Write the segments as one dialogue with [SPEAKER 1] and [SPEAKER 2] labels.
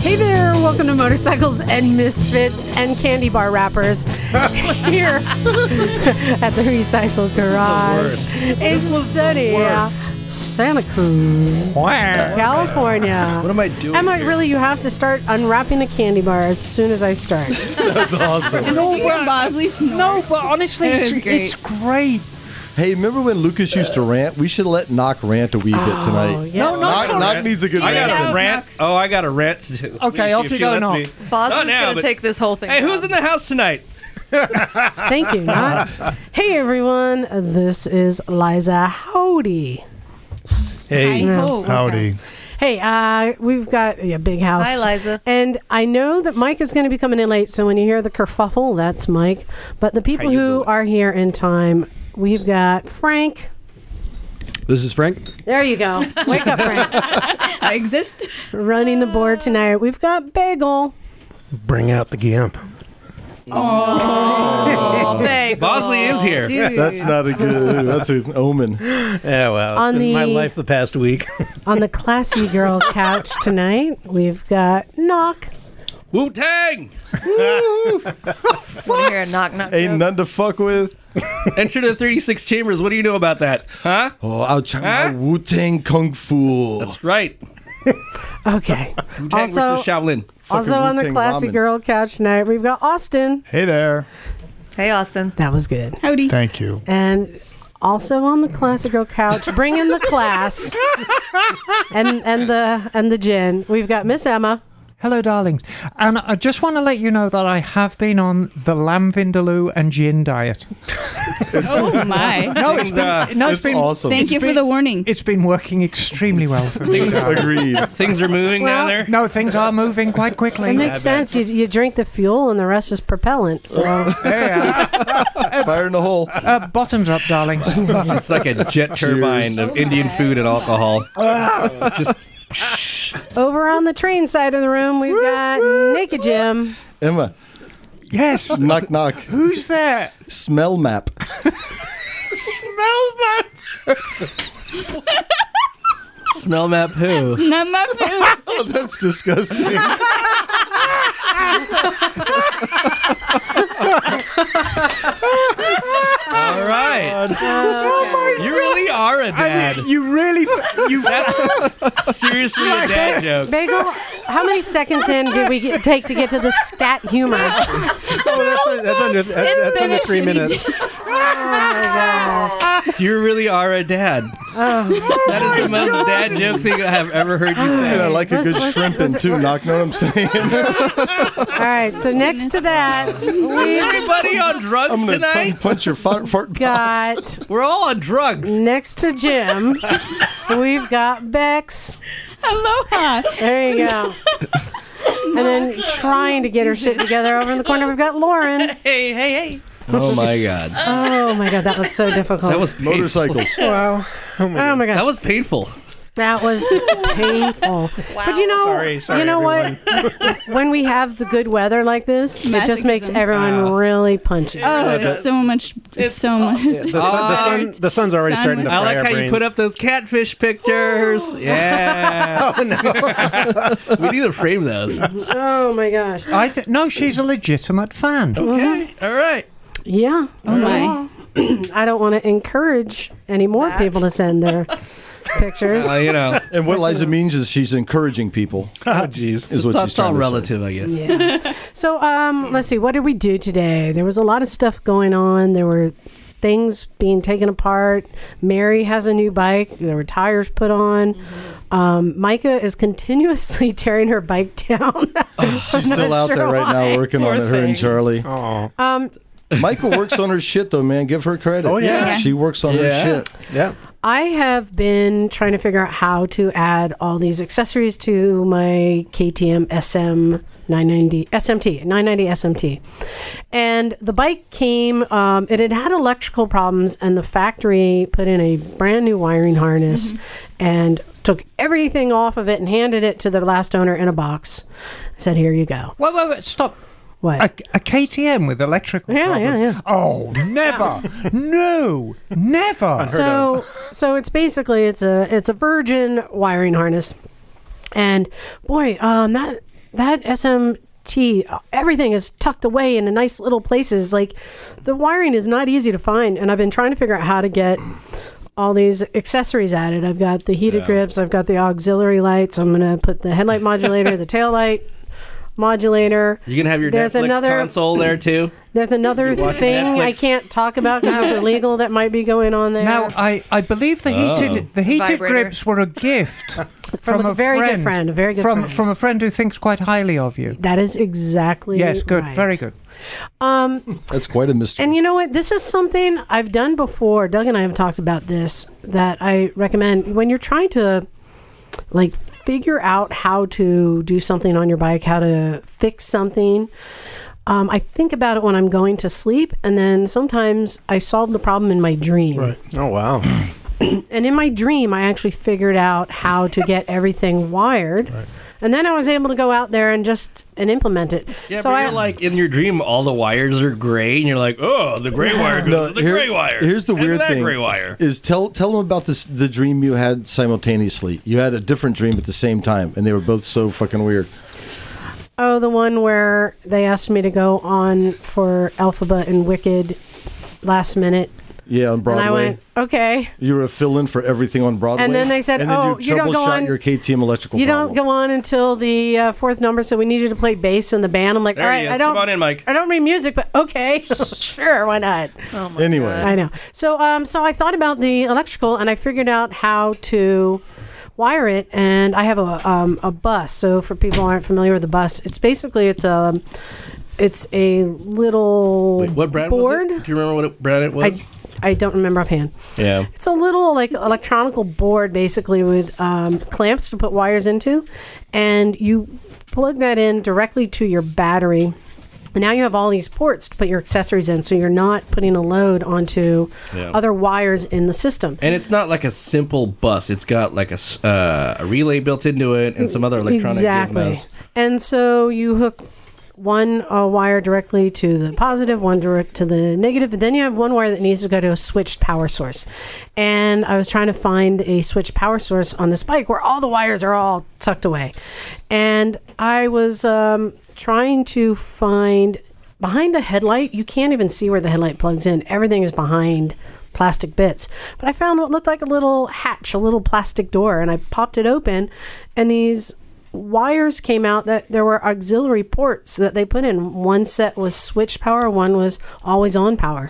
[SPEAKER 1] Hey there, welcome to Motorcycles and Misfits and Candy Bar Wrappers here at the Recycle Garage.
[SPEAKER 2] worst.
[SPEAKER 1] It's sunny.
[SPEAKER 2] worst.
[SPEAKER 1] Santa Cruz, California.
[SPEAKER 2] What am I doing?
[SPEAKER 1] Emma,
[SPEAKER 2] here?
[SPEAKER 1] really, you have to start unwrapping the candy bar as soon as I start.
[SPEAKER 3] That's awesome.
[SPEAKER 4] No, but, Bosley
[SPEAKER 2] No, but honestly,
[SPEAKER 4] It
[SPEAKER 2] it's,
[SPEAKER 4] is great.
[SPEAKER 2] it's great.
[SPEAKER 3] Hey, remember when Lucas used to rant? We should let Knock rant a wee bit
[SPEAKER 1] Oh,
[SPEAKER 3] tonight.
[SPEAKER 1] yeah.
[SPEAKER 2] No, no.
[SPEAKER 3] Knock,
[SPEAKER 2] sorry.
[SPEAKER 3] Knock needs a good
[SPEAKER 5] I
[SPEAKER 3] rant.
[SPEAKER 5] got
[SPEAKER 4] Yeah.
[SPEAKER 5] a rant. Oh, I got a rant. to-
[SPEAKER 2] Okay,
[SPEAKER 5] if
[SPEAKER 2] off you
[SPEAKER 5] she
[SPEAKER 2] go,
[SPEAKER 5] lets
[SPEAKER 2] Noel.
[SPEAKER 5] me.
[SPEAKER 4] Bosley's
[SPEAKER 5] Not now,
[SPEAKER 4] gonna
[SPEAKER 5] but-
[SPEAKER 4] take this whole thing.
[SPEAKER 5] Hey,
[SPEAKER 4] down.
[SPEAKER 5] who's in the house tonight?
[SPEAKER 1] Thank you, Not. Hey, everyone, this is Liza Howdy.
[SPEAKER 4] Hey, ho.
[SPEAKER 6] Howdy.
[SPEAKER 1] Hey, uh, we've got a big house.
[SPEAKER 4] Hi, Liza.
[SPEAKER 1] And I know that Mike is going to be coming in late, so when you hear the kerfuffle, that's Mike. But the people
[SPEAKER 5] you
[SPEAKER 1] who
[SPEAKER 5] doing?
[SPEAKER 1] are here in time, we've got Frank.
[SPEAKER 7] This is Frank.
[SPEAKER 1] There you go. Wake up, Frank.
[SPEAKER 4] I exist.
[SPEAKER 1] Running the board tonight. We've got Bagel.
[SPEAKER 6] Bring out the Giamp.
[SPEAKER 4] Oh, thank
[SPEAKER 5] Bosley is here.
[SPEAKER 4] Dude.
[SPEAKER 3] That's not a good. That's an omen.
[SPEAKER 6] Yeah, well, it's
[SPEAKER 1] On
[SPEAKER 6] been my
[SPEAKER 1] the-
[SPEAKER 6] life the past week.
[SPEAKER 1] On the classy girl couch tonight, we've got Knock.
[SPEAKER 5] Wu Tang!
[SPEAKER 4] Want to hear a knock knock?
[SPEAKER 3] Ain't
[SPEAKER 4] joke?
[SPEAKER 3] none to fuck with.
[SPEAKER 5] Enter the 36 Chambers. What do you know about that? Huh?
[SPEAKER 3] Oh, I'll try my
[SPEAKER 5] Huh?
[SPEAKER 3] Wu Tang Kung Fu.
[SPEAKER 5] That's right.
[SPEAKER 1] Okay.
[SPEAKER 5] Wu Tang
[SPEAKER 1] also,
[SPEAKER 5] versus Shaolin.
[SPEAKER 1] also
[SPEAKER 3] Fucking
[SPEAKER 1] on the
[SPEAKER 3] Wu-Tang
[SPEAKER 1] classy
[SPEAKER 3] ramen.
[SPEAKER 1] girl couch tonight, we've got Austin.
[SPEAKER 6] Hey there.
[SPEAKER 4] Hey, Austin.
[SPEAKER 1] That was good.
[SPEAKER 4] Howdy.
[SPEAKER 6] Thank you.
[SPEAKER 1] and also on the classic girl couch, bring in the class and and the and the gin. We've got Miss Emma.
[SPEAKER 8] Hello, darlings. And I just want to let you know that I have been on the lamb vindaloo and gin diet.
[SPEAKER 9] Oh my.
[SPEAKER 8] No, it's
[SPEAKER 5] Things, uh,
[SPEAKER 8] been, no,
[SPEAKER 3] That's
[SPEAKER 8] it's been,
[SPEAKER 3] awesome.
[SPEAKER 9] Thank you for the warning.
[SPEAKER 8] it's been working extremely well for me.
[SPEAKER 3] Agreed.
[SPEAKER 5] Things are moving
[SPEAKER 1] Well-
[SPEAKER 5] down there.
[SPEAKER 8] No, things are moving quite quickly.
[SPEAKER 1] It makes sense. You, you drink the fuel and the rest is propellant. So
[SPEAKER 8] Yeah.
[SPEAKER 3] Fire in the hole.
[SPEAKER 8] Uh, bottoms up, darling.
[SPEAKER 5] It's like a jet turbine of Indian food and alcohol. Just.
[SPEAKER 1] over on the train side of the room, we've got Naked Jim.
[SPEAKER 3] Emma,
[SPEAKER 8] Yes.
[SPEAKER 3] knock knock.
[SPEAKER 8] Who's there?
[SPEAKER 3] Smell map.
[SPEAKER 5] Smell map poo.
[SPEAKER 9] Not my food.
[SPEAKER 3] Oh, that's disgusting.
[SPEAKER 5] All
[SPEAKER 8] Oh,
[SPEAKER 5] right.
[SPEAKER 1] Oh,
[SPEAKER 5] You really are a dad.
[SPEAKER 8] You really. You.
[SPEAKER 5] That's seriously a dad joke.
[SPEAKER 1] Bagel, how many seconds in did we get, take to get to the scat humor?
[SPEAKER 6] Oh, that's, that's under, that's, that's under
[SPEAKER 9] finished
[SPEAKER 6] three
[SPEAKER 9] and you
[SPEAKER 6] minutes.
[SPEAKER 1] Oh
[SPEAKER 5] You really are a dad. that
[SPEAKER 1] Oh
[SPEAKER 5] is the most dad joke thing I have ever heard you
[SPEAKER 3] And I
[SPEAKER 5] say.
[SPEAKER 3] like a
[SPEAKER 1] Let's-
[SPEAKER 3] good
[SPEAKER 1] let's-
[SPEAKER 3] shrimp in
[SPEAKER 1] let's-
[SPEAKER 3] too. Knock, know what I'm saying?
[SPEAKER 1] All right. So next to that, we've
[SPEAKER 5] Everybody on drugs
[SPEAKER 3] I'm gonna tongue
[SPEAKER 5] tonight?
[SPEAKER 3] punch your fart, fart box.
[SPEAKER 1] got
[SPEAKER 5] We're all on drugs.
[SPEAKER 1] next to Jim, we've got Bex.
[SPEAKER 9] Aloha.
[SPEAKER 1] There you go. and then trying to get her shit together over in the corner, we've got Lauren.
[SPEAKER 5] Hey, hey, hey. Oh my god.
[SPEAKER 1] Oh my god, that was so difficult.
[SPEAKER 5] That was painful.
[SPEAKER 3] Motorcycles.
[SPEAKER 6] Wow. Oh my
[SPEAKER 1] Oh my gosh,
[SPEAKER 5] That was painful.
[SPEAKER 1] that was painful. But you know,
[SPEAKER 6] Sorry, sorry,
[SPEAKER 1] you know what? when we have the good weather like this, it just makes
[SPEAKER 9] Masochism.
[SPEAKER 5] Ah.
[SPEAKER 1] everyone really punchy.
[SPEAKER 9] Oh, it's so much. It's so much.
[SPEAKER 6] The, sun, the, sun, the sun's already
[SPEAKER 9] Sun
[SPEAKER 6] starting to fry
[SPEAKER 5] I like
[SPEAKER 6] our
[SPEAKER 5] how
[SPEAKER 6] brains.
[SPEAKER 5] you put up those catfish pictures. Yeah.
[SPEAKER 9] Oh,
[SPEAKER 5] we need to frame those.
[SPEAKER 1] oh my gosh. Mm-hmm.
[SPEAKER 8] I th- no, she's a legitimate fan.
[SPEAKER 5] Okay. All right.
[SPEAKER 1] Yeah.
[SPEAKER 9] Oh my.
[SPEAKER 1] I don't want to encourage any more people to send their pictures.
[SPEAKER 5] Well, you know,
[SPEAKER 3] And what Liza means is she's encouraging people.
[SPEAKER 6] Oh, jeez.
[SPEAKER 3] Is what she's
[SPEAKER 5] it's all
[SPEAKER 3] trying to say.
[SPEAKER 5] relative, I guess.
[SPEAKER 1] Yeah. so um, let's see. What did we do today? There was a lot of stuff going on. There were things being taken apart. Mary has a new bike. There were tires put on. Um, Micah is continuously tearing her bike down.
[SPEAKER 3] Oh, She's still out there
[SPEAKER 1] sure
[SPEAKER 3] right
[SPEAKER 1] why.
[SPEAKER 3] now working on it. Her and Charlie.
[SPEAKER 6] Oh,
[SPEAKER 1] um,
[SPEAKER 3] Michael works on her shit though, man. Give her credit.
[SPEAKER 6] Oh, yeah.
[SPEAKER 9] Yeah.
[SPEAKER 3] she works on her
[SPEAKER 5] Yeah.
[SPEAKER 3] shit.
[SPEAKER 6] yeah.
[SPEAKER 1] I have been trying to figure out how to add all these accessories to my KTM SM 990 SMT 990 SMT, and the bike came. Um, it had had electrical problems, and the factory put in a brand new wiring harness, and took everything off of it and handed it to the last owner in a box. I said, "Here you go."
[SPEAKER 8] Wait, wait, wait, stop.
[SPEAKER 1] What?
[SPEAKER 8] A, a KTM with electrical
[SPEAKER 1] Yeah, yeah,
[SPEAKER 8] problems? Oh,
[SPEAKER 1] yeah.
[SPEAKER 8] never. no, never.
[SPEAKER 1] so so it's basically it's a it's a virgin wiring harness and boy um that that smt uh, everything is tucked away in a nice little places like the wiring is not easy to find and i've been trying to figure out how to get all these accessories added i've got the heated grips i've got the auxiliary lights i'm gonna put the headlight modulator the tail light modulator
[SPEAKER 5] You can have your
[SPEAKER 1] There's
[SPEAKER 5] Netflix
[SPEAKER 1] another-
[SPEAKER 5] console there too.
[SPEAKER 1] there's another
[SPEAKER 5] watching
[SPEAKER 1] thing i
[SPEAKER 5] Netflix.
[SPEAKER 1] can't talk about because it's illegal that might be going on there
[SPEAKER 8] Now, I, I believe the heated
[SPEAKER 5] Oh.
[SPEAKER 8] the heated
[SPEAKER 4] Vibrator.
[SPEAKER 8] grips were a gift from,
[SPEAKER 1] a very good friend, a very good
[SPEAKER 8] from
[SPEAKER 1] friend.
[SPEAKER 8] from a friend who thinks quite highly of you.
[SPEAKER 1] that is exactly
[SPEAKER 8] Yes, good,
[SPEAKER 1] right.
[SPEAKER 8] very good.
[SPEAKER 1] um
[SPEAKER 3] That's quite a mystery.
[SPEAKER 1] And you know what? This is something I've done before. Doug and I have talked about this that I recommend when you're trying to like figure out how to do something on your bike, how to fix something. Um, I think about it when I'm going to sleep, and then sometimes I solve the problem in my dream.
[SPEAKER 6] Oh wow.
[SPEAKER 1] And in my dream, I actually figured out how to get everything wired, and then I was able to go out there and just and implement it.
[SPEAKER 5] Yeah,
[SPEAKER 1] so
[SPEAKER 5] but
[SPEAKER 1] I
[SPEAKER 5] you're like in your dream, all the wires are gray, and you're like, oh, the gray wire goes
[SPEAKER 3] No,
[SPEAKER 5] to the
[SPEAKER 3] here-
[SPEAKER 5] gray wire.
[SPEAKER 3] Here's the
[SPEAKER 5] and
[SPEAKER 3] weird
[SPEAKER 5] that
[SPEAKER 3] thing:
[SPEAKER 5] gray wire.
[SPEAKER 3] is tell tell them about this the dream you had simultaneously. You had a different dream at the same time, and they were both so fucking weird.
[SPEAKER 1] Oh, the one where they asked me to go on for Alphaba and Wicked last minute.
[SPEAKER 3] Yeah, on Broadway,
[SPEAKER 1] And I went, okay.
[SPEAKER 3] you were a fill-in for everything on Broadway,
[SPEAKER 1] then they said,
[SPEAKER 3] and then
[SPEAKER 1] "Oh,
[SPEAKER 3] you
[SPEAKER 1] you don't
[SPEAKER 3] troubleshot
[SPEAKER 1] go on-
[SPEAKER 3] your KTM electrical.
[SPEAKER 1] You
[SPEAKER 3] problem.
[SPEAKER 1] don't go on until the uh, fourth number, so we need you to play bass in the band. I'm like,
[SPEAKER 5] There
[SPEAKER 1] all
[SPEAKER 5] he
[SPEAKER 1] right,
[SPEAKER 5] is.
[SPEAKER 1] I don't,
[SPEAKER 5] Come on in, Mike."
[SPEAKER 1] I don't read music, but okay, sure, why not?
[SPEAKER 3] anyway.
[SPEAKER 1] I know. So, um, so I thought about the electrical, and I figured out how to wire it. And I have a um, a bus. So, for people who aren't familiar with the bus, it's basically it's a it's a little
[SPEAKER 5] Wait, what brand
[SPEAKER 1] board.
[SPEAKER 5] was it? Do you remember what it, brand it was?
[SPEAKER 1] I, I don't remember offhand.
[SPEAKER 5] yeah.
[SPEAKER 1] It's a little like electronical board basically with um, clamps to put wires into, and you plug that in directly to your battery. And now you have all these ports to put your accessories in, so you're not putting a load onto
[SPEAKER 5] Yeah.
[SPEAKER 1] other wires in the system.
[SPEAKER 5] And it's not like a simple bus. It's got like a, s- uh, a relay built into it and some other electronic gizmos.
[SPEAKER 1] And so you hook one uh, wire directly to the positive, one direct to the negative, and then you have one wire that needs to go to a switched power source. And I was trying to find a switched power source on this bike where all the wires are all tucked away. And I was um, trying to find behind the headlight, you can't even see where the headlight plugs in. Everything is behind plastic bits. But I found what looked like a little hatch, a little plastic door, and I popped it open, and these wires came out that there were auxiliary ports that they put in. One set was switch power, one was always on power.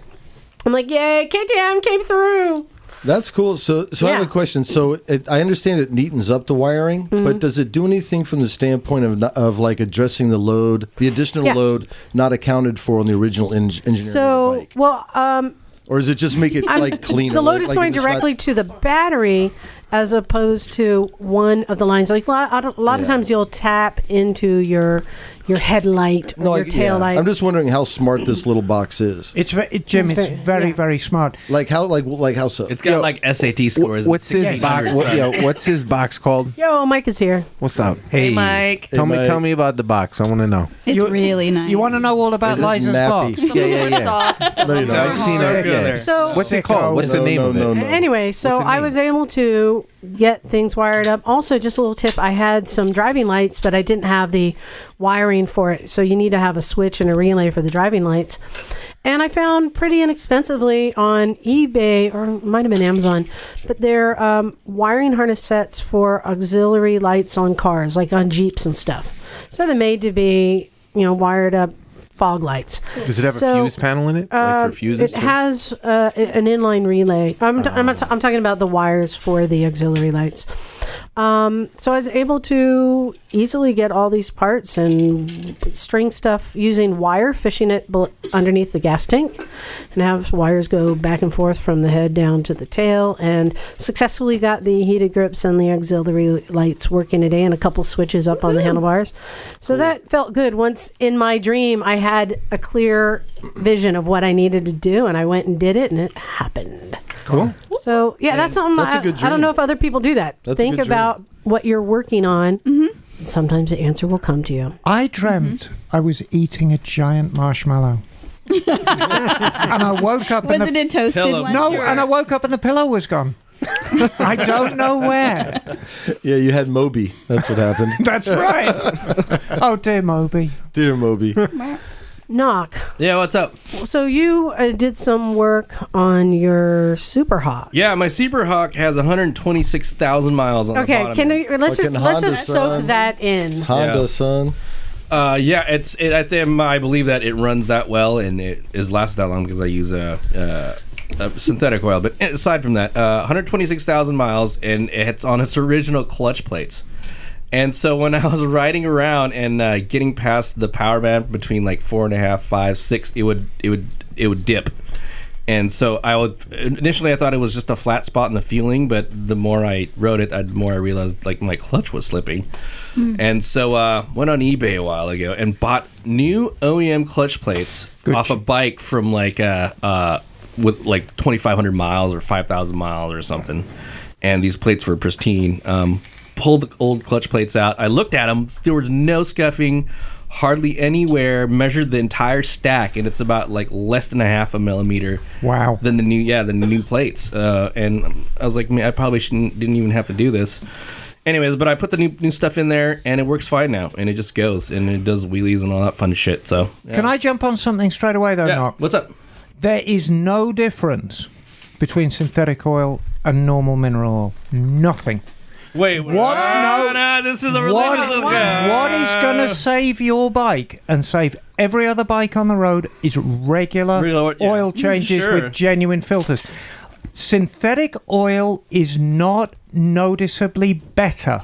[SPEAKER 1] I'm like, yay, KTM came through.
[SPEAKER 3] That's cool. So, so I have
[SPEAKER 1] Yeah.
[SPEAKER 3] a question. So, it, I understand it neatens up the wiring,
[SPEAKER 1] Mm-hmm.
[SPEAKER 3] but does it do anything from the standpoint of no- of like addressing the load, the additional
[SPEAKER 1] Yeah.
[SPEAKER 3] load not accounted for on the original en- engineering of the
[SPEAKER 1] So,
[SPEAKER 3] bike,
[SPEAKER 1] well, um,
[SPEAKER 3] or does it just make it
[SPEAKER 1] I'm-
[SPEAKER 3] like cleaner?
[SPEAKER 1] The load
[SPEAKER 3] like-
[SPEAKER 1] is
[SPEAKER 3] like
[SPEAKER 1] going
[SPEAKER 3] it's not-
[SPEAKER 1] directly to the battery as opposed to one of the lines. Like a lot, a lot of
[SPEAKER 3] Yeah.
[SPEAKER 1] times you'll tap into your your headlight or
[SPEAKER 3] No, I-
[SPEAKER 1] your tail
[SPEAKER 3] yeah.
[SPEAKER 1] light.
[SPEAKER 3] I'm just wondering how smart this little box is.
[SPEAKER 8] It's ve- it, Jim. It's very very smart.
[SPEAKER 3] Like how, like, like how so?
[SPEAKER 5] It's got like SAT scores.
[SPEAKER 7] What's his
[SPEAKER 5] 1600
[SPEAKER 7] box?
[SPEAKER 5] something.
[SPEAKER 7] What, yeah, what's his box called?
[SPEAKER 1] Yo, Mike is here.
[SPEAKER 7] What's up?
[SPEAKER 4] Hey, Mike.
[SPEAKER 7] Tell me,
[SPEAKER 3] Mike.
[SPEAKER 7] tell me about the box. I want to know.
[SPEAKER 9] It's
[SPEAKER 8] You-
[SPEAKER 9] really nice.
[SPEAKER 8] You want to know all about
[SPEAKER 3] Is this
[SPEAKER 8] Liza's
[SPEAKER 3] nappy?
[SPEAKER 8] box?
[SPEAKER 4] Some
[SPEAKER 7] Yeah,
[SPEAKER 4] of them
[SPEAKER 7] yeah,
[SPEAKER 4] are
[SPEAKER 7] yeah.
[SPEAKER 4] soft, some
[SPEAKER 3] No,
[SPEAKER 4] of
[SPEAKER 3] you
[SPEAKER 4] them
[SPEAKER 7] I've
[SPEAKER 4] are
[SPEAKER 7] seen
[SPEAKER 4] hard.
[SPEAKER 7] it. Yeah, yeah.
[SPEAKER 1] So-
[SPEAKER 7] What's it called? What's
[SPEAKER 3] No,
[SPEAKER 7] the name
[SPEAKER 3] no,
[SPEAKER 7] of it?
[SPEAKER 3] no, no.
[SPEAKER 1] Anyway, so
[SPEAKER 7] What's her
[SPEAKER 1] I
[SPEAKER 7] name?
[SPEAKER 1] was able to get things wired up. Also, just a little tip I had some driving lights, but I didn't have the wiring for it. So you need to have a switch and a relay for the driving lights. And I found pretty inexpensively on eBay, or it might have been Amazon, but they're um, wiring harness sets for auxiliary lights on cars, like on Jeeps and stuff. So they're made to be, you know, wired up fog lights.
[SPEAKER 7] Does it have
[SPEAKER 1] So-
[SPEAKER 7] a fuse panel in it?
[SPEAKER 1] um,
[SPEAKER 7] like for fuses?
[SPEAKER 1] it has uh, i- an inline relay. I'm, t- I'm, not t- I'm talking about the wires for the auxiliary lights. Um, so I was able to easily get all these parts and string stuff using wire, fishing it bel- underneath the gas tank, and have wires go back and forth from the head down to the tail, and successfully got the heated grips and the auxiliary lights working today, and a couple switches up on the handlebars. So that felt good. Once in my dream, I had a clear vision of what I needed to do, and I went and did it, and it happened.
[SPEAKER 7] cool.
[SPEAKER 1] So yeah, that's something.
[SPEAKER 3] That's a
[SPEAKER 1] I-
[SPEAKER 3] good
[SPEAKER 1] I don't know
[SPEAKER 3] dream.
[SPEAKER 1] if other people do that.
[SPEAKER 3] That's a
[SPEAKER 1] Think
[SPEAKER 3] good dream. Mm-hmm.
[SPEAKER 1] about what you're working on. and Sometimes the answer will come to you.
[SPEAKER 8] I dreamt
[SPEAKER 9] Mm-hmm.
[SPEAKER 8] I was eating a giant marshmallow. and I woke up
[SPEAKER 9] Was
[SPEAKER 8] and
[SPEAKER 9] it
[SPEAKER 8] the,
[SPEAKER 9] a toasted
[SPEAKER 5] Pillow.
[SPEAKER 9] one?
[SPEAKER 8] No, and I woke up and the pillow was gone. I don't know where.
[SPEAKER 3] Yeah, you had Moby. That's what happened.
[SPEAKER 8] That's right. Oh dear Moby.
[SPEAKER 3] Dear Moby.
[SPEAKER 1] Knock.
[SPEAKER 5] Yeah, what's up?
[SPEAKER 1] So you uh, did some work on your super hawk.
[SPEAKER 5] Yeah, my Seaberhawk has 126,000 miles on the
[SPEAKER 1] Okay,
[SPEAKER 5] bottom.
[SPEAKER 1] can we, let's just
[SPEAKER 3] Fucking
[SPEAKER 1] let's
[SPEAKER 3] Honda,
[SPEAKER 1] just soak
[SPEAKER 3] son.
[SPEAKER 1] that in.
[SPEAKER 3] Honda,
[SPEAKER 5] Yeah.
[SPEAKER 3] son.
[SPEAKER 5] Uh, yeah, it's it. I think um, I believe that it runs that well and it is lasted that long because I use a, uh a synthetic oil. But aside from that, uh, 126,000 miles and it's on its original clutch plates. And so when I was riding around and uh, getting past the power band between like four and a half, five, six, it would it would it would dip. And so I would initially I thought it was just a flat spot in the fueling, but the more I rode it, I, the more I realized like my clutch was slipping. And so uh, went on eBay a while ago and bought new OEM clutch plates off a bike from like uh, uh, with like 2,500 miles or 5,000 miles or something. And these plates were pristine. Um, pulled the old clutch plates out. I looked at them. There was no scuffing, hardly anywhere. Measured the entire stack, and it's about like less than a half a millimeter
[SPEAKER 8] Wow.
[SPEAKER 5] than the new yeah than the new plates uh, and i was like man i probably shouldn't didn't even have to do this anyways but i put the new, new stuff in there and it works fine now and it just goes and it does wheelies and all that fun shit so yeah.
[SPEAKER 8] Can I jump on something straight away though,
[SPEAKER 5] yeah.
[SPEAKER 8] Mark?
[SPEAKER 5] what's up
[SPEAKER 8] There is no difference between synthetic oil and normal mineral oil. Nothing.
[SPEAKER 5] wait
[SPEAKER 8] What's
[SPEAKER 5] no,
[SPEAKER 8] no-
[SPEAKER 5] no this is a
[SPEAKER 8] What-
[SPEAKER 5] religious
[SPEAKER 8] what is going to
[SPEAKER 5] Uh.
[SPEAKER 8] save your bike and save every other bike on the road is regular
[SPEAKER 5] Real- yeah. Mm,
[SPEAKER 8] oil changes
[SPEAKER 5] Sure.
[SPEAKER 8] with genuine filters. Synthetic oil is not noticeably better.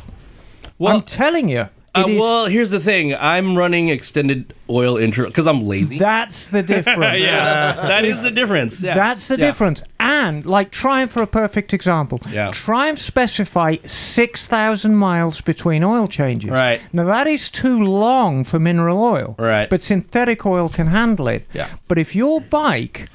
[SPEAKER 5] Well-
[SPEAKER 8] I'm telling you,
[SPEAKER 5] uh,
[SPEAKER 8] it is.
[SPEAKER 5] well here's the thing i'm running extended oil intro because i'm lazy
[SPEAKER 8] that's the difference.
[SPEAKER 5] yeah that is the difference yeah.
[SPEAKER 8] That's the
[SPEAKER 5] Yeah.
[SPEAKER 8] difference. And like Triumph for a perfect example.
[SPEAKER 5] Yeah.
[SPEAKER 8] Triumph specify six thousand miles between oil changes.
[SPEAKER 5] Right.
[SPEAKER 8] Now that is too long for mineral oil.
[SPEAKER 5] Right.
[SPEAKER 8] But synthetic oil can handle it.
[SPEAKER 5] Yeah.
[SPEAKER 8] But if your bike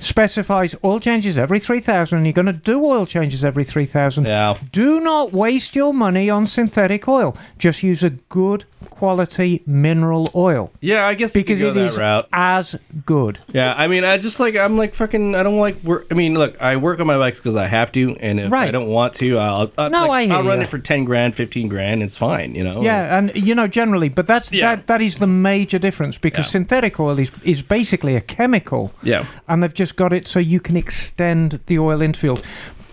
[SPEAKER 8] specifies oil changes every 3000 and you're going to do oil changes every 3000
[SPEAKER 5] Yeah.
[SPEAKER 8] do not waste your money on synthetic oil just use a good quality mineral oil
[SPEAKER 5] yeah i guess
[SPEAKER 8] because
[SPEAKER 5] you
[SPEAKER 8] it
[SPEAKER 5] could go
[SPEAKER 8] is
[SPEAKER 5] that route
[SPEAKER 8] as good
[SPEAKER 5] Yeah, I mean, I just like I'm like fucking. I don't like work. I mean, look, I work on my bikes because I have to, and if I
[SPEAKER 8] Right.
[SPEAKER 5] don't want to, I'll I'll,
[SPEAKER 8] No,
[SPEAKER 5] like,
[SPEAKER 8] I hear
[SPEAKER 5] I'll run
[SPEAKER 8] ya.
[SPEAKER 5] it for ten grand, fifteen grand. It's fine, you know.
[SPEAKER 8] Yeah, and you know generally, but that's
[SPEAKER 5] Oh. Yeah.
[SPEAKER 8] that that is the major difference because
[SPEAKER 5] Yeah.
[SPEAKER 8] synthetic oil is is basically a chemical.
[SPEAKER 5] Yeah.
[SPEAKER 8] and they've just got it so you can extend the oil infield.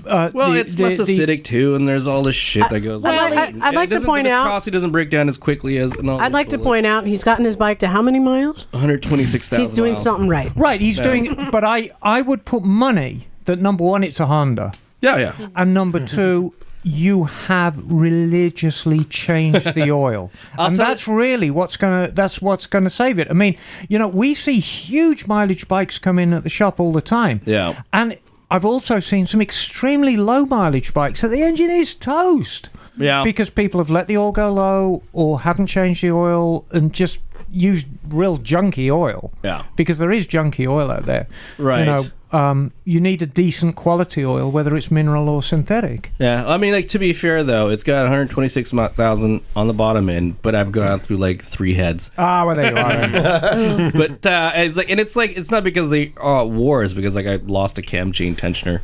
[SPEAKER 8] Uh,
[SPEAKER 5] Well,
[SPEAKER 8] the-
[SPEAKER 5] it's
[SPEAKER 8] the-
[SPEAKER 5] less
[SPEAKER 8] the-
[SPEAKER 5] acidic too, and there's all this shit that goes.
[SPEAKER 1] I'd
[SPEAKER 5] on.
[SPEAKER 1] like- I'd- I'd
[SPEAKER 5] It
[SPEAKER 1] like to
[SPEAKER 5] doesn't-
[SPEAKER 1] point
[SPEAKER 5] the
[SPEAKER 1] out-
[SPEAKER 5] viscosity doesn't break down as quickly as. And all
[SPEAKER 1] I'd like to point out he's gotten his bike to how many miles?
[SPEAKER 5] 126,000.
[SPEAKER 1] He's doing
[SPEAKER 5] miles.
[SPEAKER 1] something right.
[SPEAKER 8] Right, he's doing. But I I would put money that number one, it's a Honda,
[SPEAKER 5] Yeah, yeah.
[SPEAKER 8] and number two. You have religiously changed the oil, and
[SPEAKER 5] tell
[SPEAKER 8] that's really what's gonna that's what's gonna save it. I mean, you know, we see huge mileage bikes come in at the shop all the time,
[SPEAKER 5] Yeah.
[SPEAKER 8] Oh. And I've also seen some extremely low mileage bikes that the engine is toast.
[SPEAKER 5] Yeah.
[SPEAKER 8] Because people have let the oil go low or haven't changed the oil and just used real junky oil.
[SPEAKER 5] Yeah.
[SPEAKER 8] Because there is junky oil out there.
[SPEAKER 5] Right.
[SPEAKER 8] You know, um, you need a decent quality oil, whether it's mineral or synthetic.
[SPEAKER 5] Yeah, I mean, like to be fair though, it's got 126,000 on the bottom end, but I've gone through like three heads.
[SPEAKER 8] Ah, well, there you are. then.
[SPEAKER 5] but uh, it's like, and it's like, it's not because they uh, war is because like I lost a cam chain tensioner,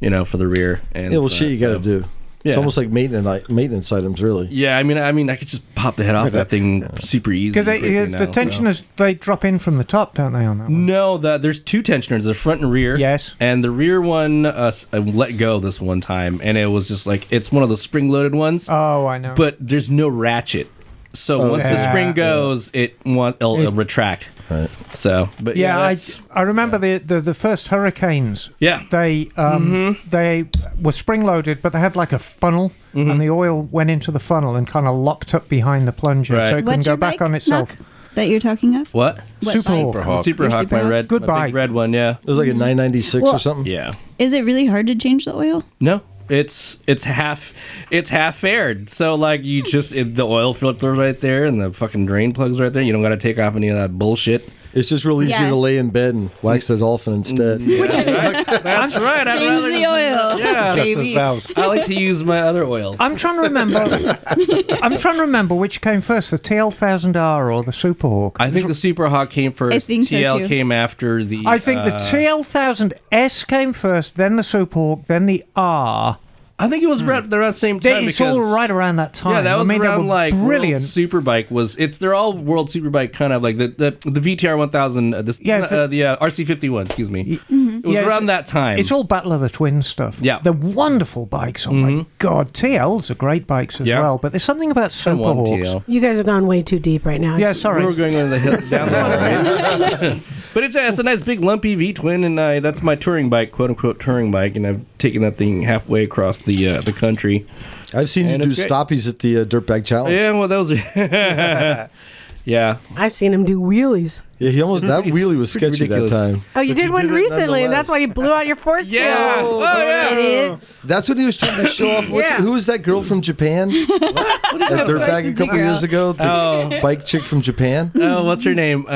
[SPEAKER 5] you know, for the rear. And
[SPEAKER 3] Yeah, well,
[SPEAKER 5] so-
[SPEAKER 3] shit, you got to
[SPEAKER 5] so-
[SPEAKER 3] do.
[SPEAKER 5] Yeah.
[SPEAKER 3] It's almost like maintenance maintenance items, really.
[SPEAKER 5] Yeah, I mean, I mean, I could just pop the head off that thing super easy.
[SPEAKER 8] Because it,
[SPEAKER 5] quickly
[SPEAKER 8] it's
[SPEAKER 5] now,
[SPEAKER 8] the
[SPEAKER 5] so.
[SPEAKER 8] tensioners, they drop in from the top, don't they, on that one?
[SPEAKER 5] No, the, there's two tensioners, the front and rear.
[SPEAKER 8] Yes.
[SPEAKER 5] And the rear one, uh, s- I let go this one time, and it was just like it's one of the spring-loaded ones,
[SPEAKER 8] Oh, I know.
[SPEAKER 5] but there's no ratchet. So
[SPEAKER 3] Oh,
[SPEAKER 5] once the
[SPEAKER 8] yeah.
[SPEAKER 5] spring goes, it want it'll, it'll retract. Right. So, but
[SPEAKER 8] Yeah,
[SPEAKER 5] yeah,
[SPEAKER 8] I,
[SPEAKER 5] that's-
[SPEAKER 8] I remember The, the the first hurricanes.
[SPEAKER 5] Yeah. Mm-hmm.
[SPEAKER 8] they um, they were spring loaded, but they had like a funnel,
[SPEAKER 5] Mm-hmm.
[SPEAKER 8] and the oil went into the funnel and kind of locked up behind the plunger,
[SPEAKER 5] Right.
[SPEAKER 8] so
[SPEAKER 9] What's
[SPEAKER 8] it couldn't
[SPEAKER 9] your
[SPEAKER 8] go back
[SPEAKER 9] bike,
[SPEAKER 8] on itself.
[SPEAKER 9] Knock, that you're talking of?
[SPEAKER 5] what?
[SPEAKER 9] What
[SPEAKER 8] Super
[SPEAKER 9] bike?
[SPEAKER 8] Hawk.
[SPEAKER 5] The Super
[SPEAKER 9] Your
[SPEAKER 5] Hawk,
[SPEAKER 9] Super
[SPEAKER 5] my
[SPEAKER 9] Hawk?
[SPEAKER 5] red,
[SPEAKER 8] Good
[SPEAKER 5] my big
[SPEAKER 8] bike.
[SPEAKER 5] red one, yeah.
[SPEAKER 3] It was like a 996 or
[SPEAKER 9] Well-
[SPEAKER 3] something.
[SPEAKER 5] Yeah.
[SPEAKER 9] Is it really hard to change the oil?
[SPEAKER 5] No, it's it's half it's half fared. So like you just it, the oil filter's right there and the fucking drain plugs right there. You don't got to take off any of that bullshit.
[SPEAKER 3] It's just real easy
[SPEAKER 9] Yeah.
[SPEAKER 3] to lay in bed and wax the dolphin instead.
[SPEAKER 5] Mm, That's right. I'd
[SPEAKER 9] Change
[SPEAKER 5] rather-
[SPEAKER 9] the oil.
[SPEAKER 5] Yeah.
[SPEAKER 9] Just baby.
[SPEAKER 5] I like to use my other oil.
[SPEAKER 8] I'm trying to remember. I'm trying to remember which came first, the TL1000R or the Superhawk.
[SPEAKER 5] I think the Super Hawk came first.
[SPEAKER 9] I think so,
[SPEAKER 5] TL
[SPEAKER 9] too.
[SPEAKER 5] came after the.
[SPEAKER 8] I think the
[SPEAKER 5] uh,
[SPEAKER 8] TL1000S came first, then the Superhawk, then the R.
[SPEAKER 5] I think it was right around the same
[SPEAKER 8] They-
[SPEAKER 5] time.
[SPEAKER 8] it's all
[SPEAKER 5] because-
[SPEAKER 8] right around that time.
[SPEAKER 5] Yeah, that was
[SPEAKER 8] I mean, they
[SPEAKER 5] around
[SPEAKER 8] were
[SPEAKER 5] like
[SPEAKER 8] brilliant.
[SPEAKER 5] brilliant. Superbike was. It's they're all World Superbike kind of like the the, the VTR 1000. Uh, this
[SPEAKER 8] Yeah,
[SPEAKER 5] uh,
[SPEAKER 8] it's a-
[SPEAKER 5] the uh, RC51. Excuse me.
[SPEAKER 1] Mm-hmm.
[SPEAKER 5] It was
[SPEAKER 8] Yeah, it's
[SPEAKER 5] around
[SPEAKER 8] a-
[SPEAKER 5] that time.
[SPEAKER 8] It's all Battle of the Twins stuff.
[SPEAKER 5] Yeah. Mm-hmm.
[SPEAKER 8] They're wonderful bikes. Oh my God. TLs are great bikes as
[SPEAKER 5] Yeah.
[SPEAKER 8] well, but there's something about
[SPEAKER 5] I want
[SPEAKER 8] Superhawks.
[SPEAKER 5] TL.
[SPEAKER 1] You guys have gone way too deep right now.
[SPEAKER 8] Yeah,
[SPEAKER 1] Just-
[SPEAKER 8] sorry.
[SPEAKER 5] We were going on the hill down the hill, right? but it's, it's a nice big lumpy V twin, and I, that's my touring bike, quote unquote touring bike, and I've taken that thing halfway across the uh, the country.
[SPEAKER 3] I've seen
[SPEAKER 5] And
[SPEAKER 3] you do
[SPEAKER 5] it's great.
[SPEAKER 3] stoppies at the uh, Dirtbag Challenge. Yeah.
[SPEAKER 5] Yeah, well, those are. yeah,
[SPEAKER 1] I've seen him do wheelies.
[SPEAKER 3] he almost that wheelie was
[SPEAKER 5] Pretty
[SPEAKER 3] sketchy
[SPEAKER 5] ridiculous.
[SPEAKER 3] that time.
[SPEAKER 1] Oh, you
[SPEAKER 3] But
[SPEAKER 1] did one
[SPEAKER 3] it
[SPEAKER 1] recently, and that's
[SPEAKER 3] nonetheless.
[SPEAKER 1] why you blew out your fork
[SPEAKER 5] Yeah.
[SPEAKER 1] seal.
[SPEAKER 5] Oh, yeah.
[SPEAKER 1] Idiot.
[SPEAKER 3] That's what he was trying to show off. What's,
[SPEAKER 1] Yeah.
[SPEAKER 3] Who was that girl from Japan? that dirtbag a couple years ago, the bike chick from Japan.
[SPEAKER 5] Oh, what's her name? Uh,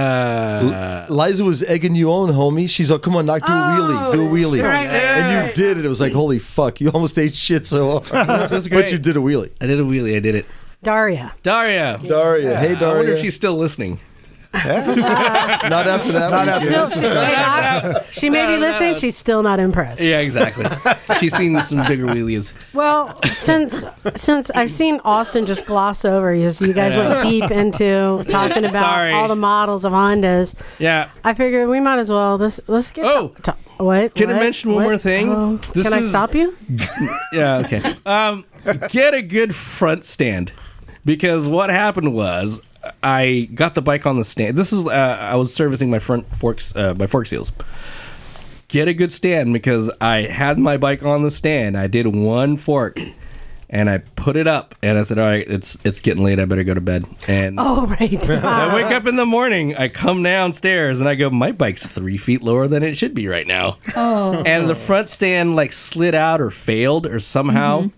[SPEAKER 5] Oh,
[SPEAKER 3] Liza was egging you on, homie. She's like, "Come on, knock, do a wheelie, do a wheelie,"
[SPEAKER 1] right, right,
[SPEAKER 3] and you
[SPEAKER 1] right.
[SPEAKER 3] did it. It was like, "Holy fuck!" You almost ate shit so hard,
[SPEAKER 5] was
[SPEAKER 3] but
[SPEAKER 5] great.
[SPEAKER 3] you did a wheelie.
[SPEAKER 5] I did a wheelie. I did it.
[SPEAKER 1] Daria.
[SPEAKER 5] Daria.
[SPEAKER 3] Daria, hey
[SPEAKER 5] I wonder
[SPEAKER 3] Daria.
[SPEAKER 5] if she's still listening.
[SPEAKER 3] not after that. Not after
[SPEAKER 1] No, she, may not. she may be listening. She's still not impressed.
[SPEAKER 5] Yeah, exactly. she's seen some bigger wheelies.
[SPEAKER 1] Well, since since I've seen Austin just gloss over you, so you guys went deep into talking about
[SPEAKER 5] Sorry.
[SPEAKER 1] all the models of Hondas.
[SPEAKER 5] Yeah.
[SPEAKER 1] I figured we might as well let's let's get.
[SPEAKER 5] Oh.
[SPEAKER 1] to, to- what?
[SPEAKER 5] Can I
[SPEAKER 1] what,
[SPEAKER 5] mention one
[SPEAKER 1] what?
[SPEAKER 5] more thing?
[SPEAKER 1] Oh,
[SPEAKER 5] This
[SPEAKER 1] can I
[SPEAKER 5] is-
[SPEAKER 1] stop you?
[SPEAKER 5] Yeah, okay. Um, get a good front stand because what happened was I got the bike on the stand. This is uh, I was servicing my front forks, uh, my fork seals. Get a good stand because I had my bike on the stand. I did one fork. And I put it up, and I said, "All right, it's it's getting late. I better go to bed." And
[SPEAKER 1] Oh right.
[SPEAKER 5] I wake up in the morning, I come downstairs, and I go, my bike's three feet lower than it should be right now.
[SPEAKER 9] Oh.
[SPEAKER 5] And the front stand like slid out or failed or somehow.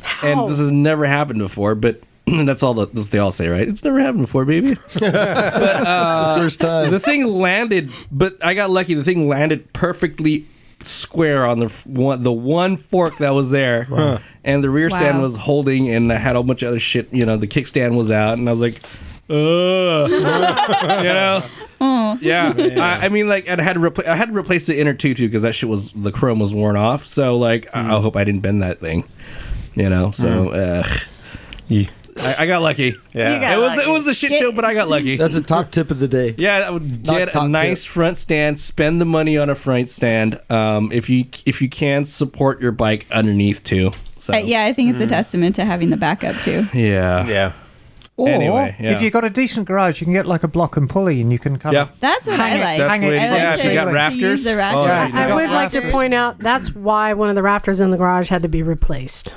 [SPEAKER 1] How?
[SPEAKER 5] And this has never happened before, but that's all the, that's what they all say, right? It's never happened before, baby. uh,
[SPEAKER 3] first time.
[SPEAKER 5] the thing landed, but I got lucky. The thing landed perfectly square on the f- one, the one fork that was there, and the rear stand
[SPEAKER 9] Wow.
[SPEAKER 5] was holding, and I had a whole bunch of other shit. You know, the kickstand was out, and I was like, ugh, you know.
[SPEAKER 9] Oh.
[SPEAKER 5] Yeah, I, I mean, like, I had to repla- I had to replace the inner tutu because that shit was the chrome was worn off. So, like, I, I hope I didn't bend that thing. You know, so ugh. I, I Mm. got lucky.
[SPEAKER 6] Yeah.
[SPEAKER 1] You got
[SPEAKER 5] it was
[SPEAKER 1] lucky.
[SPEAKER 5] it was a shit
[SPEAKER 9] Get-
[SPEAKER 5] show, but I got lucky.
[SPEAKER 3] That's a top tip of the day.
[SPEAKER 5] Yeah, I would
[SPEAKER 3] Not
[SPEAKER 5] get
[SPEAKER 3] top
[SPEAKER 5] a nice
[SPEAKER 3] tip.
[SPEAKER 5] front stand. Spend the money on a front stand. Um, if you if you can support your bike underneath too. So
[SPEAKER 9] Uh, yeah, I think it's a
[SPEAKER 3] Mm-hmm.
[SPEAKER 9] testament to having the backup too.
[SPEAKER 5] Mm. yeah.
[SPEAKER 6] Yeah.
[SPEAKER 8] Or
[SPEAKER 5] Anyway, yeah.
[SPEAKER 8] if you've got a decent garage, you can get like a block and pulley and you can kind
[SPEAKER 5] Yeah.
[SPEAKER 8] of.
[SPEAKER 9] That's what
[SPEAKER 8] Hang it.
[SPEAKER 9] I like.
[SPEAKER 5] That's the way-
[SPEAKER 9] I like
[SPEAKER 5] yeah,
[SPEAKER 9] to,
[SPEAKER 5] if you got
[SPEAKER 9] to use
[SPEAKER 5] rafters.
[SPEAKER 9] the
[SPEAKER 5] Oh,
[SPEAKER 9] rafters.
[SPEAKER 5] yeah, you
[SPEAKER 1] I would like to point out that's why one of the rafters in the garage had to be replaced.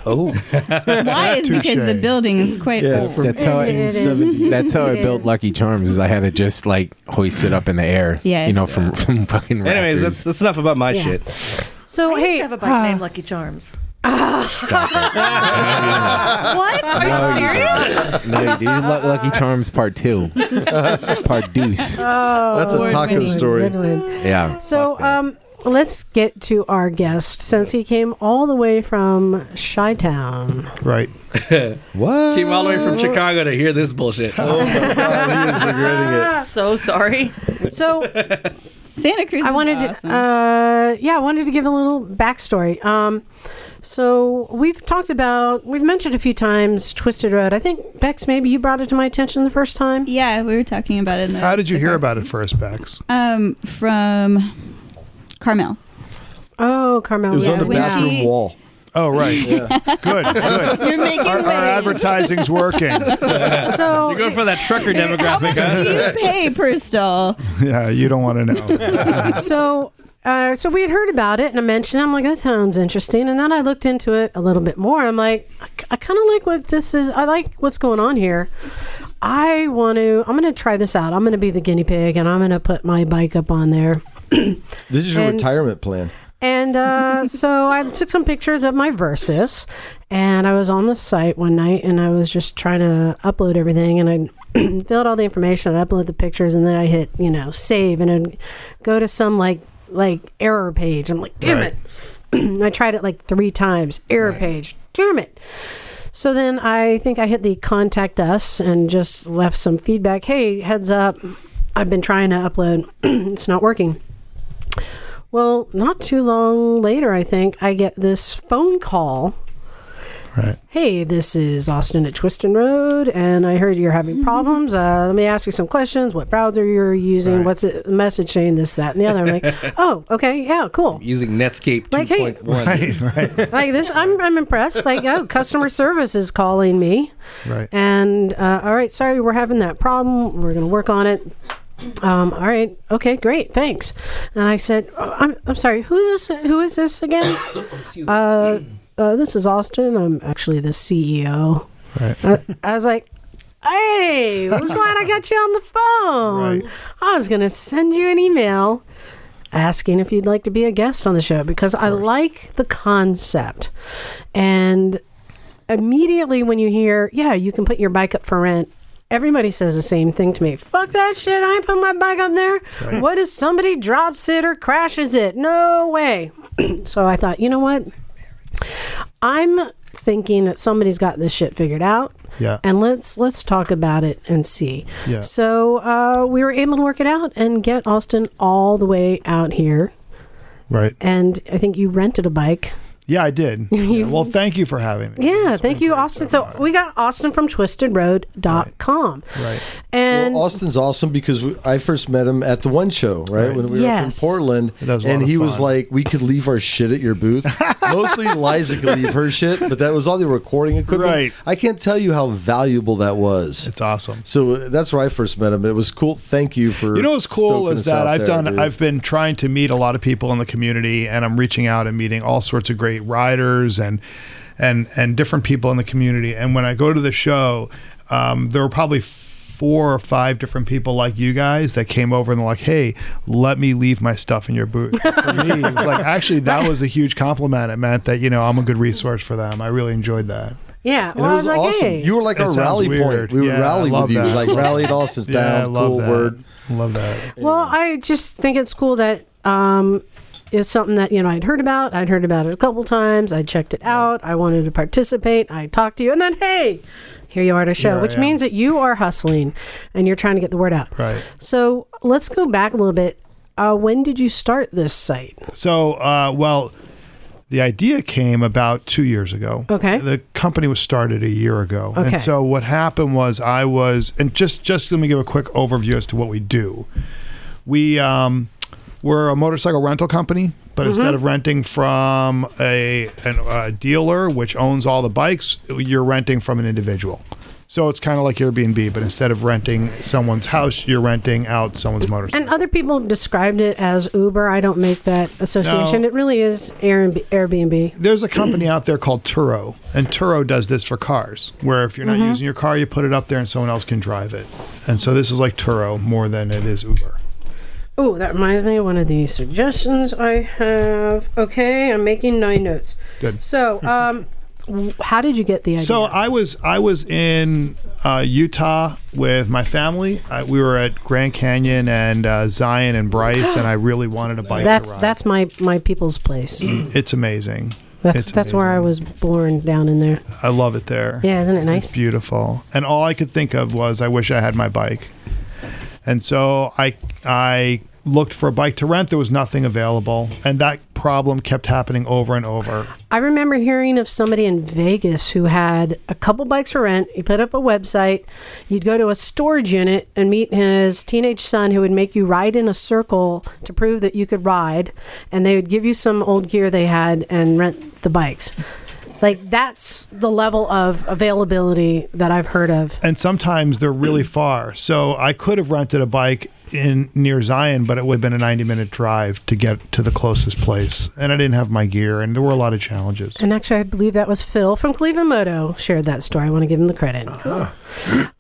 [SPEAKER 9] Why is because the building is quite
[SPEAKER 3] Oh. Yeah,
[SPEAKER 1] Oh.
[SPEAKER 9] old.
[SPEAKER 3] from
[SPEAKER 7] That's how I-
[SPEAKER 3] 1870.
[SPEAKER 7] That's how I
[SPEAKER 1] It
[SPEAKER 7] built
[SPEAKER 1] is.
[SPEAKER 7] Lucky Charms. Is I had to just like hoist it up in the air.
[SPEAKER 9] Yeah.
[SPEAKER 7] You know, from from fucking. Rafters.
[SPEAKER 5] Anyways, that's that's enough about my
[SPEAKER 1] Yeah.
[SPEAKER 5] shit.
[SPEAKER 1] So
[SPEAKER 4] I used
[SPEAKER 1] hey,
[SPEAKER 4] to have a bike named Lucky Charms. What?
[SPEAKER 7] no, you didn't. no, you didn't. Lu- Lucky Charms Part Two, Part Deuce.
[SPEAKER 1] Oh,
[SPEAKER 3] That's a
[SPEAKER 9] Lord
[SPEAKER 3] taco
[SPEAKER 9] Minnie.
[SPEAKER 3] story.
[SPEAKER 1] good one.
[SPEAKER 7] Yeah.
[SPEAKER 1] So, um, let's get to our guest since he came all the way from Chi Town.
[SPEAKER 6] Right.
[SPEAKER 3] What?
[SPEAKER 5] Came all the way from Chicago to hear this bullshit.
[SPEAKER 3] He is regretting it.
[SPEAKER 4] so sorry.
[SPEAKER 1] So,
[SPEAKER 9] Santa Cruz.
[SPEAKER 1] I wanted
[SPEAKER 9] is awesome.
[SPEAKER 1] to, uh, yeah, I wanted to give a little backstory. Um, so we've talked about, we've mentioned a few times Twisted Road. I think Bex, maybe you brought it to my attention the first time.
[SPEAKER 9] yeah, we were talking about it. In the,
[SPEAKER 6] How did you hear about it first, Bax?
[SPEAKER 9] Um, from Carmel.
[SPEAKER 1] Oh, Carmel.
[SPEAKER 3] It was
[SPEAKER 1] yeah,
[SPEAKER 3] on the
[SPEAKER 9] when
[SPEAKER 1] we-
[SPEAKER 3] bathroom
[SPEAKER 9] she-
[SPEAKER 3] wall.
[SPEAKER 6] Oh, right. Good. Good.
[SPEAKER 9] You're making
[SPEAKER 6] Our, our
[SPEAKER 9] waves.
[SPEAKER 6] advertising's working.
[SPEAKER 1] So
[SPEAKER 5] You're going for that trucker
[SPEAKER 9] How
[SPEAKER 5] demographic,
[SPEAKER 9] much
[SPEAKER 5] huh?
[SPEAKER 9] do you pay per stall?
[SPEAKER 6] Yeah, you don't want to know.
[SPEAKER 1] so uh, so we had heard about it and I mentioned it. I'm like, that sounds interesting. And then I looked into it a little bit more. I'm like, I, kind of like what this is. I like what's going on here. I want to, I'm going to try this out. I'm going to be the guinea pig and I'm going to put my bike up on there.
[SPEAKER 3] This is your
[SPEAKER 1] And-
[SPEAKER 3] retirement plan.
[SPEAKER 1] And uh, so I took some pictures of my Versus, and I was on the site one night, and I was just trying to upload everything, and I filled all the information, I upload the pictures, and then I hit you know save, and it'd go to some like like error page. I'm like, damn
[SPEAKER 5] Right.
[SPEAKER 1] it! I tried it like three times, error page, damn it! So then I think I hit the contact us and just left some feedback. Hey, heads up, I've been trying to upload, it's not working. Well, not too long later, I think I get this phone call
[SPEAKER 6] Right.
[SPEAKER 1] Hey, this is Austin at Twiston Road, and I heard you're having problems. Uh, let me ask you some questions. What browser you're using? What's the message saying? This, that, and the other. I'm like, oh, okay, yeah, cool.
[SPEAKER 5] Using Netscape
[SPEAKER 1] Like, hey-
[SPEAKER 6] Right.
[SPEAKER 5] 2.1.
[SPEAKER 6] Right.
[SPEAKER 1] Like this, I'm, I'm impressed. Like, oh, customer service is calling me,
[SPEAKER 6] Right.
[SPEAKER 1] and uh, all right, sorry, we're having that problem. We're gonna work on it. Um, all right, okay, great, thanks. And I said, oh, I'm, I'm sorry, who's this? Who is this again? uh, uh, this is Austin. I'm actually the E CEO.
[SPEAKER 6] Right.
[SPEAKER 1] I, I was like, hey, I'm glad I got you on the phone.
[SPEAKER 6] Right.
[SPEAKER 1] I was going to send you an email asking if you'd like to be a guest on the show because I like the concept. And immediately when you hear, yeah, you can put your bike up for rent. Everybody says the same thing to me. Fuck that shit. I ain't put my bike up there. What if somebody drops it or crashes it? No way. so I thought, you know what? I'm thinking that somebody's got this shit figured out
[SPEAKER 6] Yeah.
[SPEAKER 1] and let's let's talk about it and see.
[SPEAKER 6] Yeah.
[SPEAKER 1] So uh, we were able to work it out and get Austin all the way out here.
[SPEAKER 6] Right.
[SPEAKER 1] And I think you rented a bike.
[SPEAKER 6] Yeah, I did. Yeah, Well, thank you for having me.
[SPEAKER 1] Yeah, thank you, Austin. So we got Austin from twistedroad.com.
[SPEAKER 6] Right.
[SPEAKER 1] And
[SPEAKER 3] well, Austin's awesome because we, I first met him at the one show, right? When we
[SPEAKER 1] Yes.
[SPEAKER 3] were up in Portland.
[SPEAKER 6] That was a lot
[SPEAKER 3] and
[SPEAKER 6] of
[SPEAKER 3] he was
[SPEAKER 6] fun.
[SPEAKER 3] like, we could leave our shit at your booth. Mostly Liza could leave her shit, but that was all the recording equipment.
[SPEAKER 6] Right.
[SPEAKER 3] I can't tell you how valuable that was.
[SPEAKER 6] It's awesome.
[SPEAKER 3] so uh, that's where I first met him. It was cool. Thank you for
[SPEAKER 6] You know what's cool
[SPEAKER 3] stoking
[SPEAKER 6] is
[SPEAKER 3] us
[SPEAKER 6] that
[SPEAKER 3] out
[SPEAKER 6] I've
[SPEAKER 3] there,
[SPEAKER 6] done
[SPEAKER 3] dude.
[SPEAKER 6] I've been trying to meet a lot of people in the community and I'm reaching out and meeting all sorts of great riders and and and different people in the community and when I go to the show um, there were probably four or five different people like you guys that came over and were like hey let me leave my stuff in your booth for me it was like actually that was a huge compliment it meant that you know I'm a good resource for them I really enjoyed that
[SPEAKER 1] yeah,
[SPEAKER 3] And
[SPEAKER 1] well,
[SPEAKER 3] it
[SPEAKER 1] I
[SPEAKER 3] was
[SPEAKER 1] was like,
[SPEAKER 3] awesome.
[SPEAKER 1] hey.
[SPEAKER 3] You were like
[SPEAKER 6] That
[SPEAKER 3] our
[SPEAKER 6] sounds
[SPEAKER 3] rally
[SPEAKER 6] weird.
[SPEAKER 3] point. We would
[SPEAKER 6] Yeah, I
[SPEAKER 3] rally
[SPEAKER 6] love
[SPEAKER 3] with you,
[SPEAKER 6] that.
[SPEAKER 3] like rally at Austin's
[SPEAKER 6] yeah I
[SPEAKER 3] down.
[SPEAKER 6] love
[SPEAKER 3] Cool
[SPEAKER 6] that
[SPEAKER 3] word.
[SPEAKER 6] love that
[SPEAKER 1] Well, I just think it's cool that um, it's something that you know I'd heard about. I'd heard about it a couple times. I checked it out. I wanted to participate. I talked to you, and then hey, here you are at a show,
[SPEAKER 6] Here I
[SPEAKER 1] which
[SPEAKER 6] am.
[SPEAKER 1] means that you are hustling and you're trying to get the word out.
[SPEAKER 6] right
[SPEAKER 1] So let's go back a little bit. Uh, when did you start this site?
[SPEAKER 6] So, uh, well, the idea came about two years ago.
[SPEAKER 1] Okay.
[SPEAKER 6] The company was started a year ago.
[SPEAKER 1] Okay.
[SPEAKER 6] And so what happened was I was, and just, just let me give a quick overview as to what we do. We, um, we're a motorcycle rental company, but
[SPEAKER 1] Mm-hmm.
[SPEAKER 6] instead of renting from a, an, a dealer which owns all the bikes, you're renting from an individual. So it's kind of like Airbnb, but instead of renting someone's house, you're renting out someone's motorcycle.
[SPEAKER 1] And other people have described it as Uber. I don't make that association.
[SPEAKER 6] No.
[SPEAKER 1] It really is Airbnb. Airbnb.
[SPEAKER 6] there's a company out there called Turo, and Turo does this for cars, where if you're not
[SPEAKER 1] Mm-hmm.
[SPEAKER 6] using your car, you put it up there and someone else can drive it. And so this is like Turo more than it is Uber.
[SPEAKER 1] Oh, that reminds me of one of the suggestions I have. Okay, I'm making nine notes.
[SPEAKER 6] Good.
[SPEAKER 1] So, um, w- how did you get the idea?
[SPEAKER 6] So I was I was in uh, Utah with my family. I, we were at Grand Canyon and uh, Zion and Bryce, and I really wanted a bike.
[SPEAKER 1] that's
[SPEAKER 6] to ride.
[SPEAKER 1] that's my my people's place.
[SPEAKER 6] it's amazing.
[SPEAKER 1] That's
[SPEAKER 6] It's
[SPEAKER 1] that's where I was born down in there.
[SPEAKER 6] I love it there.
[SPEAKER 1] Yeah, isn't it
[SPEAKER 6] It's
[SPEAKER 1] nice?
[SPEAKER 6] beautiful. And all I could think of was I wish I had my bike. And so I I looked for a bike to rent. There was nothing available, and that problem kept happening over and over.
[SPEAKER 1] I remember hearing of somebody in Vegas who had a couple bikes for rent. He put up a website. You'd go to a storage unit and meet his teenage son who would make you ride in a circle to prove that you could ride. And they would give you some old gear they had and rent the bikes. Like, that's the level of availability that I've heard of.
[SPEAKER 6] And sometimes they're really far. So I could have rented a bike in near Zion, but it would have been a 90 minute drive to get to the closest place. And I didn't have my gear, and there were a lot of challenges.
[SPEAKER 1] And actually, I believe that was Phil from Cleveland Moto shared that story. I want to give him the credit. Cool.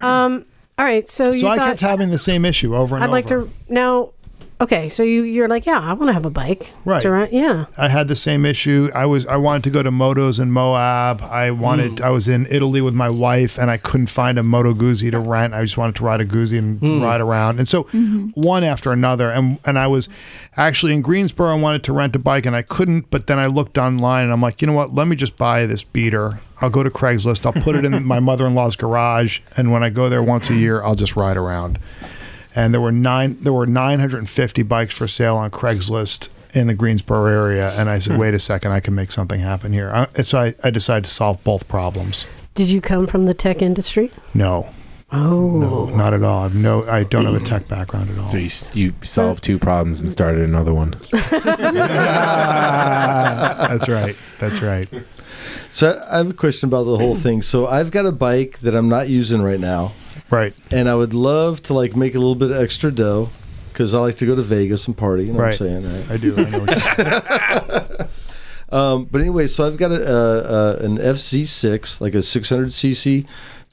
[SPEAKER 1] Um, all right. So, you
[SPEAKER 6] Uh-huh. So I
[SPEAKER 1] thought,
[SPEAKER 6] kept having the same issue over and
[SPEAKER 1] I'd
[SPEAKER 6] over.
[SPEAKER 1] like to now. Okay, so you you're like, yeah, I want to have a bike.
[SPEAKER 6] Right.
[SPEAKER 1] To run. Yeah.
[SPEAKER 6] I had the same issue. I was I wanted to go to motos in Moab. I wanted I was in Italy with my wife and I couldn't find a moto Guzzi to rent. I just wanted to ride a Guzzi and ride around. And so one after another and and I was actually in Greensboro I wanted to rent a bike and I couldn't, but then I looked online and I'm like, "You know what? Let me just buy this beater. I'll go to Craigslist. I'll put it in my mother-in-law's garage and when I go there once a year, I'll just ride around." and there were nine there were 950 bikes for sale on Craigslist in the Greensboro area and I said wait a second I can make something happen here I, and so I, I decided to solve both problems
[SPEAKER 1] Did you come from the tech industry?
[SPEAKER 6] no
[SPEAKER 1] Oh.
[SPEAKER 6] no not at all I've no I don't have a tech background at all
[SPEAKER 7] So you, you solved two problems and started another one.
[SPEAKER 3] Ah.
[SPEAKER 6] that's right that's right
[SPEAKER 3] So I have a question about the whole thing. So I've got a bike that I'm not using right now,
[SPEAKER 6] right
[SPEAKER 3] and I would love to like make a little bit of extra dough because I like to go to Vegas and party. You know
[SPEAKER 6] right
[SPEAKER 3] what I'm saying? Right?
[SPEAKER 6] I do I know what you-
[SPEAKER 3] Um, but anyway, so I've got a, uh, uh, an FC6, like a 600cc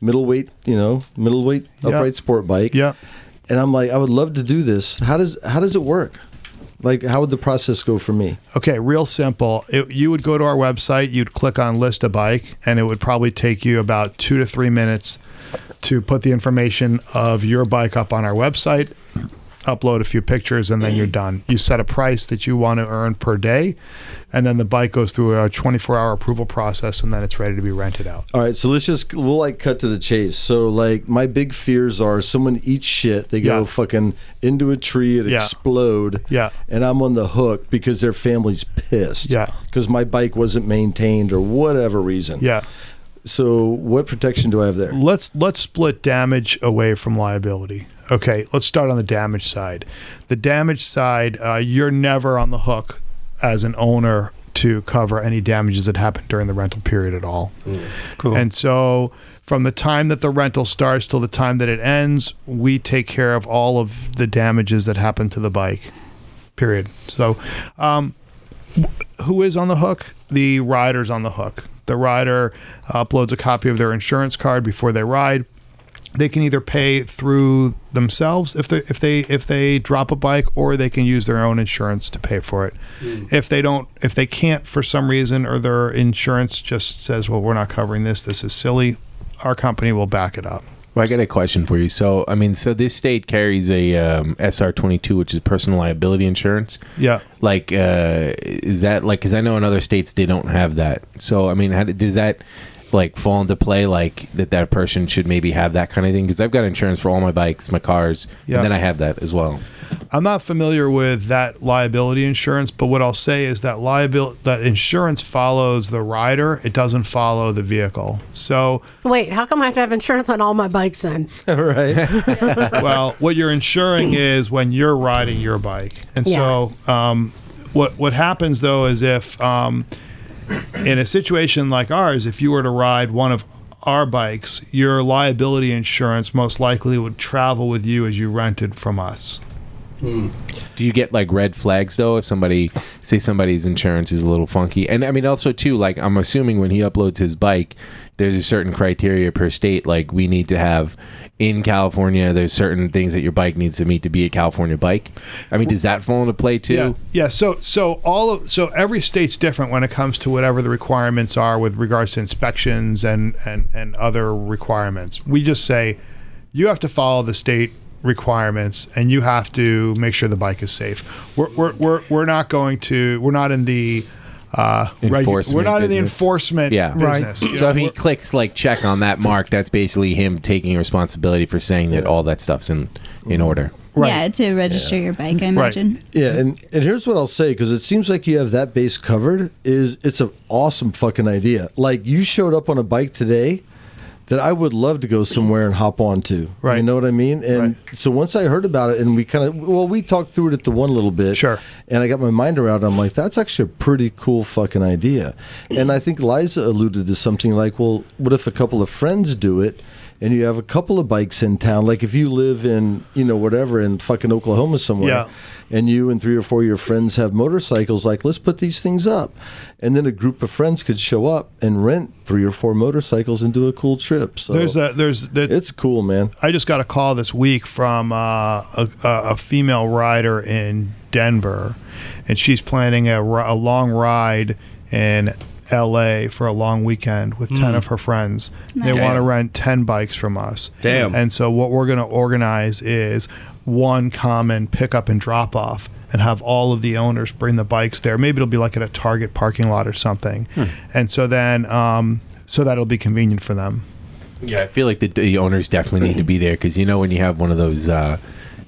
[SPEAKER 3] middleweight, you know, middleweight
[SPEAKER 6] Yeah.
[SPEAKER 3] upright sport bike.
[SPEAKER 6] yeah
[SPEAKER 3] And I'm like, I would love to do this. How does how does it work? Like, how would the process go for me?
[SPEAKER 6] Okay, real simple. It, you would go to our website, you'd click on list a bike, and it would probably take you about two to three minutes to put the information of your bike up on our website, upload a few pictures, and then you're done. You set a price that you want to earn per day, and then the bike goes through a 24 hour approval process, and then it's ready to be rented out.
[SPEAKER 3] All right, so let's just we'll like cut to the chase. So like my big fears are someone eats shit, they go
[SPEAKER 6] Yeah.
[SPEAKER 3] fucking into a tree, it
[SPEAKER 6] Yeah.
[SPEAKER 3] explode,
[SPEAKER 6] Yeah.
[SPEAKER 3] and I'm on the hook because their family's pissed,
[SPEAKER 6] Yeah.
[SPEAKER 3] because my bike wasn't maintained or whatever reason,
[SPEAKER 6] Yeah.
[SPEAKER 3] So what protection do I have there?
[SPEAKER 6] let's let's split damage away from liability. Okay, let's start on the damage side. The damage side, uh, you're never on the hook as an owner to cover any damages that happen during the rental period at all.
[SPEAKER 8] Cool.
[SPEAKER 6] And so, from the time that the rental starts till the time that it ends, we take care of all of the damages that happen to the bike. Period. So, um, who is on the hook? The rider's on the hook. The rider uploads a copy of their insurance card before they ride. They can either pay through themselves if they if they if they drop a bike, or they can use their own insurance to pay for it. If they don't, if they can't for some reason, or their insurance just says, "Well, we're not covering this. This is silly," our company will back it up.
[SPEAKER 7] Well, I got a question for you. So, I mean, so this state carries a um, SR22, which is personal liability insurance.
[SPEAKER 6] Yeah.
[SPEAKER 7] Like, uh, is that like? Because I know in other states they don't have that. So, I mean, how did- does that like fall into play? Like that that person should maybe have that kind of thing? Because I've got insurance for all my bikes, my cars,
[SPEAKER 6] Yeah.
[SPEAKER 7] and then I have that as well.
[SPEAKER 6] I'm not familiar with that liability insurance, but what I'll say is that liability that insurance follows the rider. It doesn't follow the vehicle. So,
[SPEAKER 1] Wait, how come I have to have insurance on all my bikes then?
[SPEAKER 3] right?
[SPEAKER 6] well, what you're insuring is when you're riding your bike, and so um, what what happens though is if um, in a situation like ours, if you were to ride one of our bikes, your liability insurance most likely would travel with you as you rented from us.
[SPEAKER 7] Do you get like red flags though if somebody say somebody's insurance is a little funky? And I mean also too like I'm assuming when he uploads his bike there's a certain criteria per state like we need to have in California there's certain things that your bike needs to meet to be a California bike. I mean does that fall into play too?
[SPEAKER 6] Yeah. Yeah. So so all of so every state's different when it comes to whatever the requirements are with regards to inspections and and and other requirements. We just say you have to follow the state requirements and you have to make sure the bike is safe. We're we're we're, we're not going to we're not in the uh, regu- we're
[SPEAKER 7] Enforcement
[SPEAKER 6] not in the
[SPEAKER 7] business.
[SPEAKER 6] enforcement
[SPEAKER 7] Yeah. Right.
[SPEAKER 6] business. You
[SPEAKER 7] So
[SPEAKER 6] know,
[SPEAKER 7] if he
[SPEAKER 6] we're-
[SPEAKER 7] clicks like check on that mark that's basically him taking responsibility for saying that all that stuff's in in order.
[SPEAKER 9] Yeah, to register your bike, I imagine.
[SPEAKER 3] Yeah, and, and here's what I'll say because it seems like you have that base covered. Is it's an awesome fucking idea. Like you showed up on a bike today that I would love to go somewhere and hop onto. You
[SPEAKER 6] Right.
[SPEAKER 3] know what I mean? And
[SPEAKER 6] Right.
[SPEAKER 3] so once I heard about it, and we kind of well, we talked through it at the one little bit.
[SPEAKER 6] Sure.
[SPEAKER 3] And I got my mind around. it. I'm like, that's actually a pretty cool fucking idea. And I think Liza alluded to something like, well, what if a couple of friends do it? And you have a couple of bikes in town. Like if you live in, you know, whatever in fucking Oklahoma somewhere,
[SPEAKER 6] Yeah.
[SPEAKER 3] and you and three or four of your friends have motorcycles, like let's put these things up, and then a group of friends could show up and rent three or four motorcycles and do a cool trip. So
[SPEAKER 6] There's a there's the,
[SPEAKER 3] it's cool, man.
[SPEAKER 6] I just got a call this week from uh, a, a, a female rider in Denver, and she's planning a, ri- a long ride in L.A. for a long weekend with ten of her friends. They
[SPEAKER 9] Nice.
[SPEAKER 6] want to rent ten bikes from us.
[SPEAKER 5] Damn.
[SPEAKER 6] And so what we're going to organize is one common pickup and drop off. And have all of the owners bring the bikes there. Maybe it'll be like at a Target parking lot or something, and so then, um, so that'll be convenient for them.
[SPEAKER 7] Yeah, I feel like the, the owners definitely need to be there because you know when you have one of those. Uh,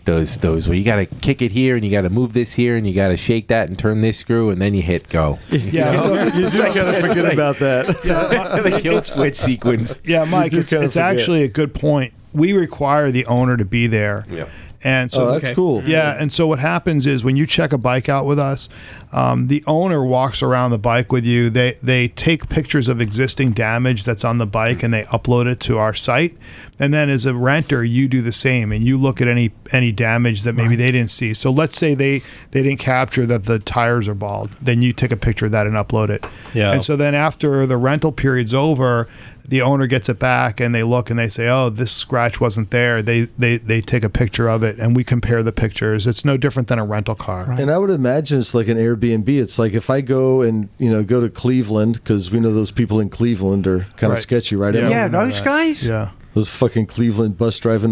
[SPEAKER 7] those those where you got to kick it here and you got to move this here and you got to shake that and turn this screw and then you hit go.
[SPEAKER 6] Yeah,
[SPEAKER 3] you do kind of forget about that.
[SPEAKER 7] the kill switch sequence.
[SPEAKER 6] Yeah, Mike,
[SPEAKER 3] do
[SPEAKER 6] it's,
[SPEAKER 3] kinda
[SPEAKER 6] it's
[SPEAKER 3] forget.
[SPEAKER 6] actually a good point. We require the owner to be there.
[SPEAKER 7] Yeah.
[SPEAKER 6] And so
[SPEAKER 3] Oh, that's
[SPEAKER 5] Okay.
[SPEAKER 3] cool.
[SPEAKER 6] yeah, and so what happens is when you check a bike out with us, um, the owner walks around the bike with you. They they take pictures of existing damage that's on the bike and they upload it to our site. And then as a renter, you do the same and you look at any any damage that maybe they didn't see. So let's say they they didn't capture that the tires are bald, then you take a picture of that and upload it.
[SPEAKER 5] Yeah.
[SPEAKER 6] And so then after the rental period's over, the owner gets it back and they look and they say, "Oh, this scratch wasn't there." They they they take a picture of it and we compare the pictures. It's no different than a rental car.
[SPEAKER 3] And I would imagine it's like an Airbnb. It's like if I go and you know go to Cleveland because we know those people in Cleveland are
[SPEAKER 6] Right.
[SPEAKER 3] kind of sketchy, right?
[SPEAKER 6] Yeah.
[SPEAKER 3] Emma?
[SPEAKER 8] yeah, those guys.
[SPEAKER 6] Yeah.
[SPEAKER 3] Those fucking Cleveland bus driving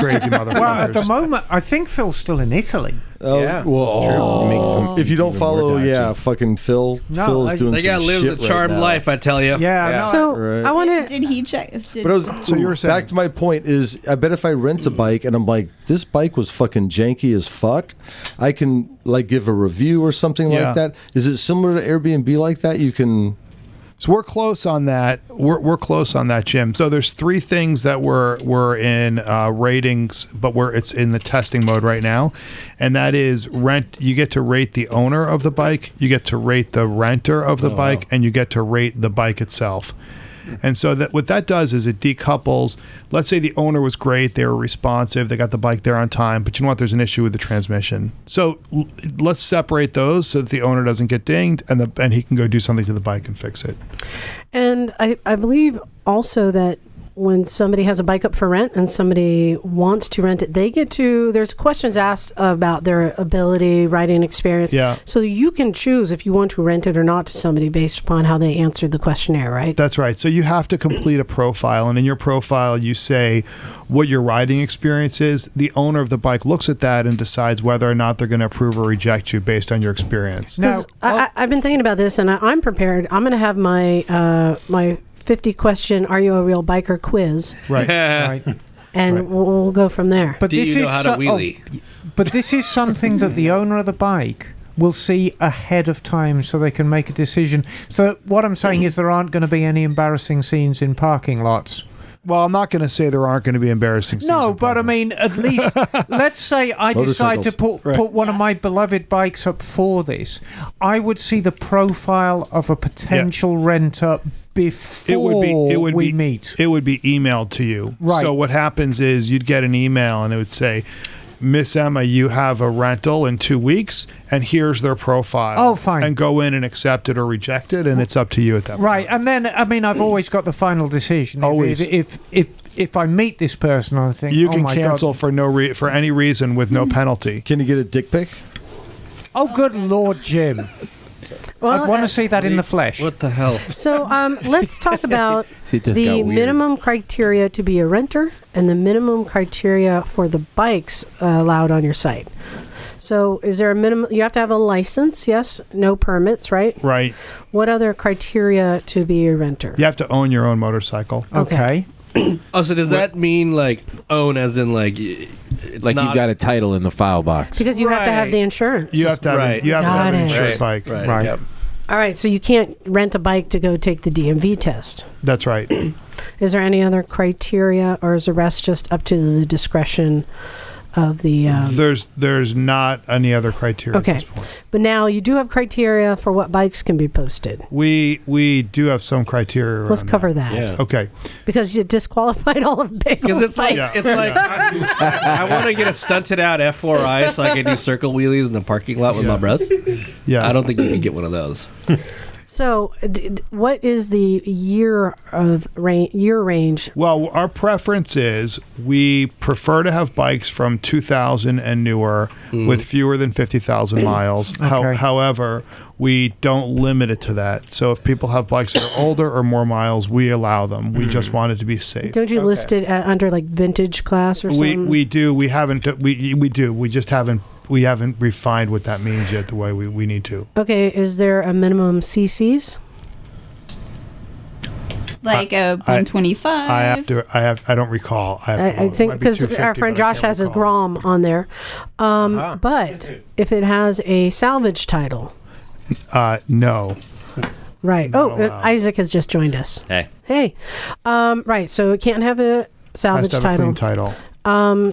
[SPEAKER 6] Crazy motherfuckers.
[SPEAKER 8] Well, at the moment, I think Phil's still in Italy.
[SPEAKER 3] oh,
[SPEAKER 7] Yeah.
[SPEAKER 3] well, oh. if you don't follow, yeah, fucking Phil.
[SPEAKER 8] No,
[SPEAKER 3] Phil is
[SPEAKER 8] I-
[SPEAKER 3] doing
[SPEAKER 5] They
[SPEAKER 3] some
[SPEAKER 5] gotta live
[SPEAKER 3] shit
[SPEAKER 5] the charmed
[SPEAKER 3] right now.
[SPEAKER 5] life, I tell you.
[SPEAKER 8] Yeah,
[SPEAKER 7] Yeah.
[SPEAKER 8] No,
[SPEAKER 1] So
[SPEAKER 3] Right.
[SPEAKER 1] I want to.
[SPEAKER 9] Did he check? Did,
[SPEAKER 3] But I was,
[SPEAKER 6] So you were saying-
[SPEAKER 3] back to my point is I bet if I rent a bike and I'm like this bike was fucking janky as fuck, I can like give a review or something
[SPEAKER 6] Yeah.
[SPEAKER 3] like that. Is it similar to Airbnb like that? You can
[SPEAKER 6] So we're close on that. We're, we're close on that, Jim. So there's three things that we're we're in uh, ratings, but we're it's in the testing mode right now, and that is rent. You get to rate the owner of the bike, you get to rate the renter of the bike, and you get to rate the bike itself. And so that what that does is it decouples. Let's say the owner was great, they were responsive, they got the bike there on time, but you know what? There's an issue with the transmission. So l- let's separate those so that the owner doesn't get dinged, and the and he can go do something to the bike and fix it.
[SPEAKER 1] And I, I believe also that when somebody has a bike up for rent and somebody wants to rent it, they get to, there's questions asked about their ability, riding experience.
[SPEAKER 6] Yeah.
[SPEAKER 1] So you can choose if you want to rent it or not to somebody based upon how they answered the questionnaire, right?
[SPEAKER 6] That's right. So you have to complete a profile, and in your profile, you say what your riding experience is. The owner of the bike looks at that and decides whether or not they're going to approve or reject you based on your experience.
[SPEAKER 8] no.
[SPEAKER 1] 'Cause I, I, I've been thinking about this, and I, I'm prepared. I'm going to have my uh, my 50 question "Are you a real biker?" quiz,
[SPEAKER 6] Right.
[SPEAKER 8] right.
[SPEAKER 1] and
[SPEAKER 6] Right.
[SPEAKER 1] we'll, we'll go from there.
[SPEAKER 8] But
[SPEAKER 5] Do you know how to
[SPEAKER 8] so- oh,
[SPEAKER 5] wheelie?
[SPEAKER 8] but this is something that the owner of the bike will see ahead of time so they can make a decision. So what I'm saying is there aren't going to be any embarrassing scenes in parking lots.
[SPEAKER 6] Well, I'm not going to say there aren't going to be embarrassing. scenes
[SPEAKER 8] No,
[SPEAKER 6] in
[SPEAKER 8] but I
[SPEAKER 6] public.
[SPEAKER 8] mean, at least let's say I decide to put put one of my beloved bikes up for this. I would see the profile of a potential renter before
[SPEAKER 6] it would be it would
[SPEAKER 8] we
[SPEAKER 6] be
[SPEAKER 8] meet.
[SPEAKER 6] it would be emailed to you
[SPEAKER 8] Right.
[SPEAKER 6] so what happens is you'd get an email and it would say miss emma you have a rental in two weeks and here's their profile
[SPEAKER 8] Oh, fine.
[SPEAKER 6] and go in and accept it or reject it and it's up to you at that
[SPEAKER 8] Right, and then I mean, I've always got the final decision. If-
[SPEAKER 6] Always.
[SPEAKER 8] if if if, if I meet this person, I think
[SPEAKER 6] point you
[SPEAKER 8] oh
[SPEAKER 6] can
[SPEAKER 8] my
[SPEAKER 6] cancel
[SPEAKER 8] God.
[SPEAKER 6] for no re- for any reason with no penalty
[SPEAKER 3] can you get a dick pic?
[SPEAKER 8] Oh, good lord, Jim! I'd want to see that in the flesh.
[SPEAKER 5] What the hell?
[SPEAKER 1] So um, let's talk about
[SPEAKER 7] See, it just got
[SPEAKER 1] the
[SPEAKER 7] weird.
[SPEAKER 1] minimum criteria to be a renter and the minimum criteria for the bikes uh, allowed on your site. So, is there a minimum? You have to have a license, yes, no permits, right?
[SPEAKER 6] right
[SPEAKER 1] What other criteria to be a renter?
[SPEAKER 6] you have to own your own motorcycle
[SPEAKER 8] Okay.
[SPEAKER 5] Oh, so does that mean like own as in like y- it's
[SPEAKER 7] Like
[SPEAKER 5] not,
[SPEAKER 7] you've got a title in the file box.
[SPEAKER 1] Because you have to have
[SPEAKER 5] Right.
[SPEAKER 1] the insurance.
[SPEAKER 6] you have to have,
[SPEAKER 5] Right.
[SPEAKER 6] you have, to
[SPEAKER 1] Got
[SPEAKER 6] have an
[SPEAKER 1] it.
[SPEAKER 6] insured
[SPEAKER 5] Right,
[SPEAKER 6] bike
[SPEAKER 5] right,
[SPEAKER 8] Right.
[SPEAKER 5] yep.
[SPEAKER 1] All right, so you can't rent a bike to go take the DMV test.
[SPEAKER 6] that's right
[SPEAKER 1] Is there any other criteria, or is the rest just up to the discretion of the? Um,
[SPEAKER 6] there's there's not any other criteria
[SPEAKER 1] Okay.
[SPEAKER 6] at this point
[SPEAKER 1] but now you do have criteria for what bikes can be posted.
[SPEAKER 6] we we do have some criteria
[SPEAKER 1] Let's
[SPEAKER 6] around
[SPEAKER 1] cover that
[SPEAKER 5] Yeah.
[SPEAKER 6] that. okay
[SPEAKER 1] because you disqualified all of
[SPEAKER 5] Because
[SPEAKER 1] Bagel's
[SPEAKER 5] it's like
[SPEAKER 1] bikes.
[SPEAKER 5] it's like I, I want to get a stunted out F4i so I can do circle wheelies in the parking lot with my bros.
[SPEAKER 6] yeah
[SPEAKER 5] I don't think you can get one of those.
[SPEAKER 1] So, d- d- what is the year of ra- year range?
[SPEAKER 6] Well, our preference is we prefer to have bikes from 2000 and newer with fewer than 50,000 miles. How,
[SPEAKER 8] Okay.
[SPEAKER 6] however, we don't limit it to that. So if people have bikes that are older or more miles, we allow them. We just want it to be safe.
[SPEAKER 1] Don't you list it uh, under like vintage class or
[SPEAKER 6] we
[SPEAKER 1] something?
[SPEAKER 6] we do we haven't we we do we just haven't we haven't refined what that means yet the way we, we need to.
[SPEAKER 1] okay, is there a minimum CCs?
[SPEAKER 9] Like a
[SPEAKER 6] I-
[SPEAKER 9] 125.
[SPEAKER 6] I have to I have I don't recall. I, have to
[SPEAKER 1] I, I
[SPEAKER 6] look. It
[SPEAKER 1] think
[SPEAKER 6] might be
[SPEAKER 1] because
[SPEAKER 6] 250,
[SPEAKER 1] our friend
[SPEAKER 6] but I
[SPEAKER 1] Josh
[SPEAKER 6] can't
[SPEAKER 1] has a
[SPEAKER 6] recall. Uh-huh.
[SPEAKER 1] Grom on there, um, but if it has a salvage title,
[SPEAKER 6] Uh, no,
[SPEAKER 1] right? oh, uh, Isaac has just joined us.
[SPEAKER 10] Hey.
[SPEAKER 1] Hey, um, right. So it can't have a
[SPEAKER 6] has
[SPEAKER 1] salvage
[SPEAKER 6] to have a
[SPEAKER 1] title. Um,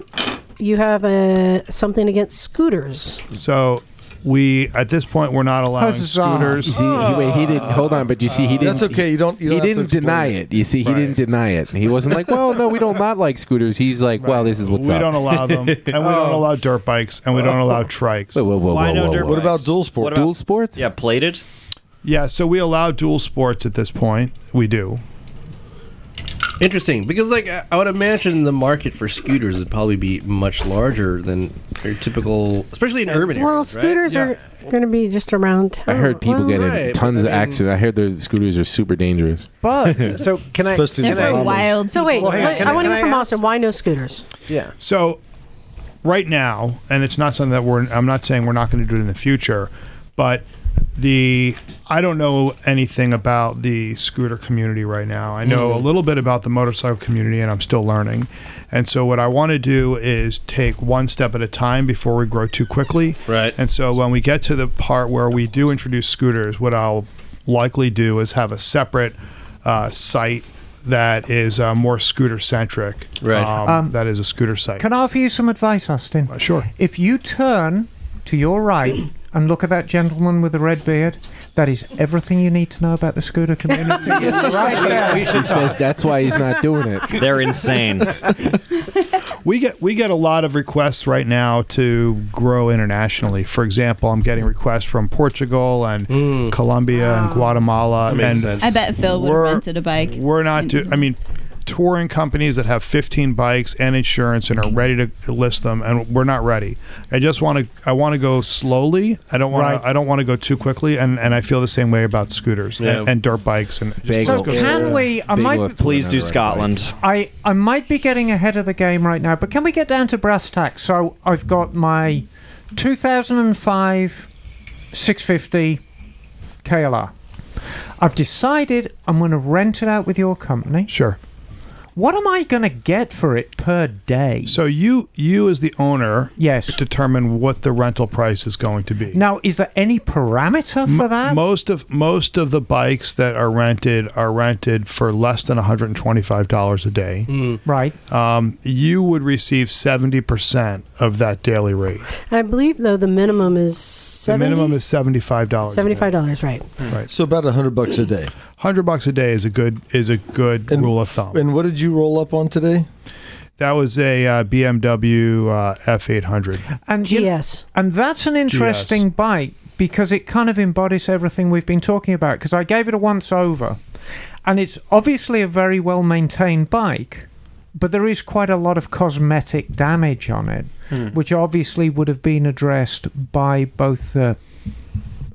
[SPEAKER 6] clean title.
[SPEAKER 1] you have a something against scooters.
[SPEAKER 6] So we at this point we're not allowing
[SPEAKER 8] Huzzah.
[SPEAKER 6] scooters.
[SPEAKER 7] See, he, wait, he didn't. Hold on, but you see, he didn't.
[SPEAKER 3] That's okay. You don't. You
[SPEAKER 7] he
[SPEAKER 3] don't have to
[SPEAKER 7] didn't
[SPEAKER 3] explain
[SPEAKER 7] deny it. You see, he didn't deny it. He wasn't like, well, no, we don't not like scooters. He's like, well, this is what's
[SPEAKER 6] we
[SPEAKER 7] up. Oh.
[SPEAKER 6] don't allow them, and we don't allow dirt bikes, and we don't allow trikes.
[SPEAKER 7] Whoa, whoa, whoa,
[SPEAKER 10] Oh. Why
[SPEAKER 7] whoa,
[SPEAKER 10] no
[SPEAKER 7] whoa,
[SPEAKER 10] dirt
[SPEAKER 7] whoa.
[SPEAKER 3] What about
[SPEAKER 10] bikes?
[SPEAKER 3] dual sport?
[SPEAKER 10] What about-
[SPEAKER 7] Dual sports?
[SPEAKER 10] Yeah, plated.
[SPEAKER 6] Yeah, so we allow dual sports at this point. We do.
[SPEAKER 5] Interesting, because like I I would imagine the market for scooters would probably be much larger than your typical, especially in urban areas.
[SPEAKER 1] Uh, Well,
[SPEAKER 5] right?
[SPEAKER 1] scooters are going to be just around town.
[SPEAKER 7] I heard people
[SPEAKER 1] Well,
[SPEAKER 7] get in
[SPEAKER 5] right,
[SPEAKER 7] tons
[SPEAKER 5] but
[SPEAKER 7] of
[SPEAKER 5] I mean-
[SPEAKER 7] accidents. I heard the scooters are super dangerous.
[SPEAKER 11] But so can I?
[SPEAKER 3] Especially
[SPEAKER 11] can
[SPEAKER 3] the
[SPEAKER 9] They're
[SPEAKER 11] I,
[SPEAKER 9] for
[SPEAKER 3] Bahamas.
[SPEAKER 9] wild.
[SPEAKER 1] So wait,
[SPEAKER 9] people.
[SPEAKER 11] hang on,
[SPEAKER 1] let-
[SPEAKER 11] can
[SPEAKER 1] I
[SPEAKER 11] I-
[SPEAKER 1] want to
[SPEAKER 11] can
[SPEAKER 1] hear
[SPEAKER 11] I
[SPEAKER 1] from
[SPEAKER 11] ask?
[SPEAKER 1] Austin. Why no scooters?
[SPEAKER 11] yeah.
[SPEAKER 6] So right now, and it's not something that we're I'm not saying we're not going to do it in the future, but the I don't know anything about the scooter community right now. I
[SPEAKER 5] Mm-hmm.
[SPEAKER 6] know a little bit about the motorcycle community and I'm still learning. And so what I want to do is take one step at a time before we grow too quickly.
[SPEAKER 5] Right.
[SPEAKER 6] And so when we get to the part where we do introduce scooters, what I'll likely do is have a separate uh, site that is uh, more scooter centric.
[SPEAKER 5] Right.
[SPEAKER 6] Um, that is a scooter site.
[SPEAKER 8] Can I offer you some advice, Austin?
[SPEAKER 6] Uh, Sure.
[SPEAKER 8] If you turn to your right and look at that gentleman with the red beard, that is everything you need to know about the scooter community. right there.
[SPEAKER 7] He says that's why he's not doing it.
[SPEAKER 10] They're insane.
[SPEAKER 6] We get we get a lot of requests right now to grow internationally. For example, I'm getting requests from Portugal and Colombia and Guatemala
[SPEAKER 5] Makes
[SPEAKER 6] and
[SPEAKER 5] sense.
[SPEAKER 9] I bet Phil would
[SPEAKER 6] We're-
[SPEAKER 9] have rented a bike.
[SPEAKER 6] we're not do I mean touring companies that have 15 bikes and insurance and are ready to list them and we're not ready. I just want to I want to go slowly. I don't want
[SPEAKER 8] Right.
[SPEAKER 6] to I don't want to go too quickly and and I feel the same way about scooters
[SPEAKER 5] Yeah.
[SPEAKER 6] and, and dirt bikes and just
[SPEAKER 8] So
[SPEAKER 7] Bagel.
[SPEAKER 8] can we? I
[SPEAKER 7] Big
[SPEAKER 8] might,
[SPEAKER 7] list.
[SPEAKER 10] Please do
[SPEAKER 7] Right, right.
[SPEAKER 10] Scotland.
[SPEAKER 8] I, I might be getting ahead of the game right now, but can we get down to brass tacks? So I've got my 2005 650 KLR. I've decided I'm going to rent it out with your company.
[SPEAKER 6] Sure.
[SPEAKER 8] What am I going to get for it per day?
[SPEAKER 6] So you you as the owner
[SPEAKER 8] Yes.
[SPEAKER 6] determine what the rental price is going to be.
[SPEAKER 8] Now, is there any parameter for that?
[SPEAKER 6] Most of most of the bikes that are rented are rented for less than $125 a day.
[SPEAKER 8] right.
[SPEAKER 6] Um, you would receive 70% of that daily rate.
[SPEAKER 1] And I believe though the minimum is 70,
[SPEAKER 6] the minimum Oh, is $75. a day.
[SPEAKER 1] seventy-five dollars, right?
[SPEAKER 3] So about a hundred bucks a day.
[SPEAKER 6] 100 bucks a day is a good is a good
[SPEAKER 3] And-
[SPEAKER 6] rule of thumb.
[SPEAKER 3] And what did you roll up on today?
[SPEAKER 6] that was a uh, BMW uh, F800.
[SPEAKER 8] And you-
[SPEAKER 1] GS.
[SPEAKER 8] And that's an interesting bike because it kind of embodies everything we've been talking about. Because I gave it a once over, and it's obviously a very well maintained bike, but there is quite a lot of cosmetic damage on it,
[SPEAKER 6] Hmm.
[SPEAKER 8] which obviously would have been addressed by both the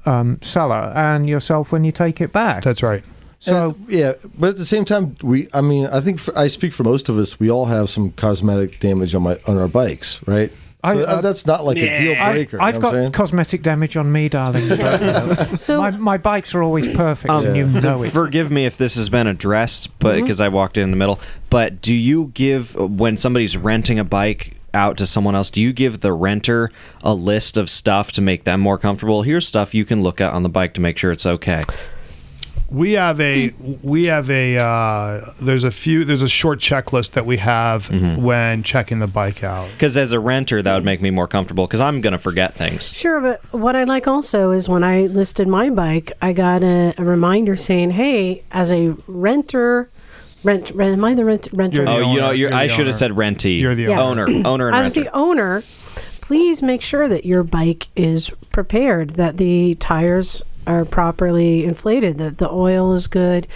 [SPEAKER 8] um, seller and yourself when you take it back.
[SPEAKER 6] That's right.
[SPEAKER 8] so,
[SPEAKER 3] And- yeah, but at the same time, we. I mean, I think for, I speak for most of us. We all have some cosmetic damage on my on our bikes, right?
[SPEAKER 8] I-
[SPEAKER 3] so uh,
[SPEAKER 6] uh,
[SPEAKER 8] I-
[SPEAKER 3] that's not like a deal
[SPEAKER 8] I,
[SPEAKER 3] breaker.
[SPEAKER 8] I've
[SPEAKER 3] you know
[SPEAKER 8] got
[SPEAKER 3] what I'm saying?
[SPEAKER 8] cosmetic damage on me, darling. but
[SPEAKER 1] So
[SPEAKER 8] my, my bikes are always perfect,
[SPEAKER 6] Um,
[SPEAKER 8] and Um, you know it.
[SPEAKER 10] Forgive me if this has been addressed, but because I walked in the middle. But do you give when somebody's renting a bike out to someone else? Do you give the renter a list of stuff to make them more comfortable? Here's stuff you can look at on the bike to make sure it's okay.
[SPEAKER 6] We have a we have a uh, there's a few there's a short checklist that we have
[SPEAKER 3] Mm-hmm.
[SPEAKER 6] when checking the bike out.
[SPEAKER 10] Because as a renter, that would make me more comfortable because I'm gonna forget things.
[SPEAKER 1] Sure, but what I like also is when I listed my bike, I got a, a reminder saying, "Hey, as a renter, rent, rent am I the rent, renter?
[SPEAKER 6] You're the
[SPEAKER 10] Oh, you
[SPEAKER 6] owner.
[SPEAKER 10] know, you're,
[SPEAKER 6] You're
[SPEAKER 10] I
[SPEAKER 6] the
[SPEAKER 10] should
[SPEAKER 6] owner.
[SPEAKER 10] have said rentee.
[SPEAKER 6] You're the
[SPEAKER 1] Yeah.
[SPEAKER 10] owner, owner, and
[SPEAKER 1] as
[SPEAKER 10] renter.
[SPEAKER 1] the owner, please make sure that your bike is prepared, that the tires are properly inflated, that the oil is good.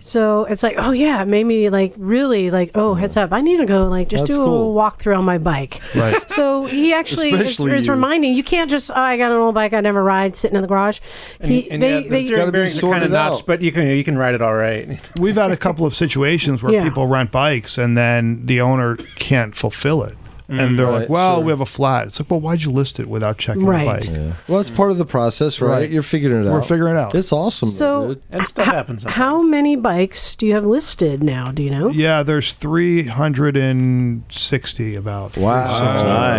[SPEAKER 1] So it's like, oh yeah, it made me like really like, oh, heads up, I need to go like just
[SPEAKER 11] That's
[SPEAKER 1] do a
[SPEAKER 11] cool.
[SPEAKER 1] little walkthrough on my bike.
[SPEAKER 11] Right.
[SPEAKER 1] So he actually is,
[SPEAKER 11] Especially
[SPEAKER 1] is
[SPEAKER 11] you.
[SPEAKER 1] reminding you can't just oh I got an old bike I never ride sitting in the garage. He
[SPEAKER 12] and
[SPEAKER 1] they
[SPEAKER 12] yeah,
[SPEAKER 1] they
[SPEAKER 12] the steering bearings are kind of notched, but you can you can ride it all right.
[SPEAKER 6] We've had a couple of situations where
[SPEAKER 1] Yeah.
[SPEAKER 6] people rent bikes and then the owner can't fulfill it.
[SPEAKER 3] Mm,
[SPEAKER 6] And they're
[SPEAKER 3] right,
[SPEAKER 6] like, well,
[SPEAKER 3] sure.
[SPEAKER 6] we have a flat. It's like, well, why'd you list it without checking the bike?
[SPEAKER 3] Well, it's part of the process, right?
[SPEAKER 6] Right.
[SPEAKER 3] You're figuring it out.
[SPEAKER 6] We're figuring it out.
[SPEAKER 3] It's awesome.
[SPEAKER 1] So,
[SPEAKER 3] dude.
[SPEAKER 12] And stuff happens.
[SPEAKER 1] How many bikes do you have listed now? Do you know?
[SPEAKER 6] Yeah, there's 360 about.
[SPEAKER 3] Wow.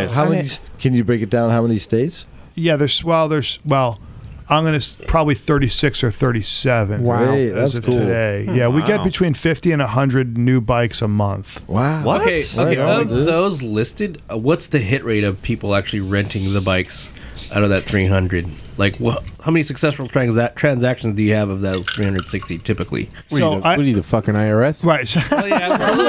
[SPEAKER 6] 360.
[SPEAKER 3] How many? st- Can you break it down? How many states?
[SPEAKER 6] Yeah, there's well, there's well, I'm gonna s- probably 36 or 37.
[SPEAKER 3] Wow. Hey,
[SPEAKER 6] as
[SPEAKER 3] that's
[SPEAKER 6] of
[SPEAKER 3] cool.
[SPEAKER 6] Today,
[SPEAKER 12] Hmm.
[SPEAKER 6] yeah, we get
[SPEAKER 5] Wow.
[SPEAKER 6] between 50 and 100 new bikes a month.
[SPEAKER 3] Wow.
[SPEAKER 1] oh.
[SPEAKER 3] um,
[SPEAKER 5] Okay, okay.
[SPEAKER 6] Right on,
[SPEAKER 5] of
[SPEAKER 6] dude.
[SPEAKER 5] those listed, uh, what's the hit rate of people actually renting the bikes out of that 300? Like, wha how many successful transa- transactions do you have of those 360 typically?
[SPEAKER 7] What, are you, the, what are you, the fucking IRS?
[SPEAKER 6] Right.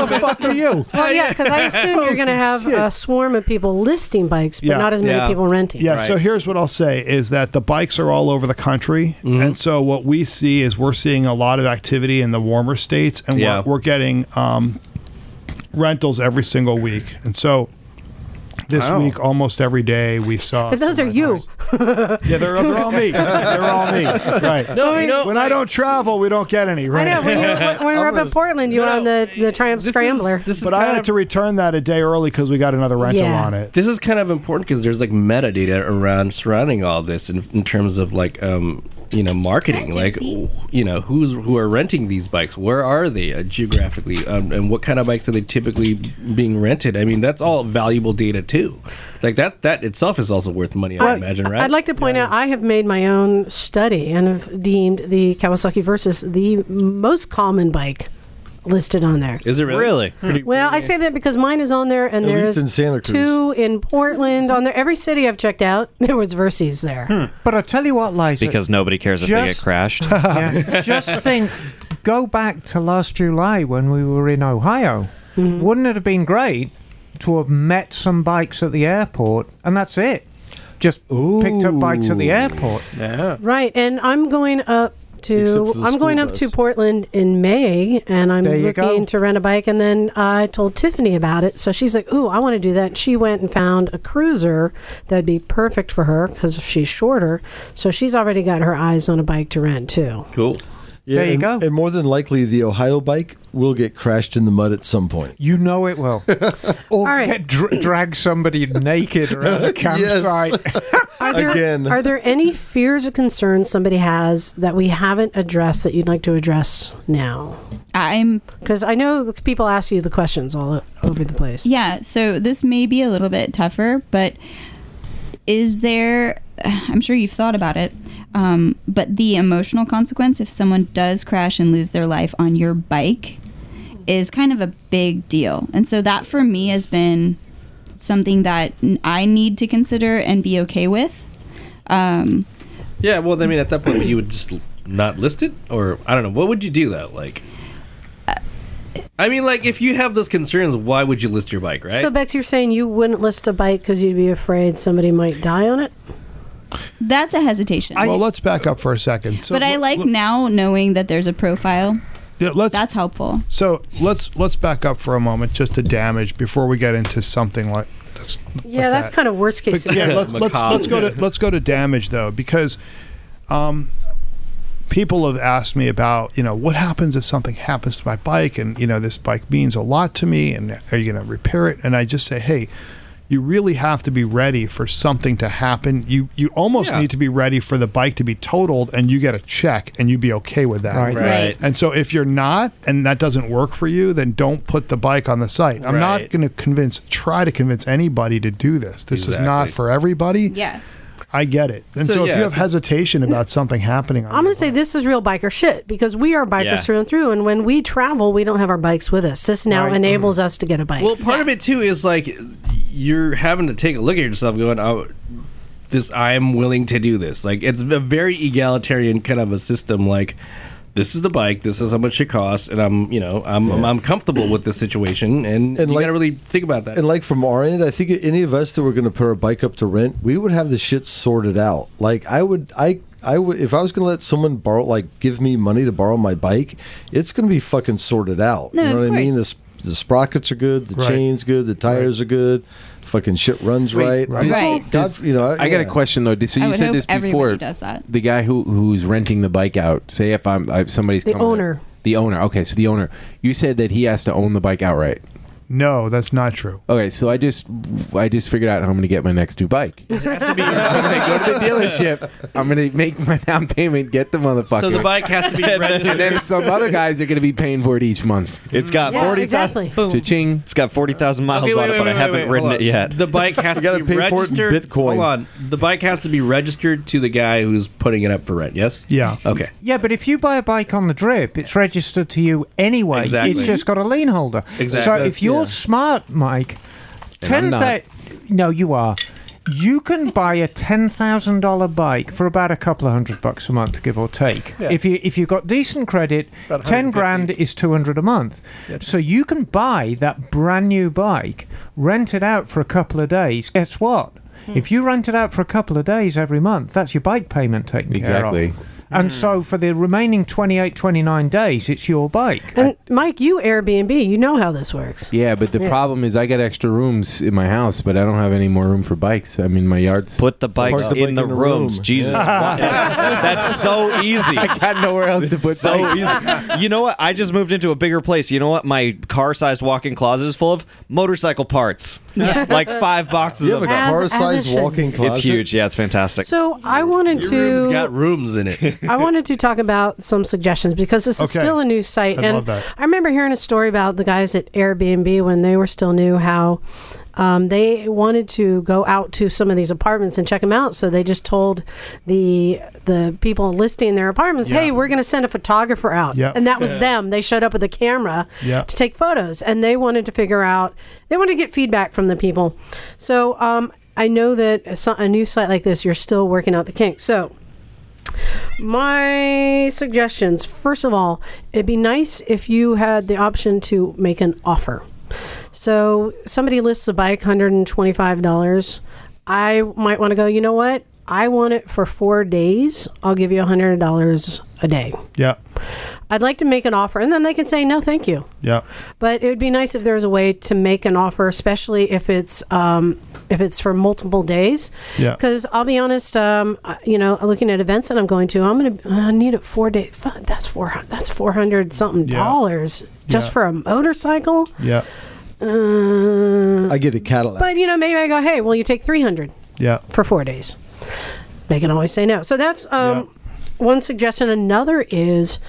[SPEAKER 7] the fuck are you?
[SPEAKER 1] Well, yeah, because I assume you're going to have a swarm of people listing bikes,
[SPEAKER 6] Oh,
[SPEAKER 1] but
[SPEAKER 6] Yeah.
[SPEAKER 1] not as many people renting.
[SPEAKER 6] Yeah, so here's what I'll say is that the bikes are all over the country.
[SPEAKER 5] Mm-hmm.
[SPEAKER 6] And so what we see is we're seeing a lot of activity in the warmer states and
[SPEAKER 5] Yeah.
[SPEAKER 6] we're, we're getting um, rentals every single week. And so this
[SPEAKER 1] Wow.
[SPEAKER 6] week, almost every day, we saw.
[SPEAKER 1] but those are you. yeah,
[SPEAKER 6] they're, they're all me. They're all me. Right.
[SPEAKER 5] No, you know,
[SPEAKER 6] when I don't travel, we don't get any.
[SPEAKER 1] I
[SPEAKER 6] Right.
[SPEAKER 1] know. When, you, when we were up in Portland, you were on the, the Triumph Scrambler.
[SPEAKER 6] but I had to return that a day early because we got another rental
[SPEAKER 1] Yeah.
[SPEAKER 6] on it.
[SPEAKER 5] This is kind of important because there's like metadata around surrounding all this in, in terms of like um you know marketing like w- you know who's who are renting these bikes where are they uh, geographically um, and what kind of bikes are they typically being rented I mean that's all valuable data too like that that itself is also worth money I, imagine right
[SPEAKER 1] I'd like to point out I have made my own study and have deemed the Kawasaki Versus the most common bike listed on there.
[SPEAKER 5] Is it really?
[SPEAKER 10] Really?
[SPEAKER 1] Hmm. Well, I say that because mine is on there, and
[SPEAKER 3] At least
[SPEAKER 1] there's
[SPEAKER 3] in Santa Cruz.
[SPEAKER 1] two in Portland on there. Every city I've checked out, there was Versys there.
[SPEAKER 6] Hmm.
[SPEAKER 8] But I tell you what, Liza.
[SPEAKER 10] because nobody cares if they get
[SPEAKER 8] Just-
[SPEAKER 10] crashed.
[SPEAKER 8] Yeah. Just think, go back to last July when we were in Ohio.
[SPEAKER 1] Mm-hmm.
[SPEAKER 8] Wouldn't it have been great to have met some bikes at the airport and that's it? Just picked up bikes at the airport.
[SPEAKER 12] Yeah.
[SPEAKER 1] Right, and I'm going up
[SPEAKER 8] Except
[SPEAKER 1] to
[SPEAKER 8] for the
[SPEAKER 1] I'm
[SPEAKER 8] school
[SPEAKER 1] going up
[SPEAKER 8] bus.
[SPEAKER 1] to Portland in May, and I'm
[SPEAKER 8] There you go.
[SPEAKER 1] looking to rent a bike. And then I told Tiffany about it, so she's like, "Ooh, I want to do that." She went and found a cruiser that'd be perfect for her because she's shorter, so she's already got her eyes on a bike to rent too.
[SPEAKER 5] Cool.
[SPEAKER 3] Yeah,
[SPEAKER 1] There you
[SPEAKER 3] and,
[SPEAKER 1] go.
[SPEAKER 3] And more than likely, the Ohio bike will get crashed in the mud at some point.
[SPEAKER 8] You know it will. Or get dr- drag somebody naked around the campsite.
[SPEAKER 1] Are there,
[SPEAKER 3] Again.
[SPEAKER 1] are there any fears or concerns somebody has that we haven't addressed that you'd like to address now?
[SPEAKER 9] I'm
[SPEAKER 1] because I know the people ask you the questions all o- over the place.
[SPEAKER 9] Yeah, so this may be a little bit tougher, but is there, I'm sure you've thought about it, um, but the emotional consequence if someone does crash and lose their life on your bike is kind of a big deal. And so that for me has been something that n- I need to consider and be okay with. Um,
[SPEAKER 5] yeah well I mean at that point you would just l- not list it or I don't know what would you do though like
[SPEAKER 1] Uh,
[SPEAKER 5] I mean like if you have those concerns why would you list your bike right
[SPEAKER 1] So, Bex, you're saying you wouldn't list a bike because you'd be afraid somebody might die on it?
[SPEAKER 9] that's a hesitation.
[SPEAKER 6] well, let's back up for a second. So
[SPEAKER 9] but I
[SPEAKER 6] l-
[SPEAKER 9] like
[SPEAKER 6] l-
[SPEAKER 9] now knowing that there's a profile.
[SPEAKER 6] Yeah, let's,
[SPEAKER 9] That's helpful.
[SPEAKER 6] So let's let's back up for a moment just to damage before we get into something like that's
[SPEAKER 1] Yeah, that's kind of worst case
[SPEAKER 6] But, yeah,
[SPEAKER 1] scenario.
[SPEAKER 6] let's, let's, let's go to let's go to damage though because um, people have asked me about you know what happens if something happens to my bike and you know this bike means a lot to me and are you going to repair it and I just say hey you really have to be ready for something to happen you you almost
[SPEAKER 11] Yeah.
[SPEAKER 6] need to be ready for the bike to be totaled and you get a check and you be okay with that
[SPEAKER 11] Right. Right.
[SPEAKER 6] and so if you're not and that doesn't work for you then don't put the bike on the site I'm
[SPEAKER 11] Right.
[SPEAKER 6] not going to convince try to convince anybody to do this this is not for everybody
[SPEAKER 9] Yeah.
[SPEAKER 6] I get it. And
[SPEAKER 1] So,
[SPEAKER 6] so, if
[SPEAKER 1] yeah,
[SPEAKER 6] you have
[SPEAKER 1] so-
[SPEAKER 6] hesitation about something happening, on
[SPEAKER 1] I'm going to say this is real biker shit because we are bikers
[SPEAKER 6] Yeah.
[SPEAKER 1] through and through. And when we travel, we don't have our bikes with us. This now
[SPEAKER 5] Right.
[SPEAKER 1] enables us to get a bike.
[SPEAKER 5] Well, part of it too is like you're having to take a look at yourself, going, "Oh, this I am willing to do this." Like it's a very egalitarian kind of a system. Like this is the bike, this is how much it costs, and I'm you know I'm I'm comfortable with this situation, and, you gotta really think about that.
[SPEAKER 3] And like from our end, I think any of us that were going to put our bike up to rent, we would have the shit sorted out. Like I would, I I would if I was going to let someone borrow, like, give me money to borrow my bike, it's going to be fucking sorted out.
[SPEAKER 9] No,
[SPEAKER 3] you know
[SPEAKER 9] of
[SPEAKER 3] what I mean? The,
[SPEAKER 9] course.
[SPEAKER 3] sp- the sprockets are good, the
[SPEAKER 7] Right.
[SPEAKER 3] chain's good, the tires are good, fucking shit runs right. I'm not-
[SPEAKER 9] Right.
[SPEAKER 3] God, you know,
[SPEAKER 7] I got a
[SPEAKER 3] yeah.
[SPEAKER 7] question though. So
[SPEAKER 9] I
[SPEAKER 7] you
[SPEAKER 9] would
[SPEAKER 7] said
[SPEAKER 9] hope
[SPEAKER 7] this before.
[SPEAKER 9] everybody does that.
[SPEAKER 7] The guy who who's renting the bike out. Say if I'm if somebody's
[SPEAKER 1] The
[SPEAKER 7] coming in-
[SPEAKER 1] owner.
[SPEAKER 7] the owner. Okay, so the owner. You said that he has to own the bike outright.
[SPEAKER 6] No, that's not true.
[SPEAKER 7] Okay, so I just I just figured out how I'm going to get my next new bike. I'm going to go to the dealership. I'm going to make my down payment. Get the motherfucker.
[SPEAKER 5] So the bike has to be registered.
[SPEAKER 7] and then some other guys are going to be paying for it each month.
[SPEAKER 10] It's got
[SPEAKER 1] Yeah,
[SPEAKER 10] 40
[SPEAKER 1] exactly.
[SPEAKER 7] Cha-ching.
[SPEAKER 10] It's got 40,000 miles
[SPEAKER 5] Okay,
[SPEAKER 10] on
[SPEAKER 5] wait,
[SPEAKER 10] it,
[SPEAKER 5] wait,
[SPEAKER 10] but
[SPEAKER 5] wait,
[SPEAKER 10] I
[SPEAKER 5] wait,
[SPEAKER 10] haven't
[SPEAKER 5] wait,
[SPEAKER 10] ridden
[SPEAKER 5] hold
[SPEAKER 10] it
[SPEAKER 5] on.
[SPEAKER 10] yet.
[SPEAKER 5] The bike has
[SPEAKER 3] You gotta
[SPEAKER 5] to be
[SPEAKER 3] pay for it in
[SPEAKER 5] registered.
[SPEAKER 3] Bitcoin.
[SPEAKER 5] Hold on. The bike has to be registered to the guy who's putting it up for rent. Yes.
[SPEAKER 6] Yeah.
[SPEAKER 5] Okay.
[SPEAKER 8] Yeah, but if you buy a bike on the drip, it's registered to you anyway.
[SPEAKER 5] Exactly.
[SPEAKER 8] It's just got a lien holder. So
[SPEAKER 5] Exactly.
[SPEAKER 8] if you're smart, Mike,
[SPEAKER 7] And I'm
[SPEAKER 8] ten
[SPEAKER 7] not.
[SPEAKER 8] that no, you are. You can buy a ten thousand dollar bike for about a couple of hundred bucks a month, give or take.
[SPEAKER 12] Yeah.
[SPEAKER 8] If you if you've got decent credit,
[SPEAKER 12] About
[SPEAKER 8] ten
[SPEAKER 12] 150.
[SPEAKER 8] grand is two hundred a month. So you can buy that brand new bike, rent it out for a couple of days. Guess what? If you rent it out for a couple of days every month, that's your bike payment taken
[SPEAKER 7] Exactly.
[SPEAKER 8] care of. And so for the remaining 28, 29 days, it's your bike.
[SPEAKER 1] And Mike, you Airbnb, you know how this works.
[SPEAKER 7] Yeah, but the
[SPEAKER 1] Yeah.
[SPEAKER 7] problem is I got extra rooms in my house, but I don't have any more room for bikes. I mean, my yard's
[SPEAKER 10] Put the bikes
[SPEAKER 3] Park the bike
[SPEAKER 10] in the
[SPEAKER 3] in a
[SPEAKER 10] rooms.
[SPEAKER 3] room.
[SPEAKER 10] Jesus. What? That's so easy.
[SPEAKER 7] I got nowhere else to put
[SPEAKER 10] So
[SPEAKER 7] bikes.
[SPEAKER 10] easy. You know what? I just moved into a bigger place. You know what? My car-sized walk-in closet is full of motorcycle parts. like five boxes
[SPEAKER 3] You have
[SPEAKER 10] of
[SPEAKER 3] a
[SPEAKER 10] them.
[SPEAKER 1] As- as it
[SPEAKER 3] car-sized
[SPEAKER 1] should.
[SPEAKER 3] walking closet.
[SPEAKER 10] It's huge. Yeah, it's fantastic.
[SPEAKER 1] So I wanted
[SPEAKER 5] Your room's
[SPEAKER 1] to
[SPEAKER 5] got rooms in it.
[SPEAKER 1] I wanted to talk about some suggestions because this is
[SPEAKER 6] Okay.
[SPEAKER 1] still a new site,
[SPEAKER 6] I'd
[SPEAKER 1] and
[SPEAKER 6] love that.
[SPEAKER 1] I remember hearing a story about the guys at Airbnb when they were still new how um, they wanted to go out to some of these apartments and check them out. So they just told the the people listing their apartments, "Hey, we're going to send a photographer out,"
[SPEAKER 6] Yeah.
[SPEAKER 1] and that was them. They showed up with a camera
[SPEAKER 6] Yeah.
[SPEAKER 1] to take photos, and they wanted to figure out they wanted to get feedback from the people. So um, I know that a so- a new site like this, you're still working out the kinks. So my suggestions. First of all, it'd be nice if you had the option to make an offer. So somebody lists a bike, hundred and twenty-five dollars. I might want to go. You know what? I want it for four days. I'll give you hundred dollars a day.
[SPEAKER 6] Yeah.
[SPEAKER 1] I'd like to make an offer, and then they can say no, thank you.
[SPEAKER 6] Yeah.
[SPEAKER 1] But it would be nice if there was a way to make an offer, especially if it's um, if it's for multiple days.
[SPEAKER 6] Yeah.
[SPEAKER 1] Because I'll be honest, um, I- you know, looking at events that I'm going to, I'm gonna I need it four days. That's four. hun- That's four hundred something
[SPEAKER 6] Yeah.
[SPEAKER 1] dollars just
[SPEAKER 6] Yeah.
[SPEAKER 1] for a motorcycle.
[SPEAKER 6] Yeah.
[SPEAKER 1] Uh,
[SPEAKER 3] I get a Cadillac.
[SPEAKER 1] but you know, maybe I go, hey, will you take three hundred?
[SPEAKER 6] Yeah.
[SPEAKER 1] for four days. They can always say no. So that's um, one suggestion. Another is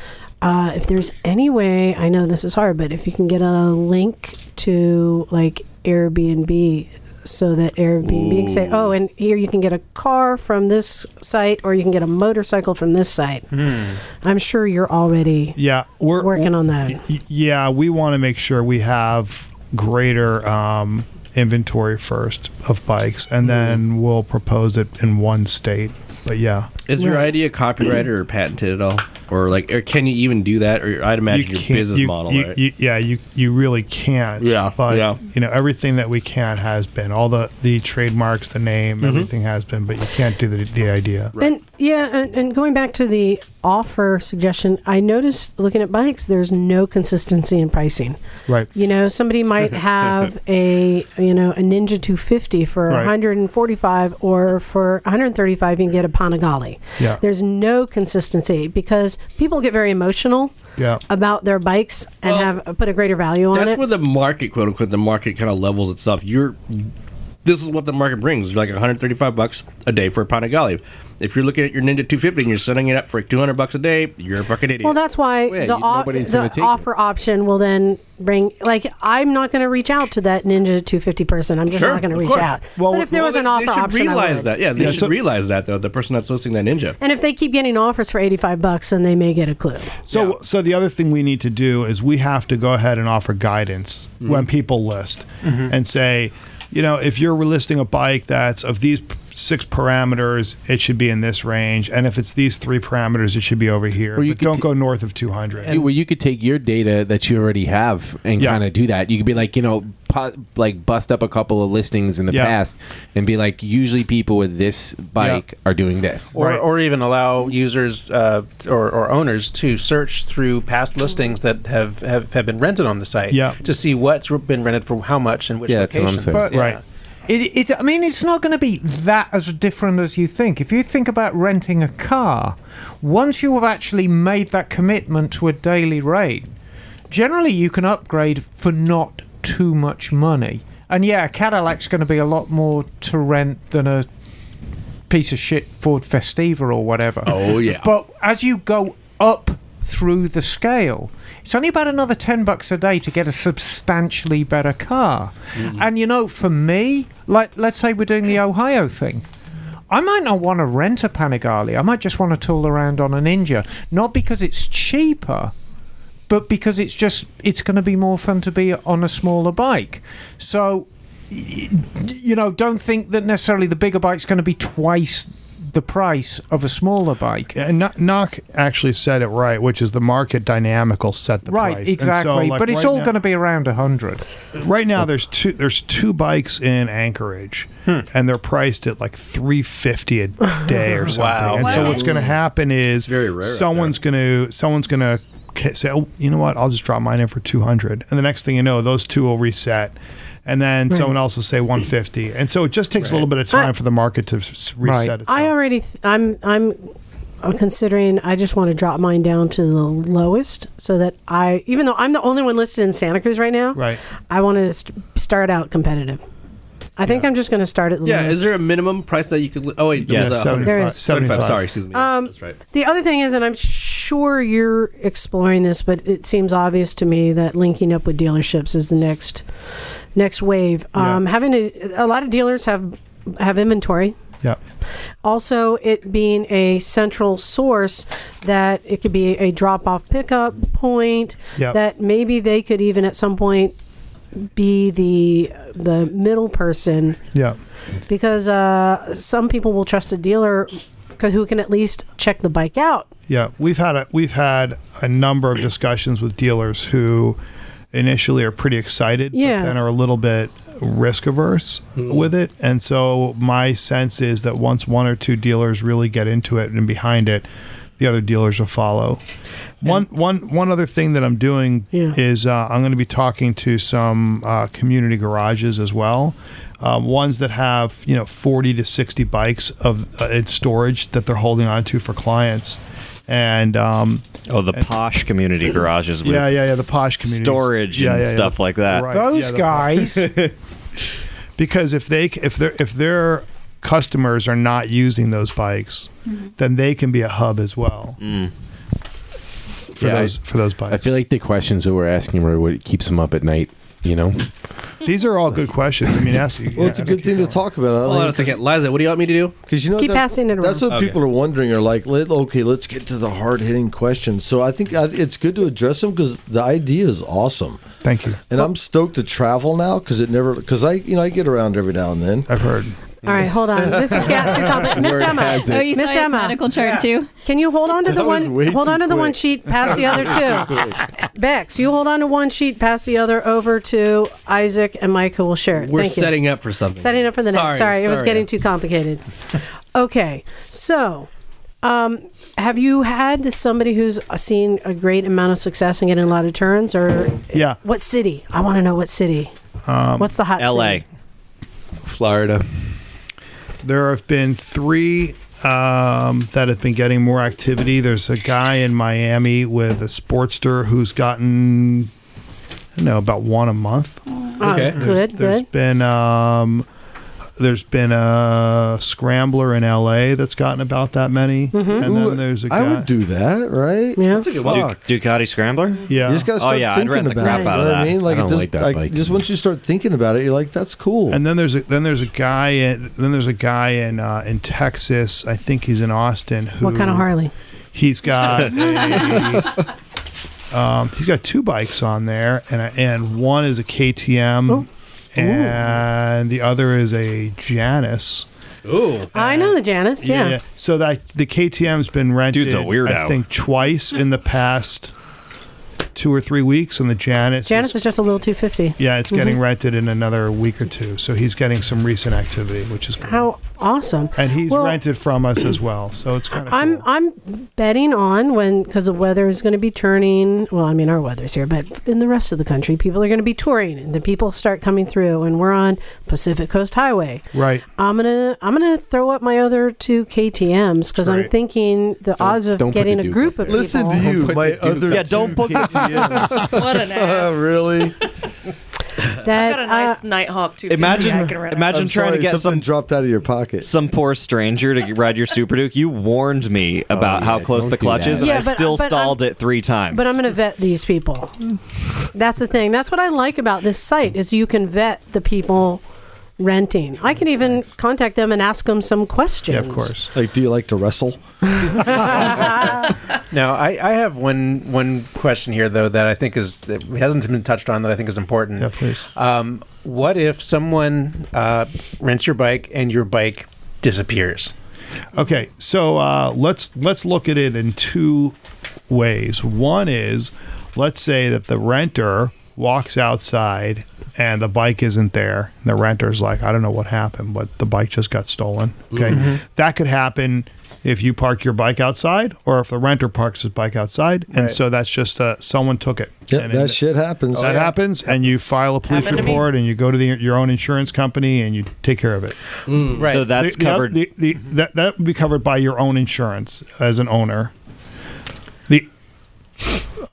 [SPEAKER 1] uh, if there's any way, I know this is hard, but if you can get a link to like Airbnb so that Airbnb can say, oh, and here you can get a car from this site or you can get a motorcycle from this site. I'm sure you're already
[SPEAKER 6] Yeah. We're
[SPEAKER 1] working on that.
[SPEAKER 6] Y- yeah, we want to make sure we have greater um, inventory first of bikes, and then we'll propose it in one state. But yeah,
[SPEAKER 5] Is your idea copyrighted or patented at all, or like, or can you even do that? Or I'd imagine your business
[SPEAKER 6] you-
[SPEAKER 5] model,
[SPEAKER 6] you-
[SPEAKER 5] right?
[SPEAKER 6] you- yeah, you you really can't.
[SPEAKER 5] Yeah,
[SPEAKER 6] but
[SPEAKER 5] yeah.
[SPEAKER 6] you know everything that we can has been all the the trademarks, the
[SPEAKER 5] Mm-hmm.
[SPEAKER 6] name, everything has been, but you can't do the the idea.
[SPEAKER 1] And yeah, and, and going back to the offer suggestion, I noticed looking at bikes, there's no consistency in pricing.
[SPEAKER 6] Right.
[SPEAKER 1] You know, somebody might have a you know a Ninja 250 for
[SPEAKER 6] Right.
[SPEAKER 1] 145, or for 135 you can get a Panigale.
[SPEAKER 6] Yeah.
[SPEAKER 1] There's no consistency because people get very emotional
[SPEAKER 6] Yeah.
[SPEAKER 1] about their bikes and have put a greater value on
[SPEAKER 5] That's
[SPEAKER 1] it.
[SPEAKER 5] where the market, quote unquote, the market kind of levels itself. You're, this is what the market brings. Like 135 bucks a day for a pound of golly. If you're looking at your Ninja 250 and you're setting it up for 200 bucks a day, you're a fucking idiot.
[SPEAKER 1] well, that's why
[SPEAKER 7] Yeah,
[SPEAKER 1] the,
[SPEAKER 7] you-
[SPEAKER 1] o-
[SPEAKER 7] nobody's gonna
[SPEAKER 1] the
[SPEAKER 7] take it.
[SPEAKER 1] offer option will then bring. Like, I'm not going to reach out to that Ninja 250 person. I'm just
[SPEAKER 5] Sure,
[SPEAKER 1] not going to
[SPEAKER 5] of
[SPEAKER 1] reach
[SPEAKER 5] course.
[SPEAKER 1] out.
[SPEAKER 6] Well,
[SPEAKER 1] but if there
[SPEAKER 5] Well,
[SPEAKER 1] was
[SPEAKER 5] they-
[SPEAKER 1] an offer
[SPEAKER 5] they should
[SPEAKER 1] option, I
[SPEAKER 5] realize
[SPEAKER 1] would.
[SPEAKER 5] that. Yeah, they
[SPEAKER 6] Yeah,
[SPEAKER 5] should
[SPEAKER 6] so-
[SPEAKER 5] realize that though. The person that's listing that Ninja.
[SPEAKER 1] And if they keep getting offers for 85 bucks, then they may get a clue.
[SPEAKER 6] So, so the other thing we need to do is we have to go ahead and offer guidance
[SPEAKER 5] Mm-hmm.
[SPEAKER 6] when people list and say, you know, if you're listing a bike that's of these p- six parameters, it should be in this range, and if it's these three parameters, it should be over here.
[SPEAKER 7] Or you
[SPEAKER 6] But
[SPEAKER 7] could
[SPEAKER 6] don't
[SPEAKER 7] t-
[SPEAKER 6] go north of 200.
[SPEAKER 7] You- well, you could take your data that you already have and
[SPEAKER 6] Yeah.
[SPEAKER 7] kind of do that. You could be like, you know, po- like bust up a couple of listings in the
[SPEAKER 12] Yeah.
[SPEAKER 7] past and be like, usually people with this bike are doing this.
[SPEAKER 12] or, or even allow users uh, or, or owners to search through past listings that have, have, have been rented on the site
[SPEAKER 8] Yeah.
[SPEAKER 12] to see what's been rented for how much and which locations.
[SPEAKER 8] But
[SPEAKER 12] Yeah.
[SPEAKER 8] It, it, I mean, it's not going to be that as different as you think. If you think about renting a car, once you have actually made that commitment to a daily rate, generally you can upgrade for not too much money. And yeah, a Cadillac's going to be a lot more to rent than a piece of shit Ford Festiva or whatever.
[SPEAKER 7] Oh, yeah.
[SPEAKER 8] But as you go up through the scale, it's only about another 10 bucks a day to get a substantially better car.
[SPEAKER 7] Mm-hmm.
[SPEAKER 8] And you know, for me, like let's say we're doing the Ohio thing. I might not want to rent a Panigale. I might just want to tool around on a Ninja, not because it's cheaper, but because it's just it's going to be more fun to be on a smaller bike. So y- you know, don't think that necessarily the bigger bike's going to be twice the price of a smaller bike.
[SPEAKER 6] And Kno- Knock actually said it right, which is the market dynamic will set the
[SPEAKER 8] right,
[SPEAKER 6] price. And so,
[SPEAKER 8] exactly.
[SPEAKER 6] like,
[SPEAKER 8] but it's
[SPEAKER 6] right
[SPEAKER 8] all
[SPEAKER 6] now-
[SPEAKER 8] going to be around a hundred.
[SPEAKER 6] Right now, there's two there's two bikes in Anchorage,
[SPEAKER 8] Hmm.
[SPEAKER 6] and they're priced at like three fifty a day or something.
[SPEAKER 12] Wow.
[SPEAKER 6] And so
[SPEAKER 12] Wow.
[SPEAKER 6] what's going to happen is
[SPEAKER 12] rare out
[SPEAKER 6] someone's going to someone's going to say, oh, you know what? I'll just drop mine in for two hundred, and the next thing you know, those two will reset. And then
[SPEAKER 1] Right.
[SPEAKER 6] someone else will say 150, and so it just takes a little bit of time for the market to s- reset itself.
[SPEAKER 1] I already, th- I'm, I'm uh, considering. I just want to drop mine down to the lowest, so that I, even though I'm the only one listed in Santa Cruz right now,
[SPEAKER 6] Right.
[SPEAKER 1] I want to st- start out competitive. I think I'm just going to start at the
[SPEAKER 5] Yeah,
[SPEAKER 1] lowest.
[SPEAKER 5] is there a minimum price that you could? li- Oh wait,
[SPEAKER 1] Yeah,
[SPEAKER 5] it was, uh,
[SPEAKER 1] 75. There is.
[SPEAKER 5] 75. Sorry, excuse me.
[SPEAKER 1] Um,
[SPEAKER 5] That's right.
[SPEAKER 1] The other thing is, and I'm sure you're exploring this, but it seems obvious to me that linking up with dealerships is the next next wave. Um, Having a, a lot of dealers have have inventory.
[SPEAKER 6] Yeah.
[SPEAKER 1] Also, it being a central source that it could be a drop off pickup point.
[SPEAKER 11] Yep.
[SPEAKER 1] That maybe they could even at some point be the the middle person
[SPEAKER 6] Yeah.
[SPEAKER 1] because uh, some people will trust a dealer c- who can at least check the bike out.
[SPEAKER 6] Yeah, we've had a we've had a number of discussions with dealers who initially are pretty excited,
[SPEAKER 1] Yeah.
[SPEAKER 6] but then are a little bit risk averse with it. And so my sense is that once one or two dealers really get into it and behind it, the other dealers will follow. One one one other thing that I'm doing is uh, I'm going to be talking to some uh, community garages as well, um, ones that have you know 40 to 60 bikes of uh, in storage that they're holding on to for clients, and um,
[SPEAKER 10] Oh, the posh community garages with
[SPEAKER 6] yeah, yeah, yeah, the posh community
[SPEAKER 10] storage and stuff like that.
[SPEAKER 8] Those guys.
[SPEAKER 6] because if they c- if their if their customers are not using those bikes,
[SPEAKER 8] Mm-hmm.
[SPEAKER 6] then they can be a hub as well.
[SPEAKER 3] Mm.
[SPEAKER 6] For those- for those bikes.
[SPEAKER 7] I feel like the questions that we're asking were what keeps them up at night. You know,
[SPEAKER 6] These are all good questions. I mean, ask you.
[SPEAKER 3] Well, it's a good thing to talk about.
[SPEAKER 5] Hold on a second, Liza. What do you want me to do?
[SPEAKER 3] Because you know
[SPEAKER 5] Keep passing it
[SPEAKER 3] That's
[SPEAKER 5] around.
[SPEAKER 3] what
[SPEAKER 5] Okay.
[SPEAKER 3] people are wondering. Are like, let, okay, let's get to the hard hitting questions. So I think uh, it's good to address them because the idea is awesome.
[SPEAKER 6] Thank you.
[SPEAKER 3] And I'm stoked to travel now because it never because I you know I get around every now and then.
[SPEAKER 6] I've heard.
[SPEAKER 1] All right, hold on. This is got too complicated. Miss
[SPEAKER 3] Word
[SPEAKER 1] Emma.
[SPEAKER 3] has it. Oh, you saw
[SPEAKER 1] Miss
[SPEAKER 9] his
[SPEAKER 1] Emma.
[SPEAKER 9] medical chart, Yeah. too?
[SPEAKER 1] Can you hold on to the
[SPEAKER 9] That was
[SPEAKER 1] one?
[SPEAKER 9] way
[SPEAKER 1] Hold
[SPEAKER 9] too
[SPEAKER 1] on to the one
[SPEAKER 9] quick.
[SPEAKER 1] sheet. Pass the other
[SPEAKER 9] Way
[SPEAKER 1] two. Bex, you hold on to one sheet. Pass the other over to Isaac and Mike, who will share it.
[SPEAKER 5] We're
[SPEAKER 1] Thank you.
[SPEAKER 5] setting up for something.
[SPEAKER 1] Setting up for the
[SPEAKER 5] Sorry,
[SPEAKER 1] next. Sorry, it was
[SPEAKER 5] sorry.
[SPEAKER 1] getting too complicated. okay, so um, have you had somebody who's seen a great amount of success and getting a lot of turns, or
[SPEAKER 6] Yeah.
[SPEAKER 1] what city? I want to know what city.
[SPEAKER 6] Um,
[SPEAKER 1] What's the hot city?
[SPEAKER 6] Florida. There have been three um, that have been getting more activity. There's a guy in Miami with a Sportster who's gotten, I don't know, about one a month.
[SPEAKER 1] Oh, Okay.
[SPEAKER 6] There's-
[SPEAKER 1] good,
[SPEAKER 6] there's
[SPEAKER 1] good.
[SPEAKER 6] been um, there's been a scrambler in L.A. that's gotten about that many,
[SPEAKER 1] Mm-hmm.
[SPEAKER 6] and
[SPEAKER 3] Ooh,
[SPEAKER 6] then there's a guy.
[SPEAKER 3] I would do that, right? Yeah,
[SPEAKER 10] Duc- Ducati Scrambler?
[SPEAKER 6] Yeah.
[SPEAKER 3] You just gotta start
[SPEAKER 10] oh, yeah,
[SPEAKER 3] thinking
[SPEAKER 10] I'd rent
[SPEAKER 3] about
[SPEAKER 10] the crap
[SPEAKER 3] it.
[SPEAKER 10] out
[SPEAKER 3] You
[SPEAKER 10] of
[SPEAKER 3] know
[SPEAKER 10] that.
[SPEAKER 3] what I mean, like, it just, like just once you start thinking about it, you're like, that's cool.
[SPEAKER 6] And then there's a then there's a guy in then there's a guy in uh, in Texas. I think he's in Austin. Who
[SPEAKER 1] What kind of Harley?
[SPEAKER 6] He's
[SPEAKER 1] Uh,
[SPEAKER 6] got a, um, he's got two bikes on there, and a, and one is a KTM,
[SPEAKER 1] Oh.
[SPEAKER 6] and the other is a Janus.
[SPEAKER 5] Ooh.
[SPEAKER 1] I know the Janice. Yeah.
[SPEAKER 6] So that the KTM's been rented.
[SPEAKER 10] Dude's a weirdo.
[SPEAKER 6] I think twice in the past two or three weeks, and the Janus.
[SPEAKER 1] Janice
[SPEAKER 6] is-
[SPEAKER 1] was just a little 250.
[SPEAKER 6] yeah, it's
[SPEAKER 1] Mhm.
[SPEAKER 6] getting rented in another week or two, so he's getting some recent activity, which is great.
[SPEAKER 1] How awesome!
[SPEAKER 6] and he's
[SPEAKER 1] Well-
[SPEAKER 6] rented from us as well, so it's kind of.
[SPEAKER 1] I'm I'm betting on when because the weather is going to be turning. Well, I mean our weather's here, but in the rest of the country, people are going to be touring, and the people start coming through, and we're on Pacific Coast Highway.
[SPEAKER 6] Right.
[SPEAKER 1] I'm gonna I'm gonna throw up my other two KTM's because I'm
[SPEAKER 6] Great.
[SPEAKER 1] thinking the odds of
[SPEAKER 3] don't put
[SPEAKER 1] getting
[SPEAKER 3] the
[SPEAKER 1] a
[SPEAKER 3] Duke
[SPEAKER 1] group of
[SPEAKER 3] up there. Listen
[SPEAKER 1] people-
[SPEAKER 3] to you, Don't put my the Duke other up Yeah, don't two book- KTMs. What an ass. really?
[SPEAKER 1] That,
[SPEAKER 4] I've got a nice Nighthawk too.
[SPEAKER 10] Imagine- imagine
[SPEAKER 3] I'm
[SPEAKER 10] trying to
[SPEAKER 3] sorry,
[SPEAKER 10] get
[SPEAKER 3] something
[SPEAKER 10] some-
[SPEAKER 3] dropped out of your pocket.
[SPEAKER 10] Some poor stranger to ride your Super Duke. You warned me about how close the
[SPEAKER 3] Oh, don't do
[SPEAKER 10] clutch
[SPEAKER 3] that.
[SPEAKER 10] is, and
[SPEAKER 1] Yeah,
[SPEAKER 10] I
[SPEAKER 1] but-
[SPEAKER 10] still
[SPEAKER 1] but I'm-
[SPEAKER 10] stalled it three times.
[SPEAKER 1] But I'm going to vet these people. That's the thing. That's what I like about this site is you can vet the people renting. I can even contact them and ask them some questions.
[SPEAKER 3] Like, do you like to wrestle?
[SPEAKER 12] Now, I, I have one one question here though that I think is that hasn't been touched on that I think is important. Yeah,
[SPEAKER 6] please.
[SPEAKER 12] Um, what if someone uh, rents your bike and your bike disappears?
[SPEAKER 6] Okay, so uh, let's let's look at it in two ways. One is, let's say that the renter walks outside and the bike isn't there. The renter's like, I don't know what happened, but the bike just got stolen. Okay,
[SPEAKER 12] Mhm.
[SPEAKER 6] that could happen if you park your bike outside or if the renter parks his bike outside, and
[SPEAKER 3] Right.
[SPEAKER 6] so that's just uh, someone took it.
[SPEAKER 3] Yep,
[SPEAKER 6] And
[SPEAKER 3] that
[SPEAKER 6] it- Oh,
[SPEAKER 3] shit happens.
[SPEAKER 6] that happens, and you file a police
[SPEAKER 3] Oh, Happened to me.
[SPEAKER 6] report, and you go to the, your own insurance company, and you take care of it.
[SPEAKER 10] Right. Mm. So that's
[SPEAKER 6] The- the oth-
[SPEAKER 10] covered-
[SPEAKER 6] The, the, that that would be covered by your own insurance as an owner. The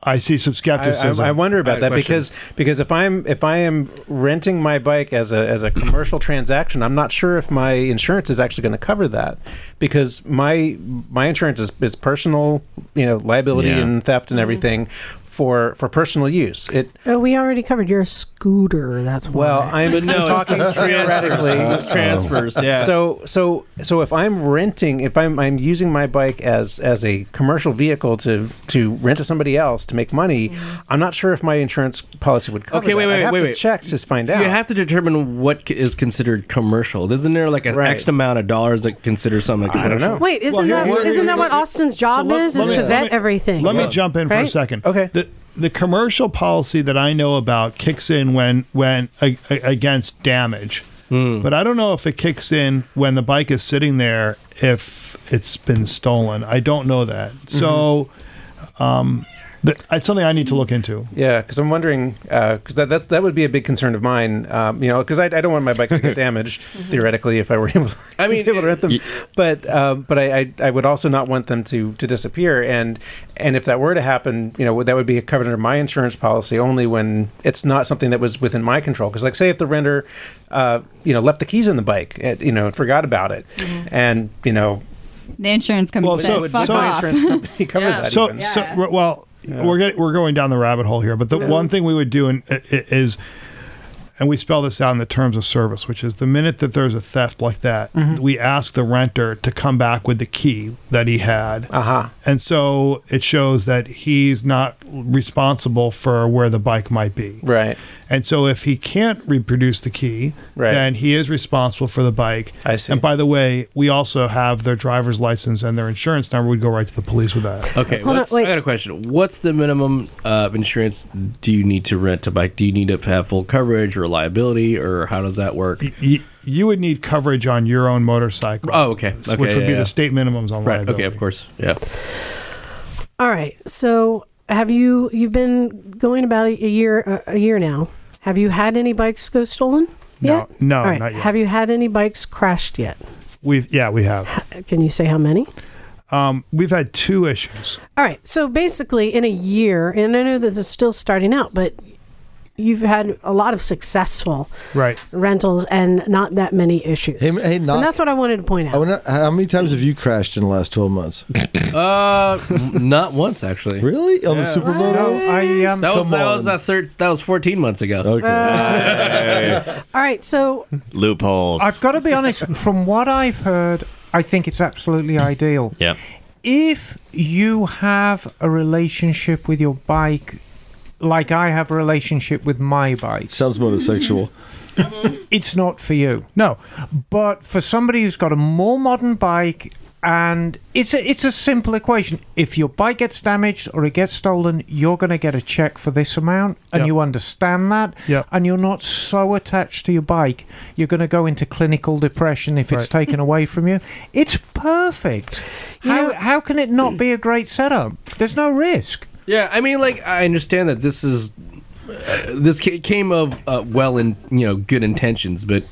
[SPEAKER 6] I see some skepticism.
[SPEAKER 12] I, I, I wonder about that because because if I'm if I am renting my bike as a as a commercial transaction, I'm not sure if my insurance is actually going to cover that because my my insurance is, is personal, you know, liability
[SPEAKER 7] Yeah.
[SPEAKER 12] and theft and everything for for personal use. It
[SPEAKER 1] Oh, we already covered your scooter. That's why.
[SPEAKER 12] well, I'm
[SPEAKER 5] But no,
[SPEAKER 12] talking
[SPEAKER 5] it's transfers.
[SPEAKER 12] theoretically.
[SPEAKER 5] It's transfers, yeah.
[SPEAKER 12] So so so if I'm renting, if I'm I'm using my bike as as a commercial vehicle to to rent to somebody else to make money, I'm not sure if my insurance policy would cover.
[SPEAKER 5] Okay,
[SPEAKER 12] that.
[SPEAKER 5] wait,
[SPEAKER 12] I'd
[SPEAKER 5] wait,
[SPEAKER 12] have
[SPEAKER 5] wait,
[SPEAKER 12] to
[SPEAKER 5] wait.
[SPEAKER 12] Check to find out.
[SPEAKER 5] You have to determine what c- is considered commercial. Isn't there like an X amount of dollars that consider something
[SPEAKER 12] I
[SPEAKER 5] commercial?
[SPEAKER 12] don't know.
[SPEAKER 1] Wait, isn't
[SPEAKER 6] Well, here-
[SPEAKER 1] that
[SPEAKER 6] here-
[SPEAKER 1] not that
[SPEAKER 6] here-
[SPEAKER 1] what Austin's job
[SPEAKER 6] let-
[SPEAKER 1] is?
[SPEAKER 6] let
[SPEAKER 1] Is
[SPEAKER 6] me-
[SPEAKER 1] to
[SPEAKER 6] let
[SPEAKER 1] vet
[SPEAKER 6] me-
[SPEAKER 1] everything.
[SPEAKER 6] Let me jump in for a
[SPEAKER 1] Right?
[SPEAKER 6] second. Okay. The, the commercial policy that I know about kicks in when when a, a- against damage, but I don't know if it kicks in when the bike is sitting there if it's been stolen. I don't know that. So, um, th- it's something I need to look into.
[SPEAKER 12] Yeah, because I'm wondering, because that that's, that would be a big concern of mine. Um, you know, because I, I don't want my bikes to get damaged theoretically if I were able. I mean, able to rent them, but um, but I, I I would also not want them to to disappear. And and if that were to happen, you know, that would be covered under my insurance policy only when it's not something that was within my control. Because like, say if the renter, uh, you know, left the keys in the bike, uh you know, and forgot about it, and you know,
[SPEAKER 9] The insurance company
[SPEAKER 12] Well, so-
[SPEAKER 9] says, "Fuck
[SPEAKER 12] so-
[SPEAKER 9] off."
[SPEAKER 12] insurance company covered that.
[SPEAKER 6] so,
[SPEAKER 12] even.
[SPEAKER 6] so r- well, we're get, we're going down the rabbit hole here. But the
[SPEAKER 12] Yeah.
[SPEAKER 6] one thing we would do in, i- i- is, and we spell this out in the terms of service, which is the minute that there's a theft like that, we ask the renter to come back with the key that he had.
[SPEAKER 12] Uh-huh.
[SPEAKER 6] And so it shows that he's not responsible for where the bike might be.
[SPEAKER 12] Right.
[SPEAKER 6] And so if he can't reproduce the key,
[SPEAKER 12] Right.
[SPEAKER 6] then he is responsible for the bike. I see. And by the way, we also have their driver's license and their insurance number. We'd go right to the police with that.
[SPEAKER 5] Okay,
[SPEAKER 1] Hold on,
[SPEAKER 5] what's, I
[SPEAKER 1] wait.
[SPEAKER 5] got a question. What's the minimum uh, insurance do you need to rent a bike? Do you need to have full coverage or liability, or how does that work?
[SPEAKER 6] you, you would need coverage on your own motorcycle.
[SPEAKER 5] Oh, okay. Okay,
[SPEAKER 6] which would
[SPEAKER 5] yeah,
[SPEAKER 6] be
[SPEAKER 5] yeah.
[SPEAKER 6] the state minimums on
[SPEAKER 5] Right.
[SPEAKER 6] liability.
[SPEAKER 5] Okay. Of course. Yeah.
[SPEAKER 1] All right. So, have you you've been going about a, a year a, a year now? Have you had any bikes go stolen?
[SPEAKER 6] No,
[SPEAKER 1] yet?
[SPEAKER 6] no,
[SPEAKER 1] All right.
[SPEAKER 6] not yet.
[SPEAKER 1] Have you had any bikes crashed yet?
[SPEAKER 6] We've yeah, we have.
[SPEAKER 1] Can you say how many?
[SPEAKER 6] Um, we've had two issues.
[SPEAKER 1] All right. So basically, in a year, and I know this is still starting out, but you've had a lot of successful
[SPEAKER 6] Right.
[SPEAKER 1] rentals and not that many issues.
[SPEAKER 3] Hey, m- hey, knock.
[SPEAKER 1] and that's what I wanted to point
[SPEAKER 3] I
[SPEAKER 1] out.
[SPEAKER 3] wonder, how many times have you crashed in the last 12 months?
[SPEAKER 5] Uh, not once actually.
[SPEAKER 3] Really? On the supermoto?
[SPEAKER 5] No,
[SPEAKER 8] I um. Uh,
[SPEAKER 5] That was
[SPEAKER 3] Come
[SPEAKER 5] that was
[SPEAKER 3] on.
[SPEAKER 5] that third. That was fourteen months ago.
[SPEAKER 3] Okay.
[SPEAKER 1] All right. So
[SPEAKER 10] Loopholes.
[SPEAKER 8] I've got to be honest. From what I've heard, I think it's absolutely ideal.
[SPEAKER 10] yeah.
[SPEAKER 8] if you have a relationship with your bike like I have a relationship with my bike,
[SPEAKER 3] Sounds monosexual.
[SPEAKER 8] it's not for you.
[SPEAKER 6] No.
[SPEAKER 8] But for somebody who's got a more modern bike and it's a, it's a simple equation. If your bike gets damaged or it gets stolen, you're going to get a check for this amount, and
[SPEAKER 4] Yep.
[SPEAKER 8] you understand that.
[SPEAKER 4] Yep.
[SPEAKER 8] And you're not so attached to your bike, you're going to go into clinical depression if it's
[SPEAKER 4] Right.
[SPEAKER 8] taken away from you. It's perfect. how how can it not be a great setup? There's no risk.
[SPEAKER 5] Yeah, I mean, like I understand that this is uh, this ca- came of uh, well in you know good intentions, but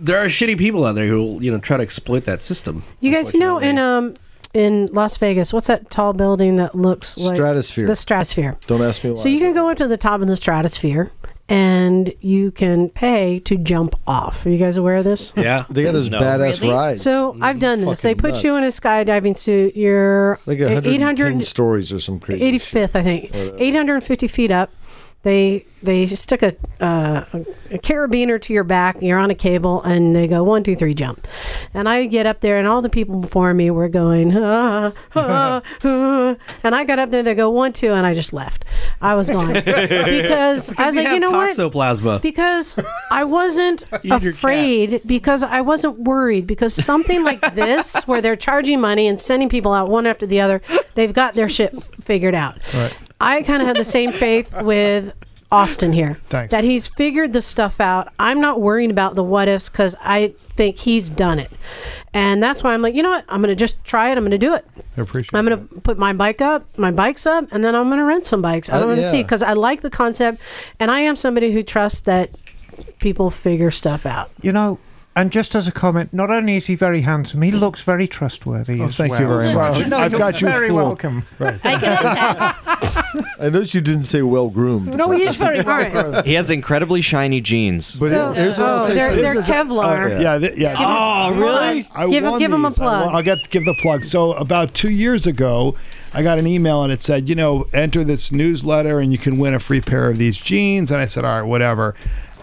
[SPEAKER 5] there are shitty people out there who will, you know try to exploit that system.
[SPEAKER 1] You guys, you know, in um in Las Vegas, what's that tall building that looks like
[SPEAKER 3] Stratosphere.
[SPEAKER 1] The Stratosphere.
[SPEAKER 3] Don't ask me why.
[SPEAKER 1] So you can go up to the top of the Stratosphere and you can pay to jump off. Are you guys aware of this?
[SPEAKER 5] Yeah.
[SPEAKER 3] They got those
[SPEAKER 5] No.
[SPEAKER 3] badass
[SPEAKER 5] Really?
[SPEAKER 3] rides.
[SPEAKER 1] So I've done this. They
[SPEAKER 3] Fucking
[SPEAKER 1] put you in a skydiving suit. You're
[SPEAKER 3] like
[SPEAKER 1] uh,
[SPEAKER 3] 110
[SPEAKER 1] 800
[SPEAKER 3] stories or some crazy.
[SPEAKER 1] 85th, I think.
[SPEAKER 3] Whatever.
[SPEAKER 1] 850 feet up. They they stick a, uh, a carabiner to your back. You're on a cable, and they go one, two, three, jump. And I get up there, and all the people before me were going, ah, ah, ah. and I got up there. They go one, two, and I just left. I was gone because, I was
[SPEAKER 5] you
[SPEAKER 1] like, you
[SPEAKER 5] have
[SPEAKER 1] know what?
[SPEAKER 5] toxoplasma.
[SPEAKER 1] Because I wasn't
[SPEAKER 5] You and your
[SPEAKER 1] afraid, because I wasn't worried, because something like this, where they're charging money and sending people out one after the other, they've got their shit figured out.
[SPEAKER 4] Right.
[SPEAKER 1] I kind of have the same faith with Austin here.
[SPEAKER 4] Thanks.
[SPEAKER 1] That he's figured the stuff out. I'm not worrying about the what ifs because I think he's done it. And that's why I'm like, you know what? I'm going to just try it. I'm going to do it.
[SPEAKER 4] I appreciate
[SPEAKER 1] I'm going to put my bike up, my bikes up, and then I'm going to rent some bikes. I
[SPEAKER 4] Uh,
[SPEAKER 1] want to
[SPEAKER 4] yeah.
[SPEAKER 1] see because I like the concept. And I am somebody who trusts that people figure stuff out.
[SPEAKER 8] You know. And just as a comment, not only is he very handsome, he looks very trustworthy.
[SPEAKER 4] Oh,
[SPEAKER 8] as
[SPEAKER 4] thank you
[SPEAKER 8] well.
[SPEAKER 4] very much.
[SPEAKER 8] No,
[SPEAKER 4] I've
[SPEAKER 8] you're
[SPEAKER 4] got you
[SPEAKER 8] very
[SPEAKER 4] fooled.
[SPEAKER 8] welcome.
[SPEAKER 3] I noticed you didn't say well groomed.
[SPEAKER 8] No, he is very
[SPEAKER 1] All right.
[SPEAKER 10] He has incredibly shiny jeans.
[SPEAKER 3] But So- here's what I'll say,
[SPEAKER 1] They're, they're Kevlar.
[SPEAKER 10] yeah.
[SPEAKER 6] Oh, Yeah, th- yeah.
[SPEAKER 4] Oh,
[SPEAKER 1] Give us- Hold on. Give-
[SPEAKER 6] won
[SPEAKER 1] give 'em a
[SPEAKER 6] these. I
[SPEAKER 1] plug.
[SPEAKER 6] won- I'll get give the plug. So about two years ago, I got an email and it said, you know, enter this newsletter and you can win a free pair of these jeans. And I said, all right, whatever.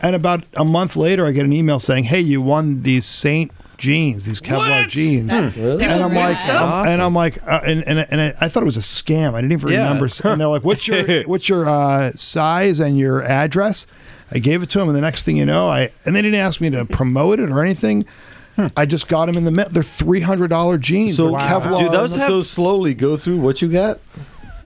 [SPEAKER 6] And about a month later, I get an email saying, hey, you won these Saint jeans, these Kevlar jeans.
[SPEAKER 4] That's
[SPEAKER 6] Hmm.
[SPEAKER 4] really
[SPEAKER 6] And I'm
[SPEAKER 4] good
[SPEAKER 6] like,
[SPEAKER 4] stuff.
[SPEAKER 6] and I'm like, uh, and and, and I, I thought it was a scam. I didn't even
[SPEAKER 4] Yeah.
[SPEAKER 6] remember. And they're like, what's your what's your uh, size and your address? I gave it to him, and the next thing you know, I and they didn't ask me to promote it or anything. I just got them in the mail. They're three hundred dollar jeans.
[SPEAKER 3] So,
[SPEAKER 6] They're Kevlar.
[SPEAKER 3] do those so slowly go through what you got?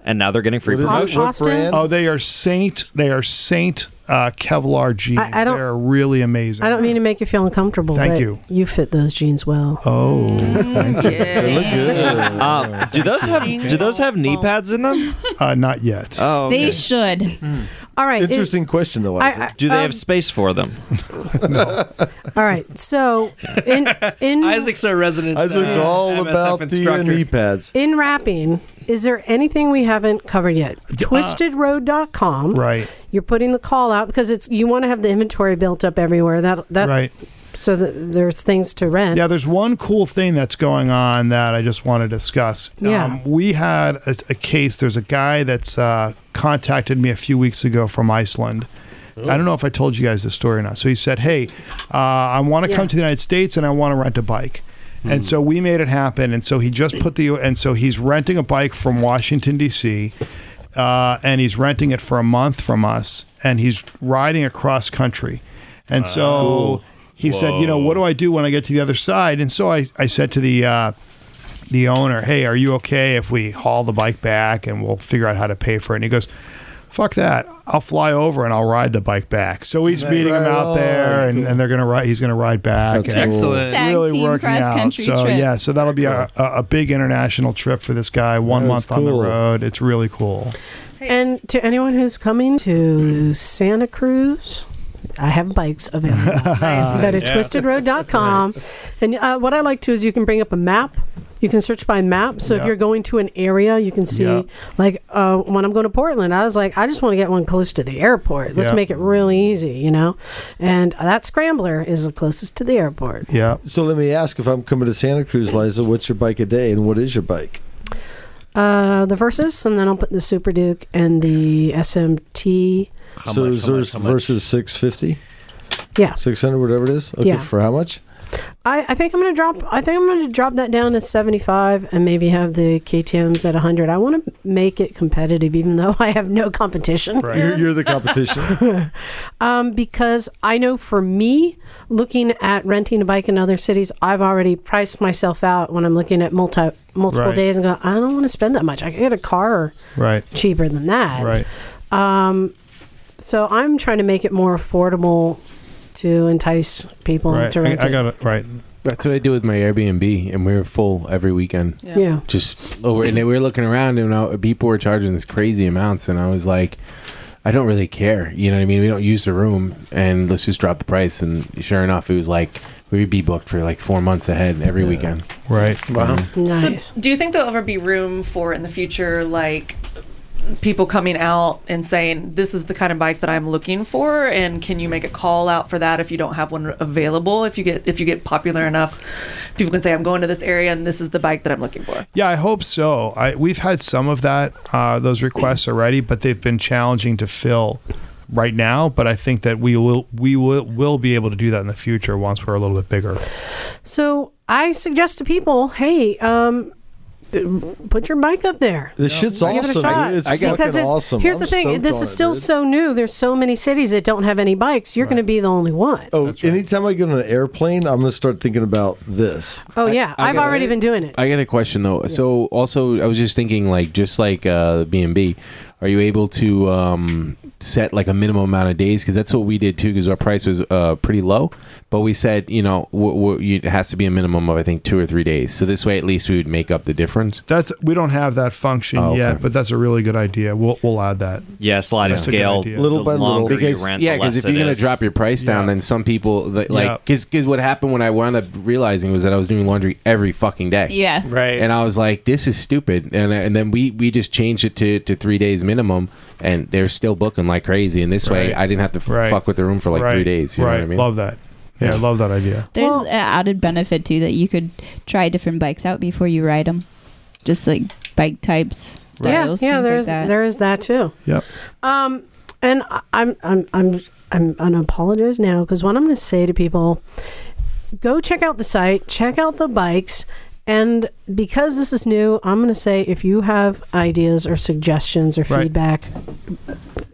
[SPEAKER 10] And now they're getting free
[SPEAKER 3] What is it?
[SPEAKER 10] promotion.
[SPEAKER 3] What Austin? brand?
[SPEAKER 6] Oh, they are Saint. They are Saint uh, Kevlar jeans.
[SPEAKER 1] I- I don't- Oh,
[SPEAKER 6] they are really amazing.
[SPEAKER 1] I don't mean to make you feel uncomfortable.
[SPEAKER 6] Thank
[SPEAKER 1] but
[SPEAKER 6] you.
[SPEAKER 1] You fit those jeans well.
[SPEAKER 6] Oh,
[SPEAKER 1] thank you.
[SPEAKER 10] Um, do those have do those have knee pads in them?
[SPEAKER 6] Uh, not yet.
[SPEAKER 10] Oh, okay.
[SPEAKER 13] They should.
[SPEAKER 1] All right. it-
[SPEAKER 3] question though.
[SPEAKER 1] I- Isaac. I-
[SPEAKER 10] do they
[SPEAKER 1] um,
[SPEAKER 10] have space for them?
[SPEAKER 1] All right. So in in
[SPEAKER 5] Isaac's our resident.
[SPEAKER 3] Isaac's
[SPEAKER 5] uh,
[SPEAKER 3] all
[SPEAKER 5] MSF
[SPEAKER 3] about the uh,
[SPEAKER 5] instructor.
[SPEAKER 3] knee pads.
[SPEAKER 1] in wrapping, is there anything we haven't covered yet?
[SPEAKER 3] Uh,
[SPEAKER 1] Twistedroad.com.
[SPEAKER 6] Right.
[SPEAKER 1] You're putting the call out because it's you want to have the inventory built up everywhere. That that
[SPEAKER 6] Right.
[SPEAKER 1] So that there's things to rent.
[SPEAKER 6] Yeah, there's one cool thing that's going on that I just want to discuss. Um,
[SPEAKER 1] Yeah.
[SPEAKER 6] we had a, a case. There's a guy that's uh, contacted me a few weeks ago from Iceland. I don't know if I told you guys this story or not. So he said, "Hey, uh, I want to
[SPEAKER 1] Yeah.
[SPEAKER 6] come to the United States and I want to rent a bike." And so we made it happen. And so he just put the and so he's renting a bike from Washington D.C. Uh, and he's renting it for a month from us, and he's riding across country. And so
[SPEAKER 4] Cool.
[SPEAKER 6] he said, "You know, what do I do when I get to the other side?" And so I, I said to the uh, the owner, "Hey, are you okay if we haul the bike back and we'll figure out how to pay for it?" And he goes, "Fuck that! I'll fly over and I'll ride the bike back." So he's
[SPEAKER 4] Right
[SPEAKER 6] meeting him out
[SPEAKER 4] on.
[SPEAKER 6] there, and, and they're gonna ride. He's gonna ride back.
[SPEAKER 4] That's
[SPEAKER 6] and
[SPEAKER 4] cool. Excellent.
[SPEAKER 6] It's
[SPEAKER 4] Tag
[SPEAKER 6] Really
[SPEAKER 4] team
[SPEAKER 6] working out.
[SPEAKER 4] cross-country
[SPEAKER 6] So
[SPEAKER 4] trip.
[SPEAKER 6] yeah, so that'll be a, a, a big international trip for this guy. One
[SPEAKER 1] That's
[SPEAKER 6] month on the
[SPEAKER 1] cool.
[SPEAKER 6] road. It's really cool.
[SPEAKER 1] And to anyone who's coming to Santa Cruz, I have bikes available. Go to
[SPEAKER 6] Yeah.
[SPEAKER 1] twistedroad.com. And uh, what I like to is you can bring up a map. You can search by map. So if
[SPEAKER 6] Yeah.
[SPEAKER 1] you're going to an area, you can see,
[SPEAKER 6] Yeah.
[SPEAKER 1] like, uh, when I'm going to Portland, I was like, I just want to get one close to the airport. Let's
[SPEAKER 3] Yeah.
[SPEAKER 1] make it really easy, you know? And that scrambler is the closest to the airport.
[SPEAKER 6] Yeah.
[SPEAKER 3] So let me ask if I'm coming to Santa Cruz, Liza, what's your bike a day and what is your bike?
[SPEAKER 1] Uh, the Versus, and then I'll put the Super Duke and the SMT.
[SPEAKER 3] so is there's versus 650?
[SPEAKER 1] Yeah.
[SPEAKER 3] 600, whatever it is? Okay,
[SPEAKER 1] Yeah.
[SPEAKER 3] for how much?
[SPEAKER 1] I, I think I'm gonna drop. I think I'm gonna drop that down to 75 and maybe have the KTM's at 100. I want to make it competitive, even though I have no competition.
[SPEAKER 3] Right. You're- you're the competition.
[SPEAKER 1] um, because I know for me, looking at renting a bike in other cities, I've already priced myself out when I'm looking at multi multiple
[SPEAKER 11] Right.
[SPEAKER 1] days and go. I don't want to spend that much. I can get a car
[SPEAKER 11] Right.
[SPEAKER 1] cheaper than that.
[SPEAKER 11] Right.
[SPEAKER 1] Um, so I'm trying to make it more affordable to entice people to rent it.
[SPEAKER 11] it right.
[SPEAKER 7] That's what I do with my Airbnb, and we are full every weekend.
[SPEAKER 1] Yeah. Yeah.
[SPEAKER 7] Just over, and then we were looking around, and uh, people were charging this crazy amounts, and I was like, I don't really care. You know what I mean? We don't use the room, and let's just drop the price. And sure enough, it was like we'd be booked for like four months ahead every weekend. Um,
[SPEAKER 11] Right.
[SPEAKER 7] Wow.
[SPEAKER 4] So, do you think there'll ever be room for in the future, like people coming out and saying, "This is the kind of bike that I'm looking for," and can you make a call out for that if you don't have one available? If you get if you get popular enough, people can say, "I'm going to this area and this is the bike that I'm looking for."
[SPEAKER 11] Yeah, I hope so. I we've had some of that uh, those requests already, but they've been challenging to fill right now. But I think that we will we will will be able to do that in the future once we're a little bit bigger.
[SPEAKER 1] So I suggest to people, hey, um, th- put your bike up there.
[SPEAKER 3] This shit's
[SPEAKER 1] Give it a
[SPEAKER 3] awesome.
[SPEAKER 1] shot.
[SPEAKER 3] It's
[SPEAKER 1] Because
[SPEAKER 3] fucking
[SPEAKER 1] it's-
[SPEAKER 3] awesome.
[SPEAKER 1] Here's
[SPEAKER 3] I'm
[SPEAKER 1] the thing:
[SPEAKER 3] stoked
[SPEAKER 1] this
[SPEAKER 3] on
[SPEAKER 1] is
[SPEAKER 3] it,
[SPEAKER 1] still
[SPEAKER 3] dude.
[SPEAKER 1] so new. There's so many cities that don't have any bikes. You're going to be the only one.
[SPEAKER 3] Oh, anytime I get on an airplane, I'm going to start thinking about this.
[SPEAKER 1] Oh yeah,
[SPEAKER 7] I
[SPEAKER 1] I've
[SPEAKER 7] got
[SPEAKER 1] already
[SPEAKER 7] it.
[SPEAKER 1] been doing it.
[SPEAKER 7] I got a question though. So also, I was just thinking, like, just like uh, B and B, are you able to um, set like a minimum amount of days? Because that's what we did too. Because our price was uh, pretty low, but we said, you know, w- w- it has to be a minimum of I think two or three days. So this way, at least we would make up the difference.
[SPEAKER 11] That's we don't have that function
[SPEAKER 7] Oh, okay.
[SPEAKER 11] yet, but that's a really good idea. We'll we'll add that.
[SPEAKER 10] Yeah, sliding
[SPEAKER 11] That's a good
[SPEAKER 10] scale,
[SPEAKER 11] idea.
[SPEAKER 10] Little the by little. longer you
[SPEAKER 7] Because,
[SPEAKER 10] rent, the
[SPEAKER 7] yeah, because
[SPEAKER 10] less
[SPEAKER 7] if you're
[SPEAKER 10] it
[SPEAKER 7] gonna
[SPEAKER 10] is.
[SPEAKER 7] drop your price down, then some people th-
[SPEAKER 10] Yeah.
[SPEAKER 7] like because what happened when I wound up realizing was that I was doing laundry every fucking day.
[SPEAKER 9] Yeah.
[SPEAKER 7] right. And I was like, this is stupid. And and then we we just changed it to to three days minimum, and they're still booking like crazy. And this way,
[SPEAKER 11] Right.
[SPEAKER 7] I didn't have to f-
[SPEAKER 11] Right.
[SPEAKER 7] fuck with the room for like three
[SPEAKER 11] Right.
[SPEAKER 7] days. You know
[SPEAKER 11] Right.
[SPEAKER 7] what I mean?
[SPEAKER 11] Love that. Yeah, I love that idea.
[SPEAKER 9] There's an added benefit too that you could try different bikes out before you ride them, just like bike types,
[SPEAKER 1] Yeah,
[SPEAKER 9] styles,
[SPEAKER 1] yeah.
[SPEAKER 9] things
[SPEAKER 1] There's
[SPEAKER 9] like that.
[SPEAKER 1] there is that too.
[SPEAKER 11] Yep.
[SPEAKER 1] Um, and I- I'm I'm I'm I'm gonna apologize now because what I'm gonna say to people, go check out the site, check out the bikes, and because this is new, I'm gonna say if you have ideas or suggestions or
[SPEAKER 11] Right.
[SPEAKER 1] feedback,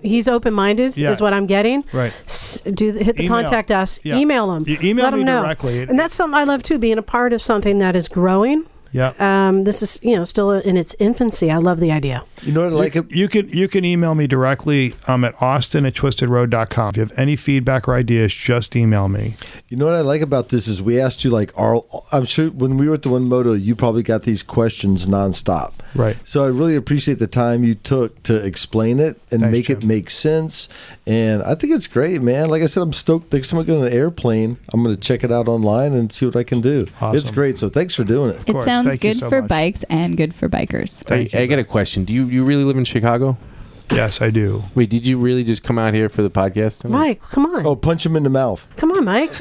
[SPEAKER 1] he's open minded
[SPEAKER 11] Yeah.
[SPEAKER 1] is what I'm getting.
[SPEAKER 11] Right.
[SPEAKER 1] S- do the, hit the
[SPEAKER 11] Email.
[SPEAKER 1] contact us,
[SPEAKER 11] Yeah.
[SPEAKER 1] email them,
[SPEAKER 11] You email
[SPEAKER 1] let
[SPEAKER 11] me
[SPEAKER 1] them know.
[SPEAKER 11] directly. It-
[SPEAKER 1] and that's something I love too, being a part of something that is growing.
[SPEAKER 11] Yeah.
[SPEAKER 1] Um, this is you know still in its infancy. I love the idea.
[SPEAKER 3] You know what I
[SPEAKER 11] like? You, can you can email me directly um, at austin at twistedroad.com. If you have any feedback or ideas, just email me.
[SPEAKER 3] You know what I like about this is we asked you like our. I'm sure when we were at the one moto, you probably got these questions nonstop.
[SPEAKER 11] Right.
[SPEAKER 3] So I really appreciate the time you took to explain it and make it make sense. And I think it's great, man. Like I said, I'm stoked. Next time I get on an airplane, I'm going to check it out online and see what I can do. It's great. So thanks for doing it.
[SPEAKER 9] it sounds good for bikes and good for bikers.
[SPEAKER 7] I, I got a question. Do you you really live in Chicago?
[SPEAKER 11] Yes, I do.
[SPEAKER 7] Wait, did you really just come out here for the podcast? tonight?
[SPEAKER 1] Mike, come on.
[SPEAKER 3] Oh, punch him in the mouth.
[SPEAKER 1] Come on, Mike.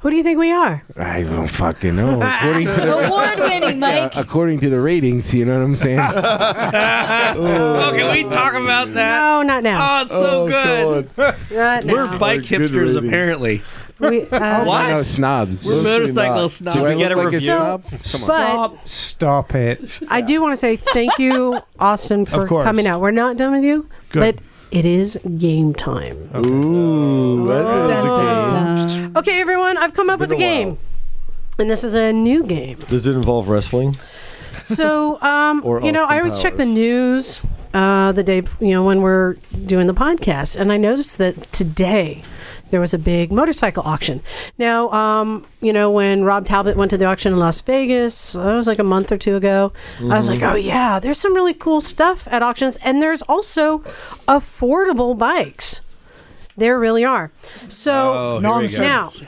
[SPEAKER 1] Who do you think we are?
[SPEAKER 7] I don't fucking know. According to the
[SPEAKER 9] Award-winning, Mike.
[SPEAKER 7] Yeah, according to the ratings, you know what I'm saying?
[SPEAKER 5] oh, can we talk about that?
[SPEAKER 1] No, not now.
[SPEAKER 5] Oh, it's so good.
[SPEAKER 1] Not now.
[SPEAKER 5] We're bike hipsters, apparently.
[SPEAKER 1] We, uh,
[SPEAKER 5] What?
[SPEAKER 7] No, snobs.
[SPEAKER 5] We're motorcycle
[SPEAKER 7] not.
[SPEAKER 5] snobs.
[SPEAKER 7] Do I
[SPEAKER 5] We get
[SPEAKER 7] look
[SPEAKER 5] a
[SPEAKER 7] like
[SPEAKER 5] review?
[SPEAKER 7] snob?
[SPEAKER 1] So,
[SPEAKER 8] Stop. Stop it.
[SPEAKER 1] I do want to say thank you, Austin, for
[SPEAKER 8] course.
[SPEAKER 1] coming out. We're not done with you,
[SPEAKER 8] Good.
[SPEAKER 1] but it is game time.
[SPEAKER 3] Ooh, that is a game.
[SPEAKER 1] Okay, everyone, I've come up with a
[SPEAKER 3] been a
[SPEAKER 1] game, and this is a new game.
[SPEAKER 3] Does it involve wrestling?
[SPEAKER 1] So, um,
[SPEAKER 3] Or
[SPEAKER 1] you know,
[SPEAKER 3] Austin
[SPEAKER 1] I always check the news uh, the day, you know, when we're doing the podcast, and I noticed that today there was a big motorcycle auction. Now, um, you know, when Rob Talbot went to the auction in Las Vegas, that was like a month or two ago. I was like,
[SPEAKER 4] Mhm.
[SPEAKER 8] Mm-hmm.
[SPEAKER 1] oh yeah, there's some really cool stuff at auctions, and there's also affordable bikes. There really are. So
[SPEAKER 8] Oh, here we go.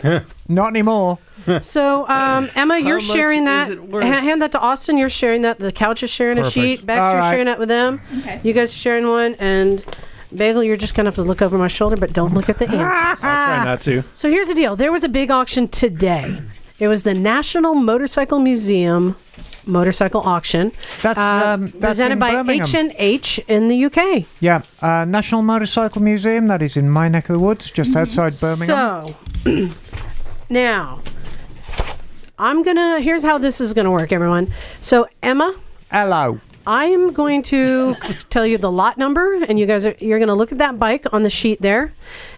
[SPEAKER 1] now,
[SPEAKER 8] Not anymore.
[SPEAKER 1] so, um, Emma,
[SPEAKER 8] How
[SPEAKER 1] you're
[SPEAKER 8] much
[SPEAKER 1] sharing
[SPEAKER 8] is
[SPEAKER 1] that.
[SPEAKER 8] it
[SPEAKER 1] Ha-
[SPEAKER 8] worth?
[SPEAKER 1] hand that to Austin. You're sharing that. The couch is sharing
[SPEAKER 8] Perfect.
[SPEAKER 1] a sheet. Baxter's
[SPEAKER 8] All right.
[SPEAKER 1] sharing that with them. You guys are sharing one. And Bagel, you're just going to have to look over my shoulder, but don't look at the answers.
[SPEAKER 12] Try not to.
[SPEAKER 1] So here's the deal there was a big auction today. It was the National Motorcycle Museum motorcycle auction. uh,
[SPEAKER 8] That's, um, that's
[SPEAKER 1] presented
[SPEAKER 8] in
[SPEAKER 1] by
[SPEAKER 8] Birmingham.
[SPEAKER 1] H&H in the UK.
[SPEAKER 8] Yeah, uh, National Motorcycle Museum, that is in my
[SPEAKER 1] Mm-hmm.
[SPEAKER 8] neck of the woods, just outside Birmingham.
[SPEAKER 1] So now I'm gonna. Here's how this is gonna work, everyone. So Emma.
[SPEAKER 8] Hello.
[SPEAKER 1] I am going to tell you the lot number, and you guys are you're gonna look at that bike on the sheet there,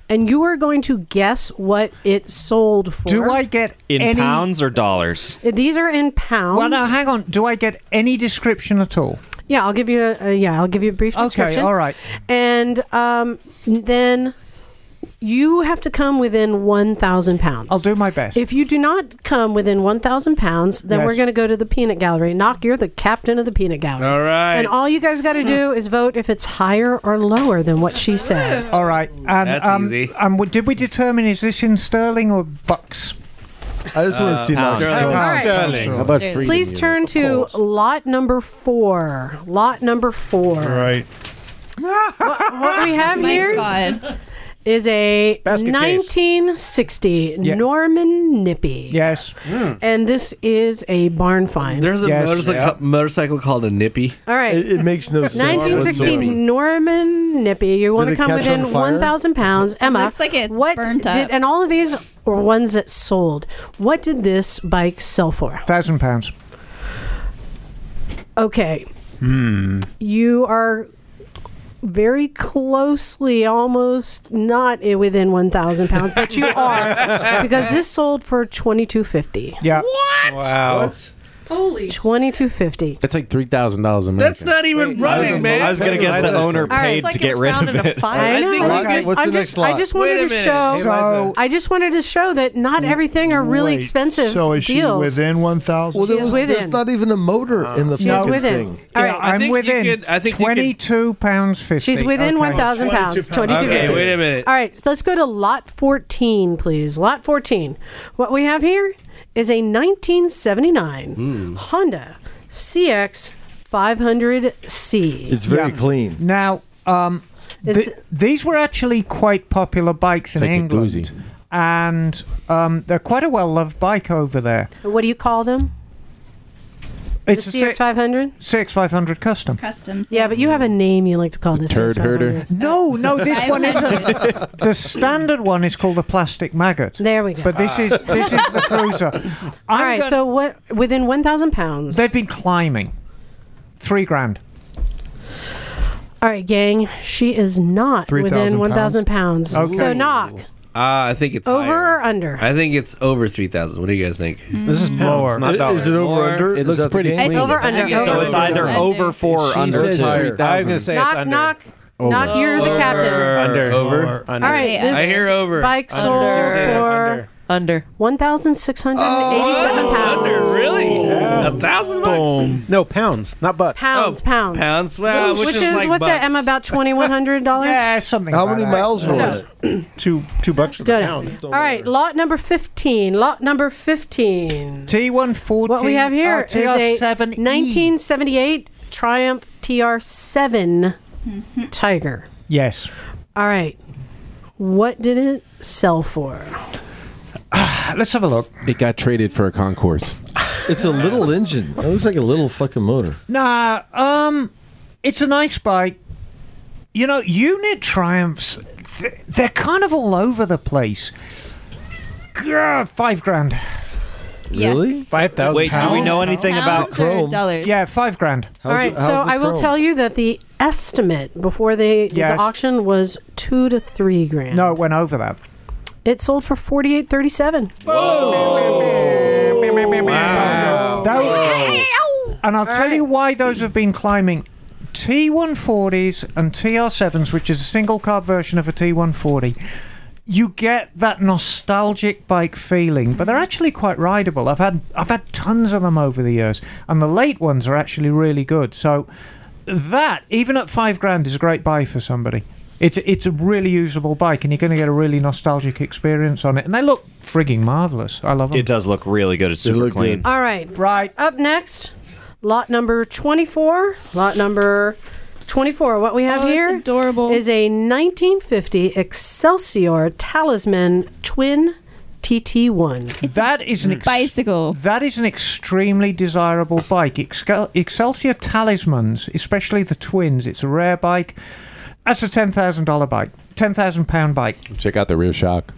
[SPEAKER 1] and you are going to guess what it sold for.
[SPEAKER 8] Do I get
[SPEAKER 10] in
[SPEAKER 8] any?
[SPEAKER 10] pounds or dollars?
[SPEAKER 1] These are in pounds.
[SPEAKER 8] Well, now hang on. Do I get any description at all?
[SPEAKER 1] Yeah, I'll give you a, a yeah, I'll give you a brief
[SPEAKER 8] Okay,
[SPEAKER 1] description.
[SPEAKER 8] all right.
[SPEAKER 1] And um, then you have to come within one thousand pounds. I'll
[SPEAKER 8] do my best.
[SPEAKER 1] If you do not come within one thousand pounds, then
[SPEAKER 8] Yes.
[SPEAKER 1] we're going to go to the peanut gallery. Knock, you're the captain of the peanut gallery.
[SPEAKER 8] All right. Hmm.
[SPEAKER 1] And all you guys got to do is vote if it's higher or lower than what she said.
[SPEAKER 8] All right. And,
[SPEAKER 1] That's
[SPEAKER 8] um,
[SPEAKER 1] easy.
[SPEAKER 8] And w- did we determine is this in sterling or bucks?
[SPEAKER 3] I just want to see
[SPEAKER 1] Uh,
[SPEAKER 3] Knox
[SPEAKER 8] Sterling.
[SPEAKER 3] Jones.
[SPEAKER 8] All right. Sterling. How about Sterling. freedom
[SPEAKER 1] Please
[SPEAKER 8] units?
[SPEAKER 1] turn to lot number four. Lot number four.
[SPEAKER 6] Right.
[SPEAKER 1] what, what we have
[SPEAKER 9] My
[SPEAKER 1] here is
[SPEAKER 9] God.
[SPEAKER 1] a
[SPEAKER 8] Basket case.
[SPEAKER 1] 1960
[SPEAKER 8] Yeah.
[SPEAKER 1] Norman Nippy.
[SPEAKER 8] Yes.
[SPEAKER 1] And this is a barn find.
[SPEAKER 5] There's a motorcycle, motorcycle called a Nippy.
[SPEAKER 1] All right. It- it
[SPEAKER 3] makes no
[SPEAKER 1] 1960 Norman Nippy. You want to
[SPEAKER 5] it
[SPEAKER 1] come
[SPEAKER 5] catch
[SPEAKER 1] within
[SPEAKER 5] on fire?
[SPEAKER 1] 1,000 pounds. Emma,
[SPEAKER 9] looks like it's
[SPEAKER 1] what
[SPEAKER 9] burnt
[SPEAKER 1] did,
[SPEAKER 9] up.
[SPEAKER 1] and all of these are ones that sold. What did this bike sell for?
[SPEAKER 8] Thousand pounds.
[SPEAKER 1] Okay,
[SPEAKER 6] Hmm.
[SPEAKER 1] you are very closely, almost not i- within 1,000 pounds, but you are because this sold for 2250.
[SPEAKER 8] Yeah.
[SPEAKER 5] What?
[SPEAKER 7] Wow.
[SPEAKER 1] Holy. 2250.
[SPEAKER 7] That's like three thousand dollars a month.
[SPEAKER 5] That's not even running, man.
[SPEAKER 7] I was gonna guess the owner
[SPEAKER 1] All right. paid It's like to it get was rid found of in a it. fire. I know.
[SPEAKER 5] I
[SPEAKER 1] Guys, I'm just, I just wanted to show. I just wanted to show that not everything are really
[SPEAKER 6] Wait,
[SPEAKER 1] expensive
[SPEAKER 6] So is she
[SPEAKER 1] deals.
[SPEAKER 6] within one thousand?
[SPEAKER 1] Well, there She is was- there's within.
[SPEAKER 3] not even a motor in the
[SPEAKER 1] She is fucking within. thing. All right. Uh, I
[SPEAKER 8] I'm
[SPEAKER 1] think you
[SPEAKER 8] within
[SPEAKER 1] could- I think you could-
[SPEAKER 8] twenty-two pounds fifty.
[SPEAKER 1] She's within
[SPEAKER 8] Okay.
[SPEAKER 1] 1,000 pounds. 22
[SPEAKER 5] Okay,
[SPEAKER 1] fifty.
[SPEAKER 5] wait a minute.
[SPEAKER 1] All right, so let's go to lot 14, please. Lot 14. What we have here is a 1979
[SPEAKER 5] Hmm.
[SPEAKER 1] Honda CX 500C.
[SPEAKER 3] It's very clean.
[SPEAKER 8] Now, um,
[SPEAKER 1] It's-
[SPEAKER 8] th- these were actually quite popular bikes in
[SPEAKER 7] Take a
[SPEAKER 8] England,
[SPEAKER 7] doozy.
[SPEAKER 8] and um, they're quite a well-loved bike over there.
[SPEAKER 1] What do you call them?
[SPEAKER 8] It's
[SPEAKER 1] the CX 500.
[SPEAKER 8] Six five hundred custom.
[SPEAKER 9] Customs.
[SPEAKER 1] Yeah, but you have a name you like to call this.
[SPEAKER 8] turd
[SPEAKER 1] CX 500.
[SPEAKER 8] No, no, this
[SPEAKER 9] I
[SPEAKER 8] one
[SPEAKER 9] wondered.
[SPEAKER 8] isn't. The standard one is called the plastic maggot.
[SPEAKER 1] There we go.
[SPEAKER 8] But this is this is the cruiser.
[SPEAKER 1] All right, so what within 1,000 pounds?
[SPEAKER 8] They've been climbing. Three grand.
[SPEAKER 1] All right, gang, she is not within
[SPEAKER 5] 3,000
[SPEAKER 1] 1,000 pounds.
[SPEAKER 5] Okay.
[SPEAKER 1] So knock
[SPEAKER 5] Ah, I think it's
[SPEAKER 1] over
[SPEAKER 5] higher.
[SPEAKER 1] or under.
[SPEAKER 5] I think it's over three thousand. What do you guys think?
[SPEAKER 1] This is
[SPEAKER 3] lower. Is- is it over under? It Is looks that the pretty game? clean.
[SPEAKER 1] Over under.
[SPEAKER 10] So it's either over four or
[SPEAKER 5] She
[SPEAKER 10] under.
[SPEAKER 5] says
[SPEAKER 10] two.
[SPEAKER 5] higher.
[SPEAKER 12] I was gonna say
[SPEAKER 1] knock,
[SPEAKER 12] it's under.
[SPEAKER 1] knock, knock. You're the captain.
[SPEAKER 12] Under.
[SPEAKER 5] Over.
[SPEAKER 12] Under.
[SPEAKER 1] All right, this
[SPEAKER 5] I hear over.
[SPEAKER 1] Bike
[SPEAKER 5] Under.
[SPEAKER 1] sold
[SPEAKER 5] Under.
[SPEAKER 1] for
[SPEAKER 4] under
[SPEAKER 1] 1,687 pounds.
[SPEAKER 5] Really? A thousand bucks?
[SPEAKER 12] No pounds, not bucks.
[SPEAKER 1] Pounds,
[SPEAKER 8] Oh,
[SPEAKER 1] pounds,
[SPEAKER 12] Oh, pounds.
[SPEAKER 5] Wow,
[SPEAKER 1] which, is, what's that? Am about twenty one hundred dollars.
[SPEAKER 8] Yeah, something.
[SPEAKER 3] How many miles were
[SPEAKER 1] So-
[SPEAKER 3] it?
[SPEAKER 12] two two bucks a pound.
[SPEAKER 1] All right, lot number fifteen. Lot number fifteen.
[SPEAKER 8] T one fourteen.
[SPEAKER 1] What we have here is a
[SPEAKER 8] 7
[SPEAKER 1] nineteen seventy eight Triumph TR seven Tiger.
[SPEAKER 8] Yes.
[SPEAKER 1] All right, what did it sell for?
[SPEAKER 8] Let's have a look.
[SPEAKER 7] It got traded for a concourse.
[SPEAKER 3] It's a little engine. It looks like a little fucking motor.
[SPEAKER 8] Nah, um, it's a nice bike. You know, unit triumphs, th- they're kind of all over the place. Grr, five grand.
[SPEAKER 9] Yeah. Really?
[SPEAKER 12] Five thousand.
[SPEAKER 10] Wait, do we know
[SPEAKER 12] Pounds?
[SPEAKER 10] anything
[SPEAKER 9] Pounds
[SPEAKER 10] about
[SPEAKER 9] or Chrome? dollars?
[SPEAKER 8] Yeah, five grand.
[SPEAKER 1] All right, so I will tell you that the estimate before they did
[SPEAKER 8] Yes.
[SPEAKER 1] the auction was two to three grand.
[SPEAKER 8] No, it went over that.
[SPEAKER 1] It sold for forty eight thirty seven.
[SPEAKER 8] That- And I'll tell you why those have been climbing. T140s and TR7s, which is a single carb version of a T140, you get that nostalgic bike feeling, but they're actually quite rideable. I've had I've had tons of them over the years, and the late ones are actually really good. So that even at five grand is a great buy for somebody. It's it's a really usable bike, and you're going to get a really nostalgic experience on it. And they look frigging marvelous. I love them.
[SPEAKER 10] It does look really good. It's
[SPEAKER 3] They
[SPEAKER 10] super
[SPEAKER 3] look
[SPEAKER 10] clean.
[SPEAKER 1] All right.
[SPEAKER 8] Right.
[SPEAKER 1] Up next, lot number 24. Lot number 24. What we have
[SPEAKER 9] Oh, it's
[SPEAKER 1] here
[SPEAKER 9] adorable.
[SPEAKER 1] is a 1950 Excelsior Talisman Twin TT1.
[SPEAKER 8] That is an ex-
[SPEAKER 9] bicycle.
[SPEAKER 8] That is an extremely desirable bike. Excal- Excelsior Talismans, especially the twins. It's a rare bike. That's a ten thousand dollar bike, ten thousand pound bike.
[SPEAKER 7] Check out the rear shock.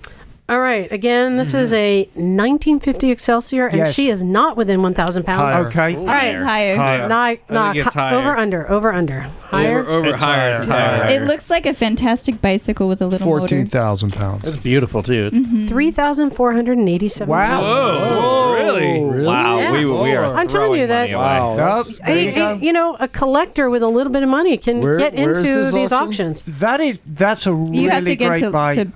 [SPEAKER 1] All right. Again, this is a 1950 Excelsior, and
[SPEAKER 8] Mm-hmm. Yes.
[SPEAKER 1] she is not within 1,000 pounds.
[SPEAKER 8] Higher. Okay.
[SPEAKER 1] All right.
[SPEAKER 8] Higher. Higher. Higher.
[SPEAKER 1] Knock,
[SPEAKER 8] I
[SPEAKER 1] knock,
[SPEAKER 8] think it's
[SPEAKER 1] hi-
[SPEAKER 8] higher.
[SPEAKER 1] Over, under, over, under. Higher.
[SPEAKER 5] Over, over higher, it's higher.
[SPEAKER 9] It looks like a fantastic bicycle with a little motor.
[SPEAKER 11] thousand pounds.
[SPEAKER 12] It's beautiful too. It's,
[SPEAKER 1] Mm. 3,487
[SPEAKER 12] Wow.
[SPEAKER 1] pounds.
[SPEAKER 12] really?
[SPEAKER 10] Wow, we, we are.
[SPEAKER 1] I'm telling you that.
[SPEAKER 10] money away. Wow,
[SPEAKER 1] that's-
[SPEAKER 8] there you
[SPEAKER 1] I-
[SPEAKER 8] go.
[SPEAKER 1] I- you know, a collector with a little bit of money can
[SPEAKER 8] Where-
[SPEAKER 1] get
[SPEAKER 8] where
[SPEAKER 1] into
[SPEAKER 8] is this
[SPEAKER 1] these
[SPEAKER 8] auction?
[SPEAKER 1] auctions.
[SPEAKER 8] That is that's a really
[SPEAKER 1] have to get
[SPEAKER 8] great
[SPEAKER 1] to-
[SPEAKER 8] bike.
[SPEAKER 1] to-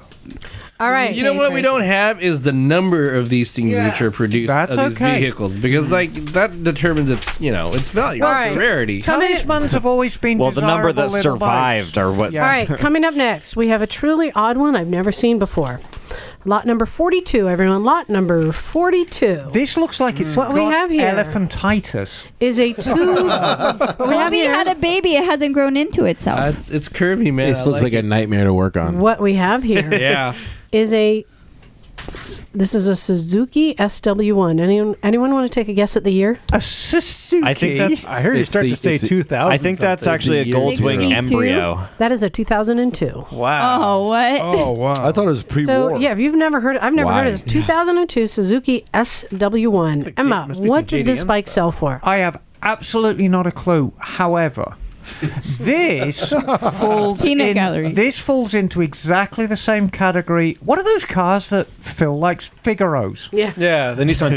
[SPEAKER 1] All right.
[SPEAKER 5] You know what we don't have is the number of these things which are produced
[SPEAKER 8] That's
[SPEAKER 5] of these
[SPEAKER 8] okay.
[SPEAKER 5] vehicles because like that determines its you know its value,
[SPEAKER 1] All right.
[SPEAKER 5] its rarity.
[SPEAKER 8] Talismans have always been
[SPEAKER 10] Well, the number that
[SPEAKER 8] desirable little
[SPEAKER 10] survived
[SPEAKER 8] bikes.
[SPEAKER 10] are what.
[SPEAKER 1] All right, coming up next, we have a truly odd one I've never seen before. Lot number 42, everyone. Lot number 42.
[SPEAKER 8] This looks like it's
[SPEAKER 1] What we
[SPEAKER 8] got
[SPEAKER 1] have here-
[SPEAKER 8] elephantitis.
[SPEAKER 1] Is a two.
[SPEAKER 9] Bobby had a baby. It hasn't grown into itself.
[SPEAKER 5] it's, it's curvy, man.
[SPEAKER 7] This
[SPEAKER 5] I
[SPEAKER 7] looks like,
[SPEAKER 5] like
[SPEAKER 7] a nightmare to work on.
[SPEAKER 1] what we have here is
[SPEAKER 5] yeah.
[SPEAKER 1] a. This is a Suzuki SW1. Anyone, anyone want to take a guess at the year?
[SPEAKER 8] A Suzuki.
[SPEAKER 10] I think that's.
[SPEAKER 12] I heard you
[SPEAKER 10] it's
[SPEAKER 12] start
[SPEAKER 10] the-
[SPEAKER 12] to say
[SPEAKER 10] it's the-
[SPEAKER 12] two thousand.
[SPEAKER 10] I think that's actually a Goldwing
[SPEAKER 1] 62?
[SPEAKER 10] embryo.
[SPEAKER 1] That is a 2002.
[SPEAKER 12] Wow.
[SPEAKER 9] Oh, what?
[SPEAKER 11] Oh wow!
[SPEAKER 3] I thought it was pre-war.
[SPEAKER 1] So yeah, if you've never heard, I've never
[SPEAKER 10] Why?
[SPEAKER 1] heard of this. 2002 Suzuki SW1. Emma,
[SPEAKER 12] must be some
[SPEAKER 1] what did this
[SPEAKER 12] JDM
[SPEAKER 1] bike sell for?
[SPEAKER 8] I have absolutely not a clue. However, this falls
[SPEAKER 9] Peanut
[SPEAKER 8] in,
[SPEAKER 9] gallery.
[SPEAKER 8] This falls into exactly the same category. What are those cars that Phil likes? Figaros.
[SPEAKER 1] Yeah.
[SPEAKER 12] Yeah, the Nissan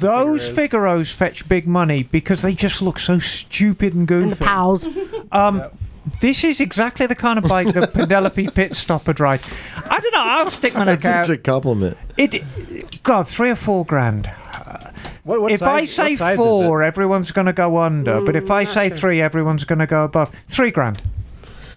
[SPEAKER 8] Those
[SPEAKER 12] Figaros.
[SPEAKER 8] Figaros fetch big money because they just look so stupid and
[SPEAKER 1] And the
[SPEAKER 8] goofy.
[SPEAKER 1] pals.
[SPEAKER 8] Um, This is exactly the kind of bike that Penelope Pitstop would ride. I don't know. I'll stick my
[SPEAKER 3] That's
[SPEAKER 8] neck out.
[SPEAKER 3] such a compliment.
[SPEAKER 8] It, God, three or four grand.
[SPEAKER 12] What, what
[SPEAKER 8] if I
[SPEAKER 12] size-
[SPEAKER 8] say
[SPEAKER 12] what size is it?
[SPEAKER 8] four, everyone's going to go under. but if
[SPEAKER 1] Mm,
[SPEAKER 8] I say three, everyone's going to go above. Three grand.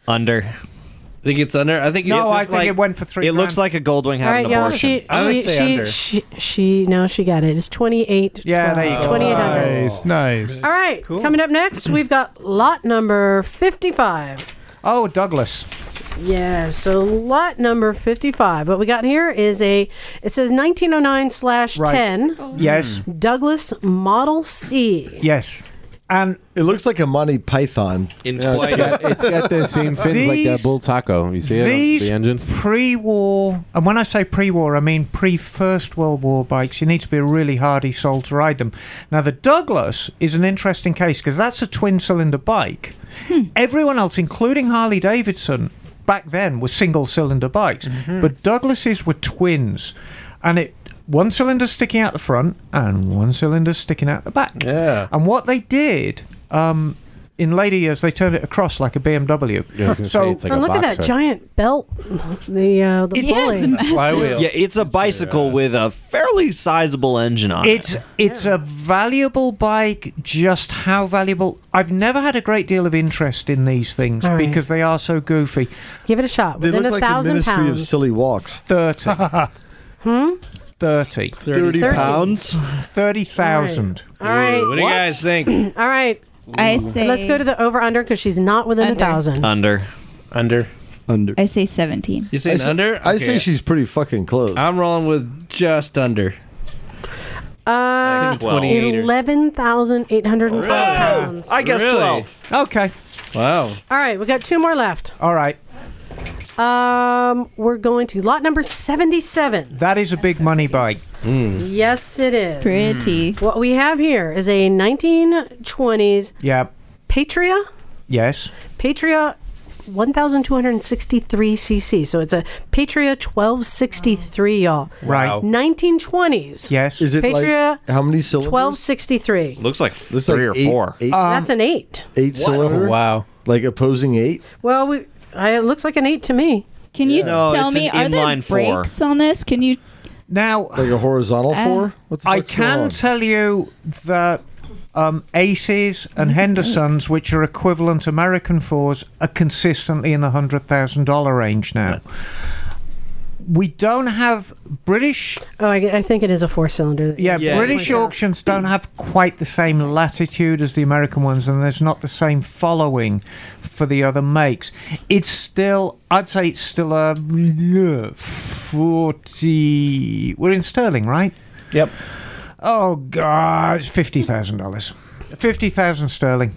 [SPEAKER 10] Under.
[SPEAKER 5] I think it's under. I think it's
[SPEAKER 8] No, I
[SPEAKER 5] just
[SPEAKER 8] think
[SPEAKER 5] like,
[SPEAKER 8] it went for three.
[SPEAKER 10] It looks
[SPEAKER 8] grand.
[SPEAKER 10] like a Goldwing
[SPEAKER 1] All
[SPEAKER 10] had
[SPEAKER 1] right,
[SPEAKER 10] an
[SPEAKER 1] y'all.
[SPEAKER 10] abortion.
[SPEAKER 1] She,
[SPEAKER 5] I would
[SPEAKER 1] she,
[SPEAKER 5] say
[SPEAKER 1] she,
[SPEAKER 5] under.
[SPEAKER 1] she, she. Now she got it. It's 28.
[SPEAKER 8] Yeah, there you go.
[SPEAKER 1] 2800.
[SPEAKER 11] Nice, nice.
[SPEAKER 1] All right. Coming up next, we've got lot number 55.
[SPEAKER 8] Oh, Douglas.
[SPEAKER 1] Yeah, so lot number 55. What we got here is a, it says 1909 slash
[SPEAKER 8] Right.
[SPEAKER 1] 10
[SPEAKER 8] Yes,
[SPEAKER 1] Douglas Model C.
[SPEAKER 8] yes. And
[SPEAKER 3] It looks like a Monty Python.
[SPEAKER 5] in
[SPEAKER 7] No, it's, got, it's got the same fins like that
[SPEAKER 8] These-
[SPEAKER 7] bull taco. You see it? on
[SPEAKER 8] these
[SPEAKER 7] The engine.
[SPEAKER 8] pre-war, and when I say pre-war, I mean pre-First World War bikes. You need to be a really hardy soul to ride them. Now, the Douglas is an interesting case because that's a twin-cylinder bike.
[SPEAKER 1] Hmm.
[SPEAKER 8] Everyone else, including Harley Davidson, back then were single-cylinder bikes,
[SPEAKER 7] Mm-hmm.
[SPEAKER 8] but Douglases were twins, and it. One cylinder sticking out the front and one cylinder sticking out the back.
[SPEAKER 12] Yeah.
[SPEAKER 8] And what they did um, in later years, they turned it across like a BMW.
[SPEAKER 7] Yeah, I was gonna say, it's like
[SPEAKER 1] oh,
[SPEAKER 7] a
[SPEAKER 1] look at that
[SPEAKER 7] boxer.
[SPEAKER 1] giant belt. The, uh, the
[SPEAKER 9] yeah,
[SPEAKER 1] pulley.
[SPEAKER 9] it's massive.
[SPEAKER 12] Flywheel.
[SPEAKER 10] Yeah, it's a bicycle with a fairly sizable engine on it.
[SPEAKER 8] It's it's a valuable bike. Just how valuable? I've never had a great deal of interest in these things
[SPEAKER 1] All right.
[SPEAKER 8] because they are so goofy.
[SPEAKER 1] Give it a shot.
[SPEAKER 3] They
[SPEAKER 1] Within
[SPEAKER 3] look
[SPEAKER 1] a
[SPEAKER 3] like the
[SPEAKER 1] thousand
[SPEAKER 3] Ministry of
[SPEAKER 1] pounds.
[SPEAKER 3] Silly Walks.
[SPEAKER 8] Thirty. hmm. Thirty.
[SPEAKER 3] 30
[SPEAKER 1] 13.
[SPEAKER 10] pounds.
[SPEAKER 8] Thirty thousand.
[SPEAKER 1] All right.
[SPEAKER 5] What do you guys think?
[SPEAKER 1] All right.
[SPEAKER 9] I say.
[SPEAKER 1] Let's go to the over under because she's not within a
[SPEAKER 9] Under.
[SPEAKER 1] thousand.
[SPEAKER 10] Under.
[SPEAKER 12] Under.
[SPEAKER 3] Under.
[SPEAKER 9] I say 17.
[SPEAKER 5] You saying
[SPEAKER 3] I say,
[SPEAKER 5] under?
[SPEAKER 3] I say
[SPEAKER 5] Okay.
[SPEAKER 3] she's pretty fucking close.
[SPEAKER 5] I'm rolling with just under.
[SPEAKER 1] Uh,
[SPEAKER 10] think 12.
[SPEAKER 5] 28 or-
[SPEAKER 1] eleven thousand eight hundred and twelve pounds.
[SPEAKER 10] I guess
[SPEAKER 5] Really?
[SPEAKER 10] 12.
[SPEAKER 8] Okay.
[SPEAKER 5] Wow.
[SPEAKER 1] All right, we got two more left.
[SPEAKER 8] All right.
[SPEAKER 1] Um, we're going to lot number seventy-seven.
[SPEAKER 8] That is a big money bike.
[SPEAKER 10] Hmm.
[SPEAKER 1] Yes, it is.
[SPEAKER 9] Pretty.
[SPEAKER 1] What we have here is a 1920s
[SPEAKER 8] Yeah.
[SPEAKER 1] Patria.
[SPEAKER 8] Yes.
[SPEAKER 1] Patria 1263 cc. So it's a Patria 1263, y'all.
[SPEAKER 8] Right.
[SPEAKER 12] Wow.
[SPEAKER 1] 1920s.
[SPEAKER 8] Yes.
[SPEAKER 3] Is it
[SPEAKER 1] Patria
[SPEAKER 3] like how many cylinders?
[SPEAKER 1] 1263.
[SPEAKER 10] Looks like
[SPEAKER 3] Looks
[SPEAKER 10] three
[SPEAKER 3] like
[SPEAKER 10] or
[SPEAKER 3] eight-
[SPEAKER 10] four.
[SPEAKER 3] eight-
[SPEAKER 1] Um, That's an eight.
[SPEAKER 3] eight
[SPEAKER 7] Oh,
[SPEAKER 3] cylinder.
[SPEAKER 12] Wow.
[SPEAKER 3] Like opposing eight.
[SPEAKER 1] Well, we, I, it looks like an eight to me.
[SPEAKER 9] Can you
[SPEAKER 10] No,
[SPEAKER 9] tell
[SPEAKER 10] it's
[SPEAKER 9] me,
[SPEAKER 10] an
[SPEAKER 9] are there
[SPEAKER 10] inline four.
[SPEAKER 9] brakes on this? Can you?
[SPEAKER 8] now?
[SPEAKER 3] Like a horizontal
[SPEAKER 9] Uh,
[SPEAKER 3] four? What the
[SPEAKER 8] Um, I
[SPEAKER 3] fuck's going
[SPEAKER 8] can
[SPEAKER 3] on?
[SPEAKER 8] tell you that um, Aces and Hendersons, which are equivalent American fours, are consistently in the hundred thousand dollar range now. We don't have British,
[SPEAKER 1] Oh, I, I think it is a four cylinder.
[SPEAKER 8] yeah,
[SPEAKER 10] Yeah.
[SPEAKER 8] British auctions don't have quite the same latitude as the American ones, and there's not the same following for the other makes. It's still, I'd say, it's still a yeah, forty. We're in sterling, right?
[SPEAKER 12] Yep.
[SPEAKER 8] Oh God, it's fifty thousand dollars. Fifty thousand sterling.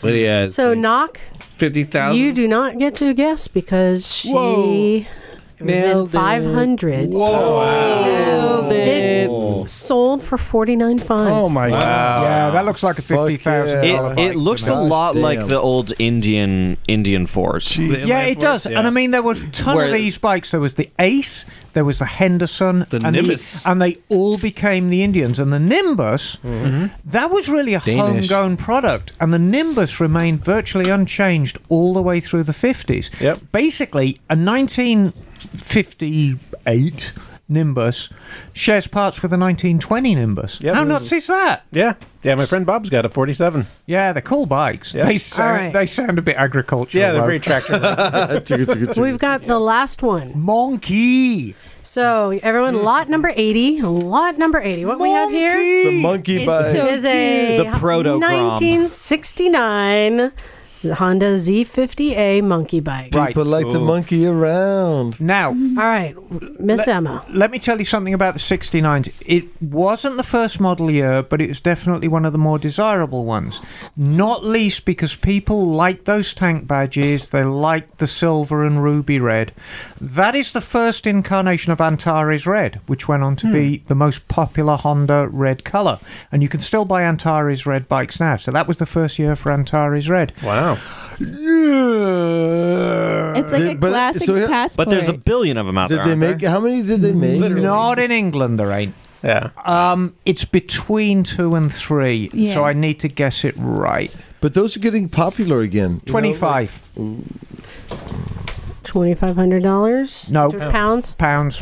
[SPEAKER 5] What do you guys?
[SPEAKER 1] So, knock.
[SPEAKER 5] fifty thousand.
[SPEAKER 1] You do not get to guess because she It was in
[SPEAKER 7] Nailed it.
[SPEAKER 1] 500.
[SPEAKER 7] Whoa.
[SPEAKER 1] It sold for 49 five.
[SPEAKER 11] Oh my
[SPEAKER 7] God.
[SPEAKER 8] Yeah, that looks like a fifty thousand dollar
[SPEAKER 10] It, it looks a lot like the old Indian Indian force.
[SPEAKER 8] Yeah, it does. And I mean, there were a ton
[SPEAKER 10] Where-
[SPEAKER 8] of these bikes. There was the Ace, there was the Henderson, the and the-
[SPEAKER 10] Nimbus.
[SPEAKER 8] and they all became the Indians. And the Nimbus,
[SPEAKER 12] Mm-hmm.
[SPEAKER 7] Mhm.
[SPEAKER 8] that was really a
[SPEAKER 7] Danish.
[SPEAKER 8] homegrown product. And the Nimbus remained virtually unchanged all the way through the 50s. Yep. Basically, a 1958 Nimbus shares parts with a 1920 Nimbus. How nuts is that?
[SPEAKER 12] Yeah. Yeah, my friend Bob's got a 47.
[SPEAKER 8] Yeah, they're cool bikes.
[SPEAKER 12] Yeah.
[SPEAKER 8] They, sound,
[SPEAKER 1] right.
[SPEAKER 8] they sound a bit agricultural.
[SPEAKER 12] Yeah, they're
[SPEAKER 8] though.
[SPEAKER 12] very tractor.
[SPEAKER 1] We've got the last one.
[SPEAKER 8] Monkey.
[SPEAKER 1] So everyone, lot number eighty. Lot number eighty. What we have here?
[SPEAKER 3] The monkey
[SPEAKER 1] It's
[SPEAKER 3] bike.
[SPEAKER 1] is a
[SPEAKER 3] The proto-grom.
[SPEAKER 1] 1969 Honda Z50A monkey bike.
[SPEAKER 3] People like to monkey around.
[SPEAKER 8] Now, all
[SPEAKER 1] right, Miss
[SPEAKER 8] let,
[SPEAKER 1] Emma.
[SPEAKER 8] Let me tell you something about the 69s. It wasn't the first model year, but it was definitely one of the more desirable ones. Not least because people like those tank badges, they like the silver and ruby red. That is the first incarnation of Antares Red, which went on to
[SPEAKER 10] Hmm.
[SPEAKER 8] be the most popular Honda red colour. And you can still buy Antares Red bikes now. So that was the first year for Antares Red.
[SPEAKER 12] Wow.
[SPEAKER 9] It's like a classic passport.
[SPEAKER 10] But there's a billion of them out
[SPEAKER 3] Did
[SPEAKER 10] there.
[SPEAKER 3] they
[SPEAKER 10] aren't
[SPEAKER 3] make? How many did they make?
[SPEAKER 8] Not in England, there ain't.
[SPEAKER 12] Yeah.
[SPEAKER 8] Um, it's between two and three,
[SPEAKER 9] Yeah.
[SPEAKER 8] so I need to guess it right.
[SPEAKER 3] But those are getting popular again. You know,
[SPEAKER 8] Twenty-five.
[SPEAKER 1] Twenty five hundred dollars.
[SPEAKER 8] No
[SPEAKER 1] pounds.
[SPEAKER 8] Pounds.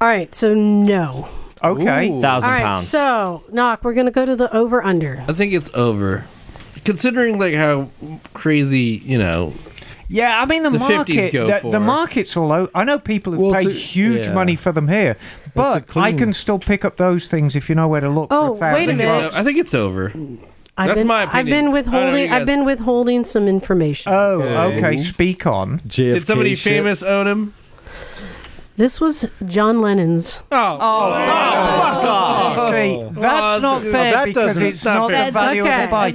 [SPEAKER 1] All right. So no.
[SPEAKER 8] Okay.
[SPEAKER 1] All right, So knock. We're gonna go to the over under.
[SPEAKER 5] I think it's over. Considering like how crazy, you know.
[SPEAKER 8] Yeah, I mean the,
[SPEAKER 5] The 50s
[SPEAKER 8] market.
[SPEAKER 5] go
[SPEAKER 8] the,
[SPEAKER 5] for
[SPEAKER 8] the
[SPEAKER 5] it.
[SPEAKER 8] market's all out. I know people who
[SPEAKER 5] Well,
[SPEAKER 8] paid
[SPEAKER 5] it's a-
[SPEAKER 8] huge
[SPEAKER 5] yeah.
[SPEAKER 8] money for them here, but I can still pick up those things if you know where to look.
[SPEAKER 1] Oh,
[SPEAKER 8] for a thousand
[SPEAKER 1] wait a minute.
[SPEAKER 8] bucks.
[SPEAKER 5] I think it's over.
[SPEAKER 1] I've
[SPEAKER 5] That's
[SPEAKER 1] been,
[SPEAKER 5] my
[SPEAKER 1] I've been
[SPEAKER 5] opinion. I don't know you
[SPEAKER 1] withholding. I've
[SPEAKER 5] guys-
[SPEAKER 1] been withholding some information.
[SPEAKER 8] Oh, okay. Speak on.
[SPEAKER 5] Did somebody famous own him?
[SPEAKER 1] This was John Lennon's.
[SPEAKER 5] Oh,
[SPEAKER 8] See, that's not fair because it's not the value of the bike.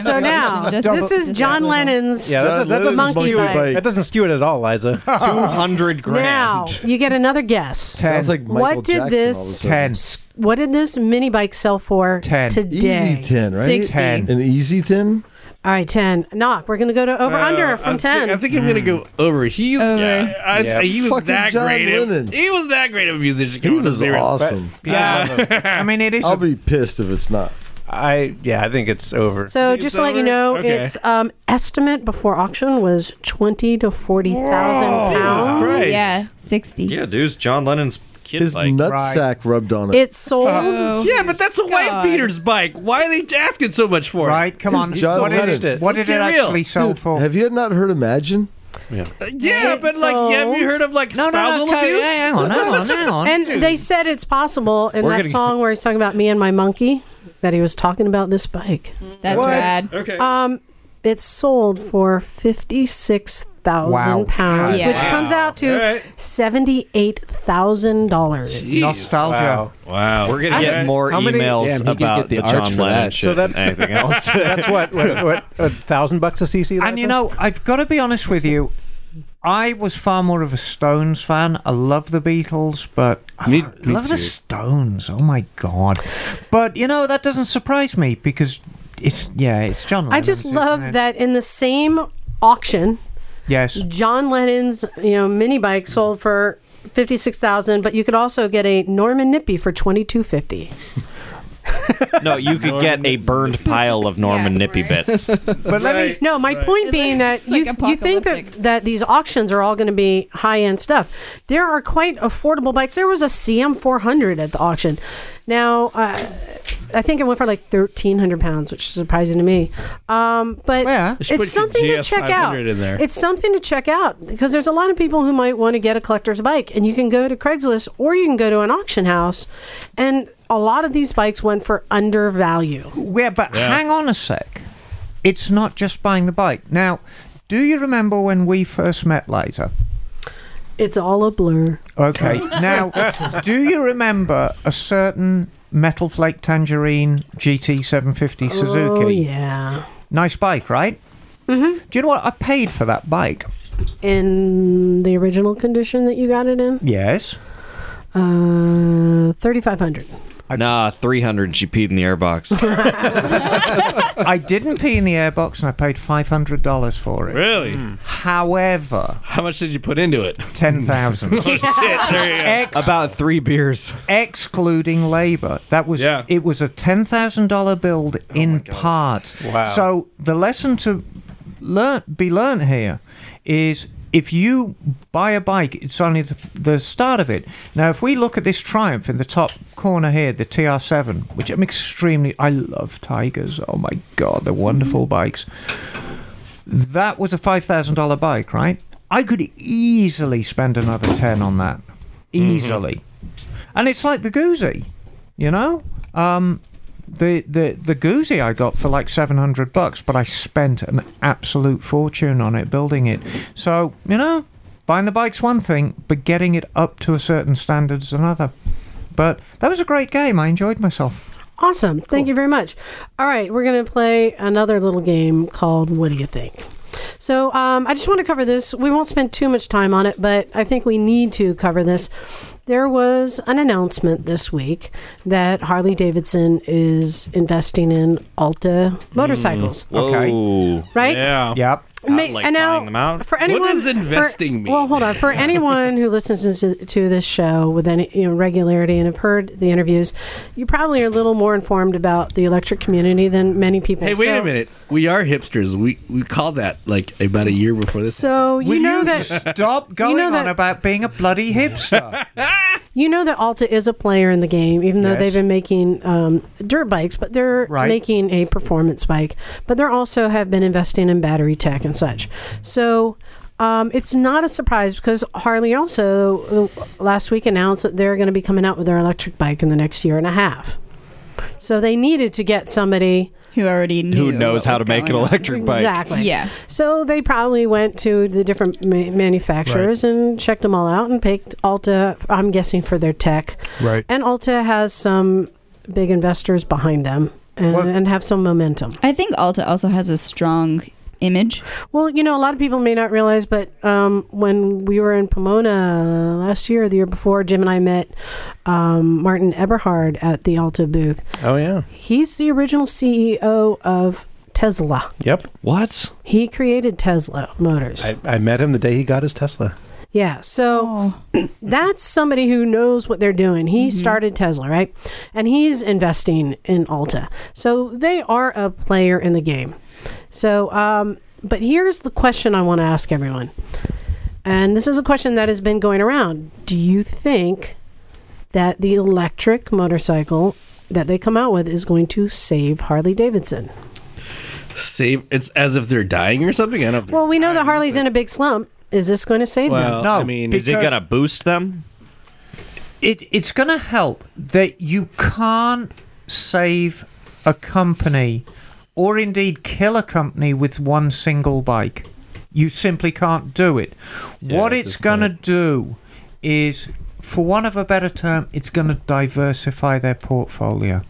[SPEAKER 1] so now,
[SPEAKER 8] Just-
[SPEAKER 1] this is John Lennon's
[SPEAKER 12] Yeah, that, that doesn't
[SPEAKER 1] monkey
[SPEAKER 12] skew
[SPEAKER 1] bike.
[SPEAKER 12] It. That doesn't skew it at all, Liza. Two
[SPEAKER 10] hundred
[SPEAKER 1] Now you get another guess.
[SPEAKER 12] Ten. Sounds like Michael
[SPEAKER 1] what did
[SPEAKER 12] Jackson all of a
[SPEAKER 1] this
[SPEAKER 12] sudden. Ten.
[SPEAKER 1] s- What did this mini bike sell for
[SPEAKER 8] ten.
[SPEAKER 1] today?
[SPEAKER 3] Easy ten, right?
[SPEAKER 1] 60.
[SPEAKER 3] An easy ten.
[SPEAKER 1] All right, ten. Knock. We're gonna go to over
[SPEAKER 5] Uh,
[SPEAKER 1] under from
[SPEAKER 5] I think-
[SPEAKER 1] ten.
[SPEAKER 5] I think I'm gonna
[SPEAKER 10] Hmm.
[SPEAKER 5] go over. He's
[SPEAKER 1] Over.
[SPEAKER 5] Yeah, I,
[SPEAKER 1] Yeah.
[SPEAKER 5] he was
[SPEAKER 1] Fucking
[SPEAKER 5] that
[SPEAKER 1] John
[SPEAKER 5] great. of-
[SPEAKER 1] Lennon.
[SPEAKER 5] He was that great of a musician.
[SPEAKER 3] He was awesome.
[SPEAKER 12] Yeah.
[SPEAKER 8] I mean, it is.
[SPEAKER 3] I'll be pissed if it's not.
[SPEAKER 12] I yeah, I think it's over.
[SPEAKER 1] so just to let you know,
[SPEAKER 12] Okay.
[SPEAKER 1] its um, estimate before auction was twenty to forty thousand
[SPEAKER 3] Oh,
[SPEAKER 1] pounds.
[SPEAKER 9] Yeah, sixty.
[SPEAKER 10] Yeah, dude's John Lennon's kid.
[SPEAKER 3] His
[SPEAKER 10] bike.
[SPEAKER 3] nutsack rubbed on it.
[SPEAKER 1] It's sold.
[SPEAKER 5] yeah, but that's a wife beater's bike. Why are they asking so much for it?
[SPEAKER 8] Right, come on.
[SPEAKER 5] It's
[SPEAKER 3] John
[SPEAKER 5] what
[SPEAKER 3] Lennon.
[SPEAKER 5] did it, what did it actually sell
[SPEAKER 3] Dude, Have you not heard Imagine?
[SPEAKER 5] Yeah. Yeah, but like, have you heard of like
[SPEAKER 1] No, no, no,
[SPEAKER 5] spousal
[SPEAKER 1] okay,
[SPEAKER 5] abuse?
[SPEAKER 1] yeah,
[SPEAKER 8] hang on, hang on, hang on.
[SPEAKER 1] And they said it's possible in
[SPEAKER 5] We're
[SPEAKER 1] that
[SPEAKER 5] getting-
[SPEAKER 1] song where he's talking about me and my monkey that he was talking about this bike.
[SPEAKER 9] That's What? rad. Okay.
[SPEAKER 1] Um, it's sold for fifty six thousand
[SPEAKER 8] Wow.
[SPEAKER 1] pounds,
[SPEAKER 8] Yeah.
[SPEAKER 1] which
[SPEAKER 8] Wow.
[SPEAKER 1] comes out to
[SPEAKER 8] All right.
[SPEAKER 1] seventy eight thousand dollars.
[SPEAKER 8] Nostalgia.
[SPEAKER 10] Wow. We're gonna get more emails about the, John Lennon shit
[SPEAKER 12] So that's
[SPEAKER 10] than anything else.
[SPEAKER 12] that's what what, what a thousand bucks a CC.
[SPEAKER 8] And you know, I've got to be honest with you. I was far more of a Stones fan. I love the Beatles, but I love the Stones. Oh my god! But you know that doesn't surprise me because it's yeah, it's John.
[SPEAKER 1] I
[SPEAKER 8] Lennon,
[SPEAKER 1] just
[SPEAKER 8] isn't it?
[SPEAKER 1] love that in the same auction,
[SPEAKER 8] Yes.
[SPEAKER 1] John Lennon's you know mini bike sold for fifty six thousand, but you could also get a Norman Nippy for twenty two fifty.
[SPEAKER 10] no, you could get a burned pile of Norman Nippy bits.
[SPEAKER 8] But let me.
[SPEAKER 1] No, my point being that you you think that that these auctions are all going to be high end stuff. There are quite affordable bikes. There was a CM 400 at the auction. Now, uh, I think it went for like 1,300 pounds, which is surprising to me. Um, but
[SPEAKER 5] You should put your
[SPEAKER 1] it's something to
[SPEAKER 5] GS500
[SPEAKER 1] check out.
[SPEAKER 5] in there.
[SPEAKER 1] It's something to check out because there's a lot of people who might want to get a collector's bike, and you can go to Craigslist or you can go to an auction house, and a lot of these bikes went for undervalue.
[SPEAKER 8] Yeah, but hang on a sec. It's not just buying the bike. Now, do you remember when we first met later?
[SPEAKER 1] It's all a blur.
[SPEAKER 8] Okay. Now, do you remember a certain Metal Flake Tangerine GT 750 Suzuki?
[SPEAKER 1] Oh yeah.
[SPEAKER 8] Nice bike, right? Mm-hmm. Do you know what? I paid for that bike.
[SPEAKER 1] in the original condition that you got it in?
[SPEAKER 10] Yes.
[SPEAKER 1] Uh, 3500
[SPEAKER 10] nah, 300. She peed in the airbox.
[SPEAKER 8] I didn't pee in the airbox and I paid $500 for it.
[SPEAKER 5] Really?
[SPEAKER 8] However,
[SPEAKER 5] Hmm. how much did you put into it? Oh,
[SPEAKER 8] 10,000.
[SPEAKER 10] About three beers.
[SPEAKER 8] Excluding labor. That was it was a $10,000 build
[SPEAKER 5] Oh
[SPEAKER 8] in part.
[SPEAKER 12] Wow.
[SPEAKER 8] So the lesson to learn be learnt here is if you buy a bike, it's only the, the start of it. Now, if we look at this Triumph in the top corner here, the TR7, which I'm extremely, I love Tigers. Oh my God, they're wonderful bikes. That was a five thousand dollar bike, right? I could easily spend another ten on that, easily. And it's like the Guzzi, you know. Um, the the the Guzzi I got for like seven hundred bucks, but I spent an absolute fortune on it building it. So you know, buying the bike's one thing, but getting it up to a certain standard's another. But that was a great game. I enjoyed myself.
[SPEAKER 1] Awesome. Thank you very much. All right, we're going to play another little game called What Do You Think? So um, I just want to cover this. We won't spend too much time on it, but I think we need to cover this. There was an announcement this week that Harley Davidson is investing in Alta motorcycles.
[SPEAKER 10] Whoa.
[SPEAKER 1] Right?
[SPEAKER 5] Yeah.
[SPEAKER 8] Mm. Yep.
[SPEAKER 1] Ma- and now, for anyone,
[SPEAKER 5] what does
[SPEAKER 1] for-
[SPEAKER 5] investing mean?
[SPEAKER 1] Well, hold on. For anyone who listens to, to this show with any you know, regularity and have heard the interviews, you probably are a little more informed about the electric community than many people.
[SPEAKER 5] Hey, wait
[SPEAKER 1] So-
[SPEAKER 5] a minute. We are hipsters. We we called that like about a year before this.
[SPEAKER 1] So you
[SPEAKER 5] Will
[SPEAKER 1] know
[SPEAKER 5] you
[SPEAKER 1] that
[SPEAKER 8] stop going
[SPEAKER 1] you know
[SPEAKER 8] on
[SPEAKER 1] that,
[SPEAKER 8] about being a bloody hipster.
[SPEAKER 1] you know that Alta is a player in the game, even though
[SPEAKER 8] Yes.
[SPEAKER 1] they've been making um, dirt bikes, but they're
[SPEAKER 8] Right.
[SPEAKER 1] making a performance bike. But they're also have been investing in battery tech and such. So. Um, it's not a surprise because Harley also uh, last week announced that they're going to be coming out with their electric bike in the next year and a half. So they needed to get somebody
[SPEAKER 9] who already knew
[SPEAKER 10] Who knows how to make an electric bike?
[SPEAKER 1] Exactly.
[SPEAKER 9] Yeah.
[SPEAKER 1] So they probably went to the different ma- manufacturers and checked them all out and picked Alta. I'm guessing for their tech.
[SPEAKER 11] Right.
[SPEAKER 1] And Alta has some big investors behind them and, and have some momentum.
[SPEAKER 9] I think Alta also has a strong image.
[SPEAKER 1] Well, you know, a lot of people may not realize, but um, when we were in Pomona last year, or the year before, Jim and I met um, Martin Eberhard at the Alta booth.
[SPEAKER 12] Oh yeah.
[SPEAKER 1] He's the original CEO of Tesla.
[SPEAKER 12] Yep.
[SPEAKER 10] What?
[SPEAKER 1] He created Tesla Motors.
[SPEAKER 12] I, I met him the day he got his Tesla.
[SPEAKER 1] Yeah, so that's somebody who knows what they're doing. He started Tesla, right? And he's investing in Alta. So they are a player in the game. So, um, but here's the question I want to ask everyone. And this is a question that has been going around. Do you think that the electric motorcycle that they come out with is going to save Harley Davidson?
[SPEAKER 5] save. It's as if they're dying or something. I don't.
[SPEAKER 1] Well, we know that Harley's in a big slump. Is this going to save them?
[SPEAKER 5] I mean,
[SPEAKER 10] is it
[SPEAKER 8] because-
[SPEAKER 10] gonna boost them?
[SPEAKER 8] it it's going to help that you can't save a company or indeed kill a company with one single bike. You simply can't do it. what it's going to do is for want of a better term, it's going to diversify their portfolio.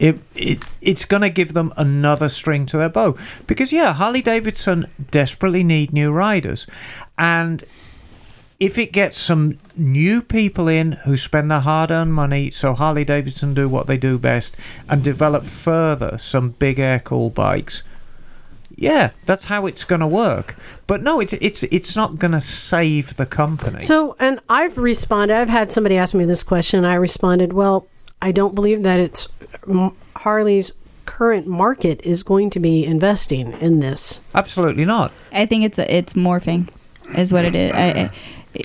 [SPEAKER 8] It, it it's going to give them another string to their bow because yeah, Harley Davidson desperately need new riders, and if it gets some new people in who spend their hard-earned money, so Harley Davidson do what they do best and develop further some big air cool bikes. Yeah, that's how it's going to work. But no, it's it's it's not going to save the company.
[SPEAKER 1] So, and I've responded. I've had somebody ask me this question, and I responded, "Well, I don't believe that it's m- Harley's current market is going to be investing in this."
[SPEAKER 8] Absolutely not.
[SPEAKER 9] I think it's a, it's morphing, is what it is. I, I,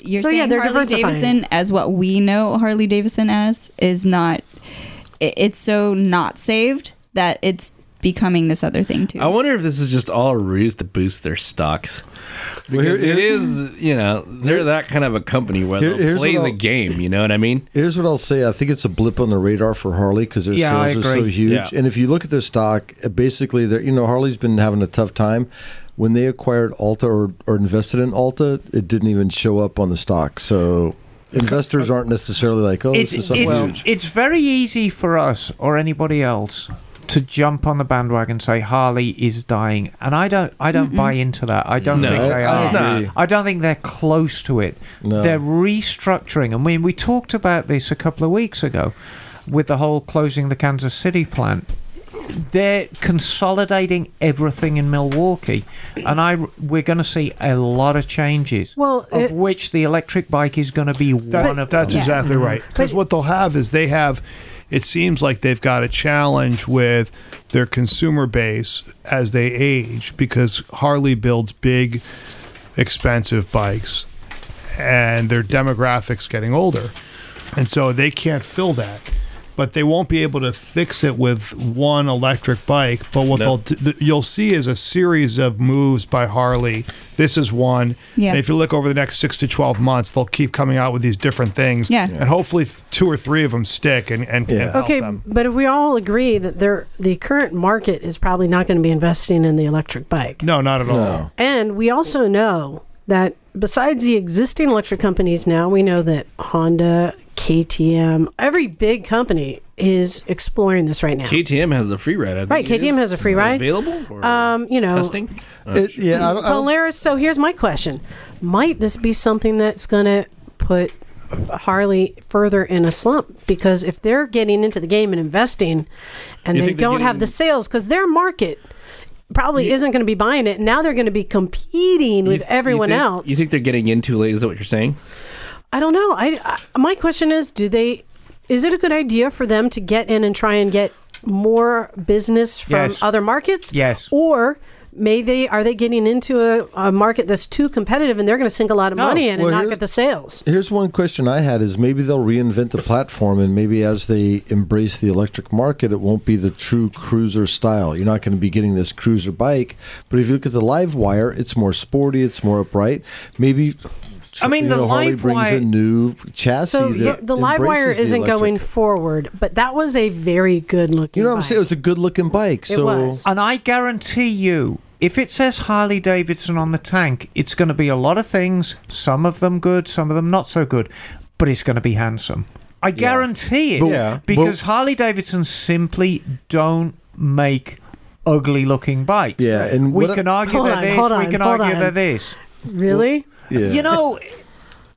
[SPEAKER 9] you're
[SPEAKER 1] So, yeah,
[SPEAKER 9] saying
[SPEAKER 1] they're
[SPEAKER 9] Harley
[SPEAKER 1] diversifying.
[SPEAKER 9] Davidson as what we know Harley Davidson as is not. i it's so not saved that it's becoming this other thing too.
[SPEAKER 5] I wonder if this is just all a ruse to boost their stocks.
[SPEAKER 3] Well, here-
[SPEAKER 5] Because it
[SPEAKER 3] here-
[SPEAKER 5] is, you know, they're that kind of a company where
[SPEAKER 3] Here-
[SPEAKER 5] they'll
[SPEAKER 3] here's
[SPEAKER 5] play
[SPEAKER 3] what
[SPEAKER 5] the
[SPEAKER 3] I'll-
[SPEAKER 5] game. You know what I mean?
[SPEAKER 3] Here's what I'll say. I think it's a blip on the radar for Harley because their
[SPEAKER 5] Yeah, I
[SPEAKER 3] sales are so
[SPEAKER 5] agree.
[SPEAKER 3] huge.
[SPEAKER 5] Yeah.
[SPEAKER 3] And if you look at their stock, uh, basically, they're, you know, Harley's been having a tough time. When they acquired Alta or, or invested in Alta, it didn't even show up on the stock. So investors aren't necessarily like, oh, this is something huge.
[SPEAKER 8] it's very easy for us or anybody else to jump on the bandwagon and say Harley is dying, and I don't I don't
[SPEAKER 7] Mm-mm.
[SPEAKER 8] buy into that. I don't
[SPEAKER 7] No,
[SPEAKER 8] think they
[SPEAKER 7] I
[SPEAKER 8] are.
[SPEAKER 7] agree.
[SPEAKER 8] I don't think they're close to it.
[SPEAKER 7] No.
[SPEAKER 8] They're restructuring. I mean, we talked about this a couple of weeks ago with the whole closing the Kansas City plant. They're consolidating everything in Milwaukee, and I we're going to see a lot of changes.
[SPEAKER 1] Well,
[SPEAKER 8] of
[SPEAKER 1] it-
[SPEAKER 8] which the electric bike is going to be
[SPEAKER 6] That-
[SPEAKER 8] one of
[SPEAKER 6] that's
[SPEAKER 8] them.
[SPEAKER 6] exactly right. Because what they'll have is they have, it seems like they've got a challenge with their consumer base as they age because Harley builds big, expensive bikes and their demographics getting older. And so they can't fill that. But they won't be able to fix it with one electric bike. But what
[SPEAKER 14] No.
[SPEAKER 6] they'll th- you'll see is a series of moves by Harley. This is one.
[SPEAKER 9] Yeah.
[SPEAKER 6] And if you look over the next six to 12 months, they'll keep coming out with these different things.
[SPEAKER 9] Yeah.
[SPEAKER 6] And hopefully th- two or three of them stick and, and, and help
[SPEAKER 1] okay,
[SPEAKER 6] them.
[SPEAKER 1] but if we all agree that there, the current market is probably not going to be investing in the electric bike,
[SPEAKER 6] No, not at all.
[SPEAKER 1] and we also know that besides the existing electric companies, now we know that Honda, KTM, every big company is exploring this right now.
[SPEAKER 5] KTM has the free ride. I think
[SPEAKER 1] Right,
[SPEAKER 5] it is.
[SPEAKER 1] KTM has a free
[SPEAKER 5] Is it
[SPEAKER 1] ride.
[SPEAKER 5] available. Or
[SPEAKER 1] um, you know,
[SPEAKER 5] testing?
[SPEAKER 3] It- yeah, I don't- I don't-
[SPEAKER 1] Uh, Polaris. So here's my question: Might this be something that's going to put Harley further in a slump? Because if they're getting into the game and investing, and
[SPEAKER 5] You
[SPEAKER 1] they
[SPEAKER 5] think they're
[SPEAKER 1] don't have the sales, because their market probably isn't going to be buying it. Now they're going to be competing with everyone
[SPEAKER 5] you think,
[SPEAKER 1] else.
[SPEAKER 5] You think they're getting in too late? Is that what you're saying?
[SPEAKER 1] I don't know. I, I my question is, do they? Is it a good idea for them to get in and try and get more business from
[SPEAKER 8] Yes.
[SPEAKER 1] other markets?
[SPEAKER 8] Yes.
[SPEAKER 1] Or may they are they getting into a, a market that's too competitive and they're going to sink a lot of money in
[SPEAKER 3] Well,
[SPEAKER 1] and not
[SPEAKER 3] here-
[SPEAKER 1] get the sales?
[SPEAKER 3] Here's one question I had is maybe they'll reinvent the platform and maybe as they embrace the electric market it won't be the true cruiser style. You're not going to be getting this cruiser bike, but if you look at the live wire, it's more sporty, it's more upright. Maybe
[SPEAKER 8] I mean,
[SPEAKER 3] you
[SPEAKER 8] the
[SPEAKER 3] know, Harley
[SPEAKER 8] Live
[SPEAKER 3] brings
[SPEAKER 8] Wire-
[SPEAKER 3] a new chassis
[SPEAKER 1] So the,
[SPEAKER 3] that
[SPEAKER 1] the live wire
[SPEAKER 3] embraces the
[SPEAKER 1] isn't
[SPEAKER 3] electric.
[SPEAKER 1] going forward, but that was a very good looking.
[SPEAKER 3] You know what I'm saying? It was a good looking bike. so
[SPEAKER 8] and I guarantee you, if it says Harley Davidson on the tank, it's going to be a lot of things. Some of them good, some of them not so good, but it's going to be handsome. I guarantee it.
[SPEAKER 12] But- Yeah.
[SPEAKER 8] Because Harley Davidson simply don't make ugly looking bikes.
[SPEAKER 3] Yeah, and
[SPEAKER 8] we
[SPEAKER 3] what I-
[SPEAKER 8] can argue
[SPEAKER 1] Hold
[SPEAKER 8] they're
[SPEAKER 1] on,
[SPEAKER 8] this,
[SPEAKER 1] hold
[SPEAKER 8] we
[SPEAKER 1] on,
[SPEAKER 8] can
[SPEAKER 1] hold
[SPEAKER 8] argue
[SPEAKER 1] on.
[SPEAKER 8] they're this.
[SPEAKER 1] Really?
[SPEAKER 3] Yeah.
[SPEAKER 8] You know,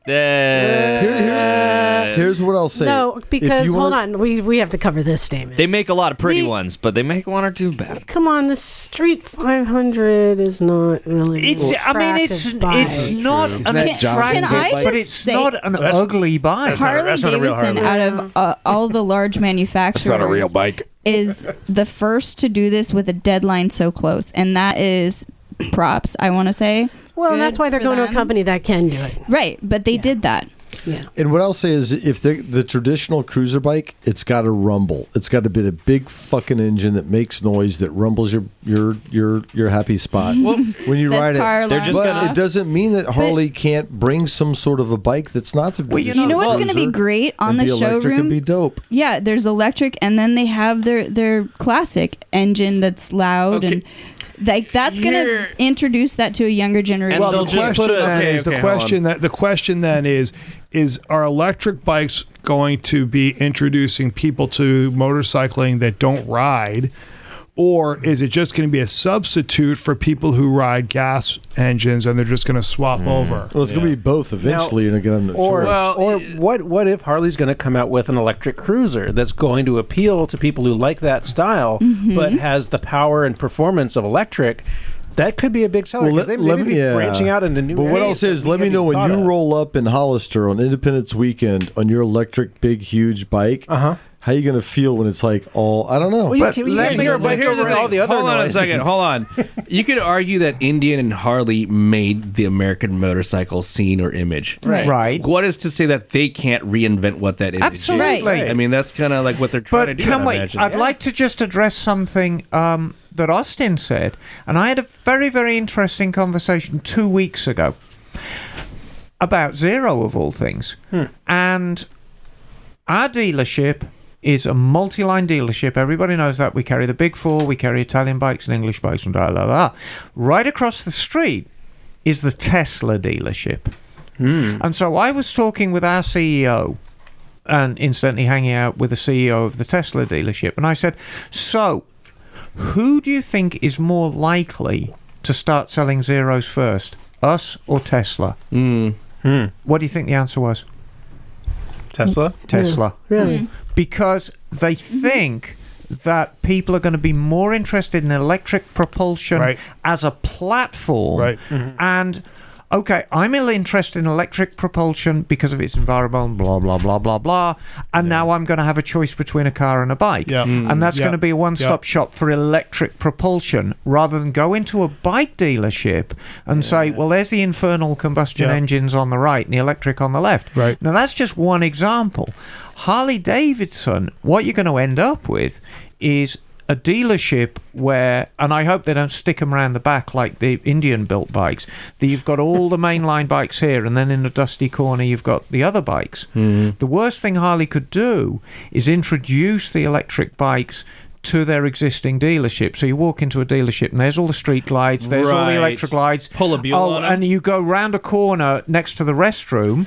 [SPEAKER 3] Here- here- here's what I'll say.
[SPEAKER 1] no,
[SPEAKER 3] If
[SPEAKER 1] because
[SPEAKER 3] you
[SPEAKER 1] hold
[SPEAKER 3] wanna-
[SPEAKER 1] on, we we have to cover this statement.
[SPEAKER 10] They make a lot of pretty ones, but they make one or two bad.
[SPEAKER 1] Come on, the Street 500 is not really.
[SPEAKER 8] It's.
[SPEAKER 1] an
[SPEAKER 8] I mean, it's.
[SPEAKER 1] attractive bike.
[SPEAKER 8] It's not
[SPEAKER 10] Isn't
[SPEAKER 8] an
[SPEAKER 10] that Johnson's
[SPEAKER 8] attractive,
[SPEAKER 10] bike?
[SPEAKER 8] but
[SPEAKER 10] Can I
[SPEAKER 8] it's
[SPEAKER 10] just
[SPEAKER 8] not
[SPEAKER 9] say-
[SPEAKER 8] an
[SPEAKER 9] That's-
[SPEAKER 8] ugly bike.
[SPEAKER 9] Harley Davidson, out of uh, all the large manufacturers,
[SPEAKER 7] bike.
[SPEAKER 9] is the first to do this with a deadline so close, and that is props. I want to say.
[SPEAKER 1] Well, and that's
[SPEAKER 9] Good
[SPEAKER 1] why they're
[SPEAKER 9] for
[SPEAKER 1] going to
[SPEAKER 9] them.
[SPEAKER 1] a company that can do it.
[SPEAKER 9] Right, but they did that.
[SPEAKER 3] And what I'll say is, if the the traditional cruiser bike, it's got to rumble. It's got to be a big fucking engine that makes noise that rumbles your your your your happy spot when you
[SPEAKER 9] Sets
[SPEAKER 3] ride it.
[SPEAKER 9] car They're just
[SPEAKER 3] but
[SPEAKER 9] alarms
[SPEAKER 3] it
[SPEAKER 9] off.
[SPEAKER 3] doesn't mean that Harley can't bring some sort of a bike that's not the
[SPEAKER 9] you
[SPEAKER 3] traditional.
[SPEAKER 9] know what's gonna be
[SPEAKER 3] cruiser
[SPEAKER 9] great on
[SPEAKER 3] and
[SPEAKER 9] the
[SPEAKER 3] be electric
[SPEAKER 9] showroom?
[SPEAKER 3] and be dope.
[SPEAKER 9] Yeah, there's electric, and then they have their their classic engine that's loud and. Like that's gonna introduce that to a younger generation.
[SPEAKER 6] well, the question then is the question that the question then is is are electric bikes going to be introducing people to motorcycling that don't ride, or is it just going to be a substitute for people who ride gas engines and they're just going to swap over?
[SPEAKER 3] Hmm. Well, it's going to be both eventually, and again, I'm not
[SPEAKER 12] or,
[SPEAKER 3] sure.
[SPEAKER 12] or what what if Harley's going to come out with an electric cruiser that's going to appeal to people who like that style
[SPEAKER 5] Mm-hmm.
[SPEAKER 12] but has the power and performance of electric? That could be a big seller. 'cause they may be branching out into new.
[SPEAKER 3] uh, But what I'll say is, let me know when you roll up in Hollister on Independence Weekend on your electric big huge bike. Uh-huh. How you gonna feel when it's like all? I don't know.
[SPEAKER 12] Well, you But can- you let's can hear hear about
[SPEAKER 5] Here's the
[SPEAKER 12] all
[SPEAKER 5] thing.
[SPEAKER 12] the other
[SPEAKER 5] hold on a
[SPEAKER 12] noise.
[SPEAKER 5] second. Hold on. You could argue that Indian and Harley made the American motorcycle scene or image.
[SPEAKER 8] Right. Right.
[SPEAKER 5] What is to say that they can't reinvent what that image is?
[SPEAKER 8] Absolutely. Right.
[SPEAKER 5] I mean, that's kind of like what they're trying
[SPEAKER 8] But
[SPEAKER 5] to do.
[SPEAKER 8] can
[SPEAKER 5] I
[SPEAKER 8] we?
[SPEAKER 5] imagine.
[SPEAKER 8] I'd like to just address something um, that Austin said, and I had a very, very interesting conversation two weeks ago about Zero of all things, and our dealership is a multi-line dealership. Everybody knows that we carry the big four, we carry Italian bikes and English bikes, and blah blah blah. Right across the street is the Tesla dealership. And so I was talking with our E CEO E and incidentally hanging out with the CEO of the Tesla dealership. And I said, So, Who do you think is more likely to start selling zeros first, us or Tesla? Mm. What do you think the answer was?
[SPEAKER 12] Tesla?
[SPEAKER 8] Tesla.
[SPEAKER 12] Yeah, really? Mm.
[SPEAKER 8] Because they
[SPEAKER 11] Mm-hmm.
[SPEAKER 8] think that people are going to be more interested in electric propulsion
[SPEAKER 12] Right.
[SPEAKER 8] as a platform.
[SPEAKER 12] Right. Mhm.
[SPEAKER 8] And okay, I'm ill interested in electric propulsion because of its environmental blah blah blah blah blah. And now I'm going to have a choice between a car and a bike.
[SPEAKER 11] Yeah. Mm.
[SPEAKER 8] And that's
[SPEAKER 11] Yeah.
[SPEAKER 8] going to be a one-stop
[SPEAKER 11] Yeah.
[SPEAKER 8] shop for electric propulsion rather than go into a bike dealership and say, well, there's the infernal combustion
[SPEAKER 11] Yeah.
[SPEAKER 8] engines on the right and the electric on the left. Right. Now that's just one example. Harley Davidson, what you're going to end up with is a dealership where, and I hope they don't stick them around the back like the Indian built bikes, that you've got all the mainline bikes here, and then in a dusty corner, you've got the other bikes. The worst thing Harley could do is introduce the electric bikes to their existing dealership. So you walk into a dealership and there's all the street lights, there's all the
[SPEAKER 5] Right.
[SPEAKER 8] electric lights.
[SPEAKER 5] Pull a Buell
[SPEAKER 8] Oh,
[SPEAKER 5] on 'em.
[SPEAKER 8] and you go round a corner next to the restroom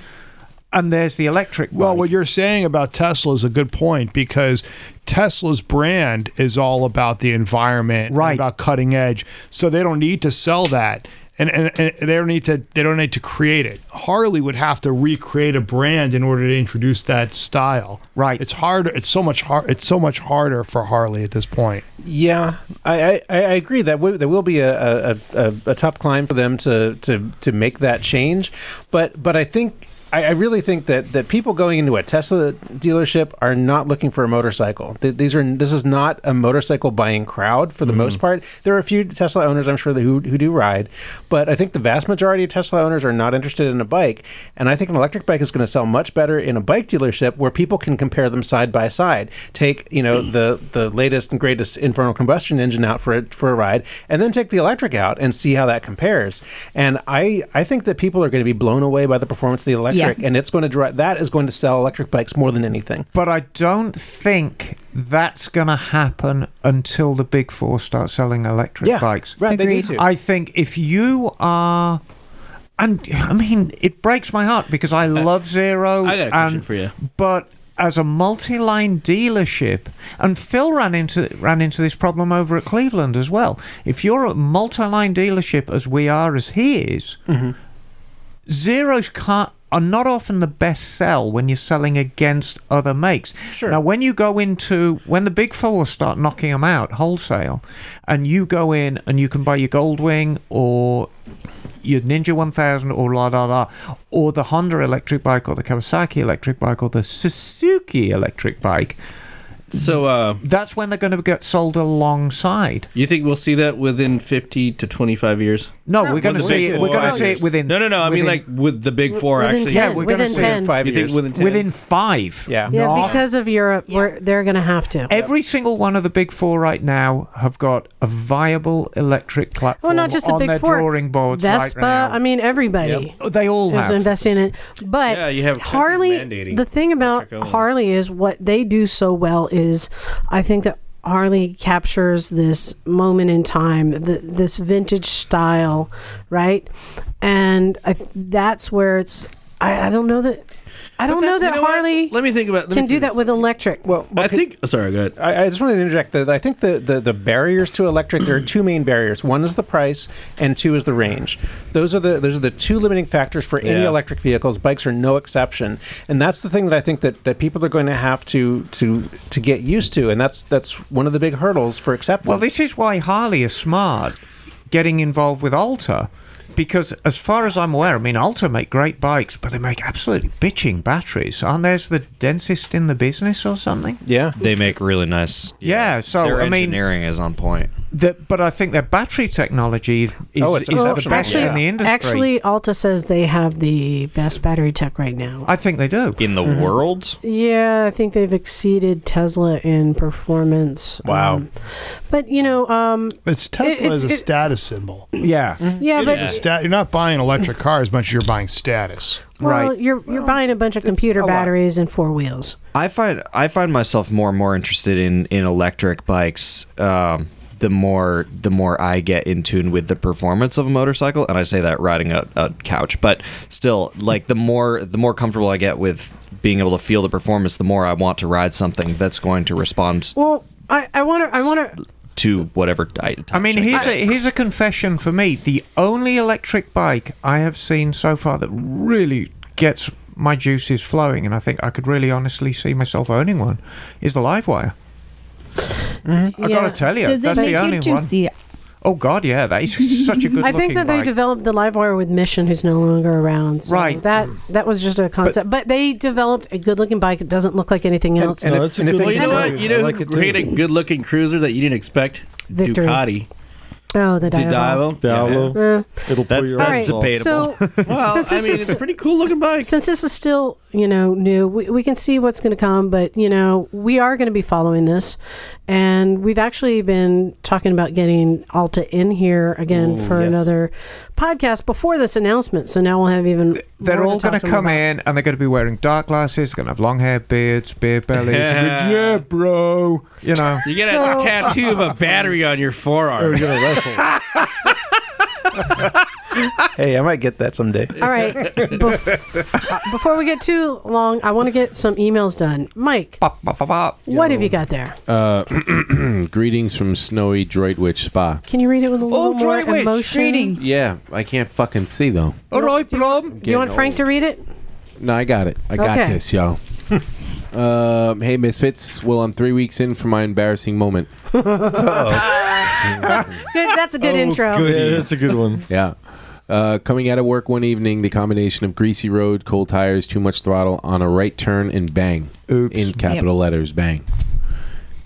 [SPEAKER 8] and there's the electric
[SPEAKER 11] Well, what you're saying about Tesla is a good point because Tesla's brand is all about the environment, right? about cutting edge, so they don't need to sell that, and, and and they don't need to they don't need to create it. Harley would have to recreate a brand in order to introduce that style,
[SPEAKER 8] right?
[SPEAKER 11] It's harder. It's so much hard. It's so much harder for Harley at this point.
[SPEAKER 12] Yeah, I, I, I agree that w- there will be a, a, a, a tough climb for them to, to, to make that change, but but I think I, I really think that, that people going into a Tesla dealership are not looking for a motorcycle. Th- These are this is not a motorcycle buying crowd for the most part. There are a few Tesla owners I'm sure that who who do ride, but I think the vast majority of Tesla owners are not interested in a bike, and I think an electric bike is going to sell much better in a bike dealership where people can compare them side by side. Take you know the the latest and greatest internal combustion engine out for a, for a ride, and then take the electric out and see how that compares. And I I think that people are going to be blown away by the performance of the electric,
[SPEAKER 8] Yeah.
[SPEAKER 12] and it's going to drive that is going to sell electric bikes more than anything.
[SPEAKER 8] But I don't think that's going to happen until the big four start selling electric
[SPEAKER 12] Yeah,
[SPEAKER 8] bikes.
[SPEAKER 12] right, they need Agreed. to.
[SPEAKER 8] I think if you are. And I mean, it breaks my heart because I love Zero.
[SPEAKER 5] Uh, I got a question
[SPEAKER 8] and-
[SPEAKER 5] for you.
[SPEAKER 8] But as a multi-line dealership, and Phil ran into ran into this problem over at Cleveland as well. If you're a multi-line dealership, as we are, as he is, zeros can't are not often the best sell when you're selling against other makes. Sure. Now, when you go into when the big four start knocking them out wholesale, and you go in and you can buy your Goldwing or your Ninja 1000 or la la la, or the Honda electric bike or the Kawasaki electric bike or the Suzuki electric bike.
[SPEAKER 5] So uh,
[SPEAKER 8] that's when they're going to get sold alongside.
[SPEAKER 5] You think we'll see that within 50 to 25 years?
[SPEAKER 8] No, we're gonna
[SPEAKER 5] When the
[SPEAKER 8] see
[SPEAKER 5] big
[SPEAKER 8] it- we're
[SPEAKER 5] four
[SPEAKER 8] gonna see it
[SPEAKER 5] actually-
[SPEAKER 8] within-
[SPEAKER 5] No, no, no. I mean,
[SPEAKER 8] within-
[SPEAKER 5] like with the big four
[SPEAKER 1] within
[SPEAKER 5] actually.
[SPEAKER 1] 10, Yeah, we're gonna within see it in 10. five
[SPEAKER 5] you think
[SPEAKER 8] years.
[SPEAKER 5] within 10?
[SPEAKER 8] Within five. Yeah.
[SPEAKER 1] Yeah, because of Europe, we're, they're going to have to.
[SPEAKER 8] Every single one of the big four right now have got a viable electric platform
[SPEAKER 1] Well, not just the
[SPEAKER 8] on
[SPEAKER 1] big
[SPEAKER 8] their
[SPEAKER 1] four.
[SPEAKER 8] drawing boards
[SPEAKER 1] Vespa.
[SPEAKER 8] right now.
[SPEAKER 1] I mean, everybody.
[SPEAKER 8] Yep. Oh, They all
[SPEAKER 1] is
[SPEAKER 8] have.
[SPEAKER 1] investing in it. But
[SPEAKER 5] Yeah, you have countries
[SPEAKER 1] Harley.
[SPEAKER 5] mandating
[SPEAKER 1] The thing about
[SPEAKER 5] electric only.
[SPEAKER 1] Harley is what they do so well is, I think that Harley captures this moment in time, th this vintage style, right? And I, th- that's where it's. I, I don't know that. I don't know
[SPEAKER 5] that's-
[SPEAKER 1] that
[SPEAKER 5] you know what?
[SPEAKER 1] Harley.
[SPEAKER 5] Let me think about. Let me
[SPEAKER 1] can
[SPEAKER 5] see
[SPEAKER 1] do that
[SPEAKER 5] this.
[SPEAKER 1] with electric.
[SPEAKER 12] Well, I think.
[SPEAKER 5] oh, Sorry, go ahead.
[SPEAKER 12] I, I just wanted to interject that I think the, the, the barriers to electric there are two main barriers. One is the price, and two is the range. Those are the those are the two limiting factors for any
[SPEAKER 5] Yeah.
[SPEAKER 12] electric vehicles. Bikes are no exception, and that's the thing that I think that, that people are going to have to to to get used to, and that's that's one of the big hurdles for acceptance.
[SPEAKER 8] Well, this is why Harley is smart getting involved with Alta because, as far as I'm aware, I mean, Alta make great bikes, but they make absolutely bitching batteries. Aren't theirs the densest in the business or something?
[SPEAKER 12] Yeah,
[SPEAKER 10] they make really nice.
[SPEAKER 8] Yeah, so,
[SPEAKER 10] their
[SPEAKER 8] I mean-
[SPEAKER 10] engineering is on point.
[SPEAKER 8] That, but I think their battery technology is,
[SPEAKER 10] Oh, it's
[SPEAKER 8] is the
[SPEAKER 10] exceptional,
[SPEAKER 8] best in the industry.
[SPEAKER 1] Actually, Alta says they have the best battery tech right now.
[SPEAKER 8] I think they do Mm-hmm.
[SPEAKER 10] in the world.
[SPEAKER 1] Yeah, I think they've exceeded Tesla in performance.
[SPEAKER 12] Wow.
[SPEAKER 1] Um, but you know, um,
[SPEAKER 11] It's Tesla
[SPEAKER 1] it-
[SPEAKER 11] is a
[SPEAKER 1] it-
[SPEAKER 11] status symbol.
[SPEAKER 8] Yeah,
[SPEAKER 1] Yeah, but-
[SPEAKER 11] a sta- you're not buying electric car as much as you're buying status.
[SPEAKER 1] well, you're you're buying a bunch of computer batteries and four wheels.
[SPEAKER 10] I find I find myself more and more interested in in electric bikes. Um, the more the more I get in tune with the performance of a motorcycle, and I say that riding a, a couch, but still, like the more the more comfortable I get with being able to feel the performance, the more I want to ride something that's going to respond.
[SPEAKER 1] Well, I I want to I want to
[SPEAKER 10] to whatever I,
[SPEAKER 8] I mean, here's a here's a confession for me. The only electric bike I have seen so far that really gets my juices flowing, and I think I could really honestly see myself owning one, is the Livewire. I
[SPEAKER 1] Mm-hmm. Yeah.
[SPEAKER 8] gotta tell you,
[SPEAKER 1] Does it
[SPEAKER 8] that's
[SPEAKER 1] make
[SPEAKER 8] the
[SPEAKER 1] you
[SPEAKER 8] only
[SPEAKER 1] juicy?
[SPEAKER 8] one. Oh God, yeah, that is such a good.
[SPEAKER 1] I think
[SPEAKER 8] looking
[SPEAKER 1] that they
[SPEAKER 8] bike.
[SPEAKER 1] developed the live wire with Mission, who's no longer around. So
[SPEAKER 8] Right.
[SPEAKER 1] That that was just a concept, but, they developed a good-looking bike. It doesn't look like anything else.
[SPEAKER 5] And if- and if they- You know what? You know who created a good-looking cruiser that you didn't expect?
[SPEAKER 1] Victory.
[SPEAKER 5] Ducati.
[SPEAKER 1] Oh, the Uh,
[SPEAKER 5] Did
[SPEAKER 1] Diablo.
[SPEAKER 5] Diablo?
[SPEAKER 1] Yeah.
[SPEAKER 3] It'll pull your
[SPEAKER 1] All right, So,
[SPEAKER 5] Well,
[SPEAKER 1] since
[SPEAKER 5] I
[SPEAKER 1] this
[SPEAKER 5] mean,
[SPEAKER 1] is,
[SPEAKER 5] it's a pretty cool looking bike.
[SPEAKER 1] Since this is still, you know, new, we, we can see what's going to come, but, you know, we are going to be following this. And we've actually been talking about getting Alta in here again
[SPEAKER 8] Ooh,
[SPEAKER 1] for
[SPEAKER 8] yes.
[SPEAKER 1] another podcast before this announcement. So now we'll have even.
[SPEAKER 8] They're all going to come in and they're going to be wearing dark glasses, going to have long hair, beards, beer bellies.
[SPEAKER 5] Yeah.
[SPEAKER 8] yeah, bro. You know.
[SPEAKER 5] You get a tattoo of a battery on your forearm.
[SPEAKER 3] We're gonna wrestle.
[SPEAKER 12] hey, I might get that someday.
[SPEAKER 1] All right. Bef- uh, before we get too long, I want to get some emails done. Mike, what have you got there?
[SPEAKER 7] Uh, greetings from snowy Droid Witch Spa.
[SPEAKER 1] Can you read it with a little
[SPEAKER 8] Oh,
[SPEAKER 1] more
[SPEAKER 8] Droidwitch,
[SPEAKER 1] emotion?
[SPEAKER 8] greetings.
[SPEAKER 7] Yeah, I can't fucking see though.
[SPEAKER 8] All right, Blom.
[SPEAKER 1] Do you want Frank to read it?
[SPEAKER 7] No, I got it. I got
[SPEAKER 1] Okay.
[SPEAKER 7] this, y'all. um, hey, Misfits. Well, I'm three weeks in for my embarrassing moment.
[SPEAKER 1] Good, that's a good
[SPEAKER 3] Oh,
[SPEAKER 1] intro.
[SPEAKER 3] that's a good one.
[SPEAKER 7] yeah. Uh, coming out of work one evening, the combination of greasy road, cold tires, too much throttle on a right turn, and bang. Oops. In capital letters, bang.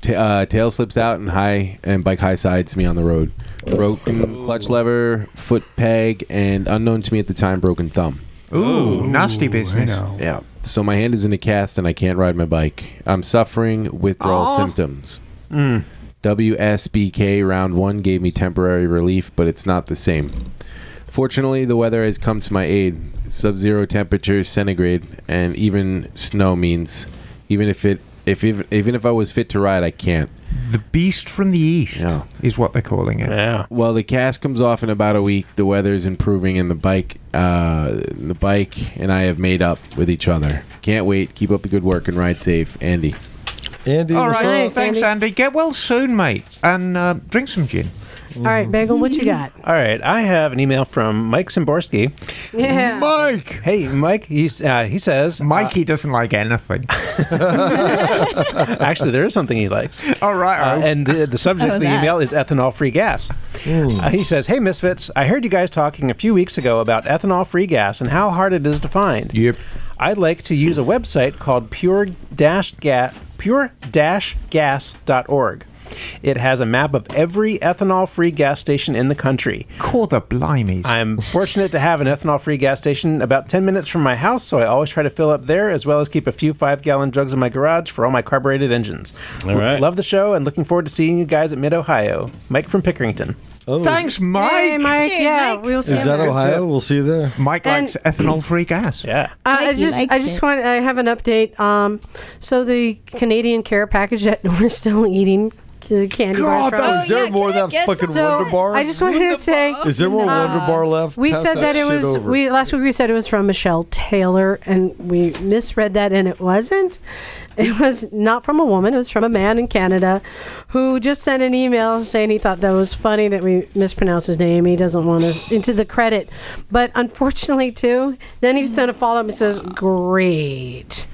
[SPEAKER 7] Ta uh, tail slips out and high and bike high sides me on the road. Broken clutch lever, foot peg, and unknown to me at the time, broken thumb.
[SPEAKER 8] Ooh, nasty business.
[SPEAKER 7] Yeah. So my hand is in a cast and I can't ride my bike. I'm suffering withdrawal
[SPEAKER 8] Aw.
[SPEAKER 7] symptoms.
[SPEAKER 8] Hmm.
[SPEAKER 7] WSBK round one gave me temporary relief, but it's not the same. Fortunately, the weather has come to my aid. Sub zero temperatures, centigrade, and even snow means even if it if even, even if I was fit to ride, I can't.
[SPEAKER 8] The beast from the east
[SPEAKER 7] Yeah.
[SPEAKER 8] is what they're calling it.
[SPEAKER 12] Yeah.
[SPEAKER 7] Well, the cast comes off in about a week. The weather's improving, and the bike, uh, the bike, and I have made up with each other. Can't wait. Keep up the good work and ride safe, Andy.
[SPEAKER 3] Andy,
[SPEAKER 8] All
[SPEAKER 3] what's
[SPEAKER 8] right,
[SPEAKER 3] up?
[SPEAKER 8] thanks, Andy. Get well soon, mate, and uh, drink some gin.
[SPEAKER 1] All right, Bagel, what you got?
[SPEAKER 12] All right, I have an email from Mike Simborski.
[SPEAKER 1] Yeah.
[SPEAKER 8] Mike.
[SPEAKER 12] Hey, Mike. He's, uh, he says
[SPEAKER 8] Mikey doesn't like anything.
[SPEAKER 12] Actually, there is something he likes.
[SPEAKER 8] All right.
[SPEAKER 12] Uh, and the, the subject
[SPEAKER 8] Oh,
[SPEAKER 12] of the
[SPEAKER 8] that.
[SPEAKER 12] email is ethanol free gas. Uh, he says, Hey, Misfits, I heard you guys talking a few weeks ago about ethanol free gas and how hard it is to find.
[SPEAKER 8] Yep.
[SPEAKER 12] I'd like to use a website called pure dash gas pure-gas.org. It has a map of every ethanol-free gas station in the country.
[SPEAKER 8] Call the blimies.
[SPEAKER 12] I'm fortunate to have an ethanol free gas station about 10 minutes from my house, so I always try to fill up there as well as keep a few five gallon jugs in my garage for all my carbureted engines.
[SPEAKER 5] All right.
[SPEAKER 12] Love the show and looking forward to seeing you guys at Mid Ohio. Mike from Pickerington.
[SPEAKER 3] Oh,
[SPEAKER 8] Thanks, Mike.
[SPEAKER 1] Hey, Mike.
[SPEAKER 9] Cheers,
[SPEAKER 1] yeah,
[SPEAKER 9] Mike.
[SPEAKER 1] we'll see
[SPEAKER 3] is
[SPEAKER 1] you
[SPEAKER 3] that
[SPEAKER 1] there.
[SPEAKER 3] Ohio? We'll see you there.
[SPEAKER 8] Mike
[SPEAKER 1] And-
[SPEAKER 8] likes ethanol-free gas.
[SPEAKER 12] Yeah.
[SPEAKER 1] Uh, I
[SPEAKER 9] Like he
[SPEAKER 1] just,
[SPEAKER 9] likes
[SPEAKER 1] I just
[SPEAKER 9] it.
[SPEAKER 1] want. I have an update. Um, so the Canadian care package that we're still eating the candy bars
[SPEAKER 3] God,
[SPEAKER 1] from.
[SPEAKER 9] Oh,
[SPEAKER 3] is there more of that fucking
[SPEAKER 1] So,
[SPEAKER 3] Wonder Bar?
[SPEAKER 1] I just wanted to say.
[SPEAKER 3] is there more Wonder Bar left?
[SPEAKER 1] We
[SPEAKER 3] Pass
[SPEAKER 1] said that, it
[SPEAKER 3] shit
[SPEAKER 1] was
[SPEAKER 3] over.
[SPEAKER 1] we last week we said it was from Michelle Taylor and we misread that and it wasn't. It was not from a woman, it was from a man in Canada who just sent an email saying he thought that was funny that we mispronounced his name. He doesn't want us into the credit. But unfortunately too, then he sent a follow up and says, Great.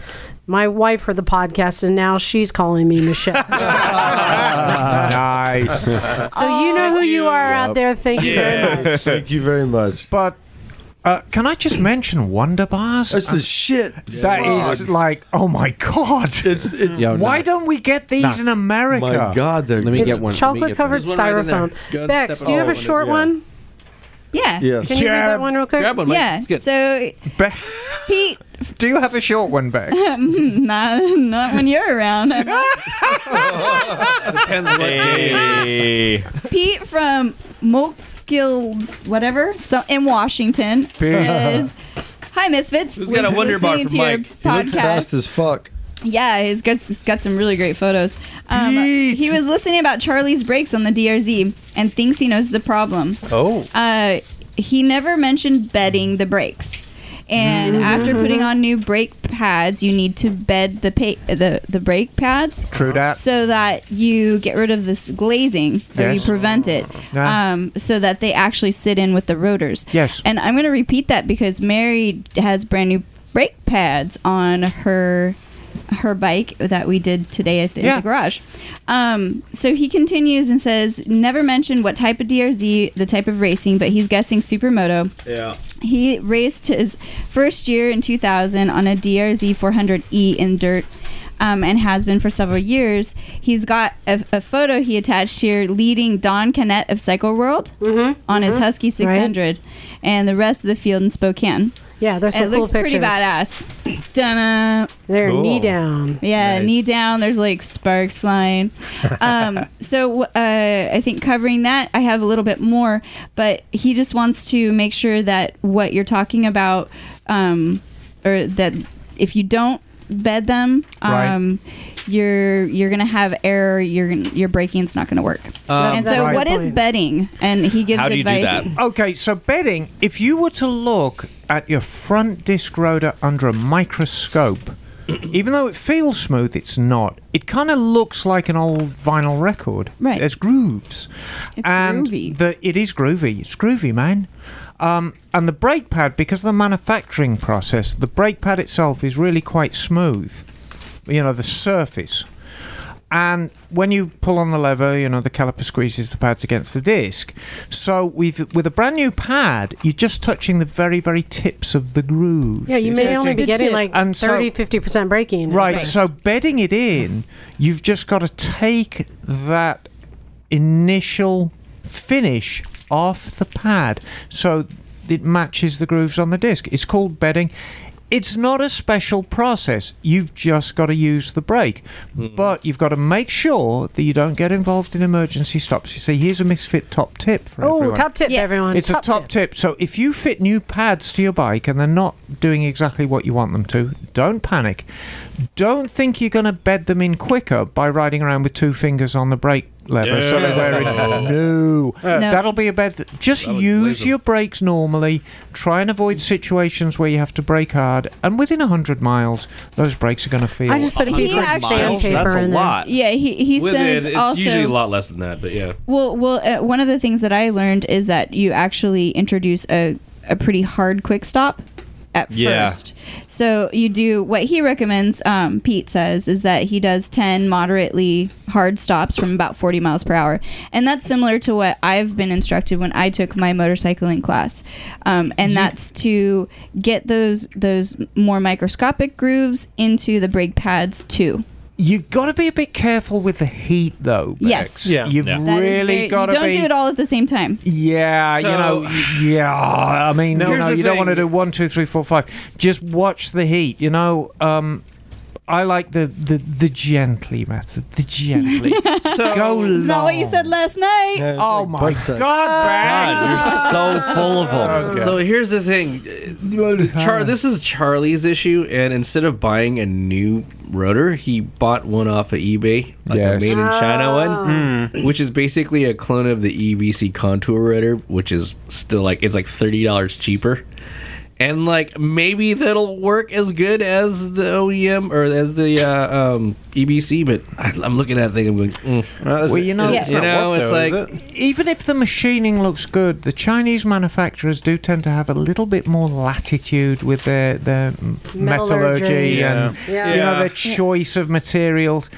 [SPEAKER 1] My wife heard the podcast and now she's calling me Michelle.
[SPEAKER 8] Ah, Nice.
[SPEAKER 1] so you know who you are out there. Thank you very much.
[SPEAKER 3] Thank you very much.
[SPEAKER 8] but uh, can I just mention Wonder Bars? Uh,
[SPEAKER 3] That's the shit.
[SPEAKER 8] That is like, oh my god.
[SPEAKER 3] It's it's
[SPEAKER 7] Yo,
[SPEAKER 8] Why
[SPEAKER 7] nah.
[SPEAKER 8] don't we get these in America?
[SPEAKER 3] my god. They're
[SPEAKER 7] Let me
[SPEAKER 1] It's
[SPEAKER 7] get one. Let me
[SPEAKER 1] chocolate
[SPEAKER 7] get
[SPEAKER 1] covered
[SPEAKER 7] one.
[SPEAKER 5] There's one right in there.
[SPEAKER 1] styrofoam.
[SPEAKER 5] Gun
[SPEAKER 1] Bex,
[SPEAKER 5] step
[SPEAKER 1] do you have
[SPEAKER 5] on
[SPEAKER 1] a
[SPEAKER 5] it,
[SPEAKER 1] short
[SPEAKER 3] yeah.
[SPEAKER 1] one?
[SPEAKER 9] Yeah.
[SPEAKER 3] Yes.
[SPEAKER 1] Can you read that one real quick?
[SPEAKER 5] Grab one, Mike.
[SPEAKER 9] Yeah.
[SPEAKER 5] It's good.
[SPEAKER 9] So
[SPEAKER 8] Be-
[SPEAKER 9] Pete,
[SPEAKER 8] Do you have a short one, Bex?
[SPEAKER 9] not not when you're around.
[SPEAKER 5] Depends what day it is.
[SPEAKER 9] Pete from Mokil, whatever, so in Washington says, "Hi, misfits.
[SPEAKER 5] Who's got a
[SPEAKER 9] Was
[SPEAKER 5] Wonder Bar
[SPEAKER 9] listening
[SPEAKER 5] for
[SPEAKER 9] to your
[SPEAKER 5] Mike?
[SPEAKER 3] He looks fast as fuck.
[SPEAKER 9] Yeah, he's got, he's got some really great photos. Um, he was listening about Charlie's brakes on the DRZ and thinks he knows the problem.
[SPEAKER 12] Oh.
[SPEAKER 9] Uh, he never mentioned bedding the brakes.
[SPEAKER 8] Mm.
[SPEAKER 9] And after putting on new brake pads, you need to bed the pa- the the brake pads.
[SPEAKER 8] True dat.
[SPEAKER 9] So that you get rid of this glazing, or you
[SPEAKER 8] Yes.
[SPEAKER 9] prevent it,
[SPEAKER 8] Ah.
[SPEAKER 9] um, so that they actually sit in with the rotors.
[SPEAKER 8] Yes.
[SPEAKER 9] And I'm going to repeat that because Mary has brand new brake pads on her her bike that we did today at the, in
[SPEAKER 8] Yeah.
[SPEAKER 9] the garage. Um, so he continues and says, never mentioned what type of DRZ, the type of racing, but he's guessing supermoto.
[SPEAKER 5] Yeah.
[SPEAKER 9] He raced his first year in 2000 on a DRZ 400E E in dirt. Um, and has been for several years. He's got a, a photo he attached here leading Don Canet of Cycle World on his
[SPEAKER 1] mhm.
[SPEAKER 9] Husky 600 and the rest of the field in Spokane.
[SPEAKER 1] Yeah, there's
[SPEAKER 9] And
[SPEAKER 1] some
[SPEAKER 9] it
[SPEAKER 1] cool
[SPEAKER 9] looks pretty
[SPEAKER 1] pictures.
[SPEAKER 9] badass. Dunna.
[SPEAKER 1] They're knee down.
[SPEAKER 9] Yeah,
[SPEAKER 1] Nice.
[SPEAKER 9] knee down. There's like sparks flying. Um, so uh, I think covering that, I have a little bit more, but he just wants to make sure that what you're talking about, um, or that if you don't bed them,
[SPEAKER 15] Right.
[SPEAKER 9] um, you're you're gonna have error. You're gonna, your breaking's not gonna work.
[SPEAKER 8] Um,
[SPEAKER 9] and so,
[SPEAKER 8] Right.
[SPEAKER 9] what is bedding? And he gives advice.
[SPEAKER 8] Okay, so bedding, if you were to look at your front disc rotor under a microscope, even though it feels smooth, it's not. It kind of looks like an old vinyl record.
[SPEAKER 9] Right.
[SPEAKER 8] There's grooves.
[SPEAKER 9] It's
[SPEAKER 8] and
[SPEAKER 9] groovy.
[SPEAKER 8] The, it is groovy. It's groovy, man. Um, and the brake pad, because of the manufacturing process, the brake pad itself is really quite smooth. You know, the surface. And when you pull on the lever, you know the caliper squeezes the pads against the disc. So we've with a brand new pad, you're just touching the very, very tips of the groove.
[SPEAKER 1] Yeah, you may only be getting like
[SPEAKER 8] And so-
[SPEAKER 1] 30, 50% braking.
[SPEAKER 8] Right. So bedding it in, you've just got to take that initial finish off the pad so it matches the grooves on the disc. It's called bedding. It's not a special process. You've just got to use the brake. But you've got to make sure that you don't get involved in emergency stops. You see, here's a misfit top tip for
[SPEAKER 1] Oh,
[SPEAKER 8] everyone.
[SPEAKER 1] top tip, everyone.
[SPEAKER 8] It's a top tip. So if you fit new pads to your bike and they're not doing exactly what you want them to, don't panic. Don't think you're going to bed them in quicker by riding around with two fingers on the brake lever. So they wear it.
[SPEAKER 12] Yeah.
[SPEAKER 8] No.
[SPEAKER 12] No.
[SPEAKER 8] That'll be a bed. That, just use your brakes normally. Try and avoid situations where you have to brake hard. And within 100 miles, those brakes are going to feel.
[SPEAKER 9] I just put a piece of Miles?
[SPEAKER 5] sandpaper That's a in there. lot.
[SPEAKER 9] Yeah, he, he
[SPEAKER 5] With
[SPEAKER 9] says
[SPEAKER 5] it, it's
[SPEAKER 9] also.
[SPEAKER 5] usually a lot less than that, but yeah.
[SPEAKER 9] Well, well, uh, one of the things that I learned is that you actually introduce a, a pretty hard quick stop at
[SPEAKER 15] Yeah.
[SPEAKER 9] first. So you do what he recommends. Um, Pete says is that he does ten moderately hard stops from about forty miles per hour, and that's similar to what I've been instructed when I took my motorcycling class, um, and that's to get those those more microscopic grooves into the brake pads too.
[SPEAKER 8] You've got to be a bit careful with the heat, though.
[SPEAKER 9] Yes.
[SPEAKER 8] Bex. You've
[SPEAKER 9] That is
[SPEAKER 8] really
[SPEAKER 9] very-
[SPEAKER 8] got to
[SPEAKER 9] you
[SPEAKER 8] be.
[SPEAKER 9] don't do it all at the same time.
[SPEAKER 8] Yeah, you
[SPEAKER 9] So-
[SPEAKER 8] know, y- yeah. I mean,
[SPEAKER 9] No,
[SPEAKER 8] you
[SPEAKER 9] here's
[SPEAKER 8] know,
[SPEAKER 9] the
[SPEAKER 8] you don't want to
[SPEAKER 9] thing.
[SPEAKER 8] do one, two, three, four, five. Just watch the heat. You know, um, I like the, the the gently method. The gently. go long.
[SPEAKER 9] It's not what you said last night.
[SPEAKER 8] oh my god,
[SPEAKER 9] Uh,
[SPEAKER 8] God,
[SPEAKER 10] you're so full of them.
[SPEAKER 5] So here's the thing, uh, Char. This is Charlie's issue, and instead of buying a new rotor, he bought one off of eBay, like a
[SPEAKER 12] Yes.
[SPEAKER 5] made in China
[SPEAKER 12] Oh.
[SPEAKER 5] one, which is basically a clone of the EBC Contour rotor, which is still like it's like thirty dollars cheaper. And like maybe that'll work as good as the OEM or as the uh, um, EBC, but I, I'm looking at that thing. I'm going, mm.
[SPEAKER 8] Well, you know,
[SPEAKER 5] you know, it's like
[SPEAKER 8] even if the machining looks good, the Chinese manufacturers do tend to have a little bit more latitude with their their m-
[SPEAKER 12] Metallurgy.
[SPEAKER 8] metallurgy
[SPEAKER 12] Yeah.
[SPEAKER 8] and
[SPEAKER 12] Yeah.
[SPEAKER 8] you know
[SPEAKER 12] Yeah.
[SPEAKER 8] their choice of materials.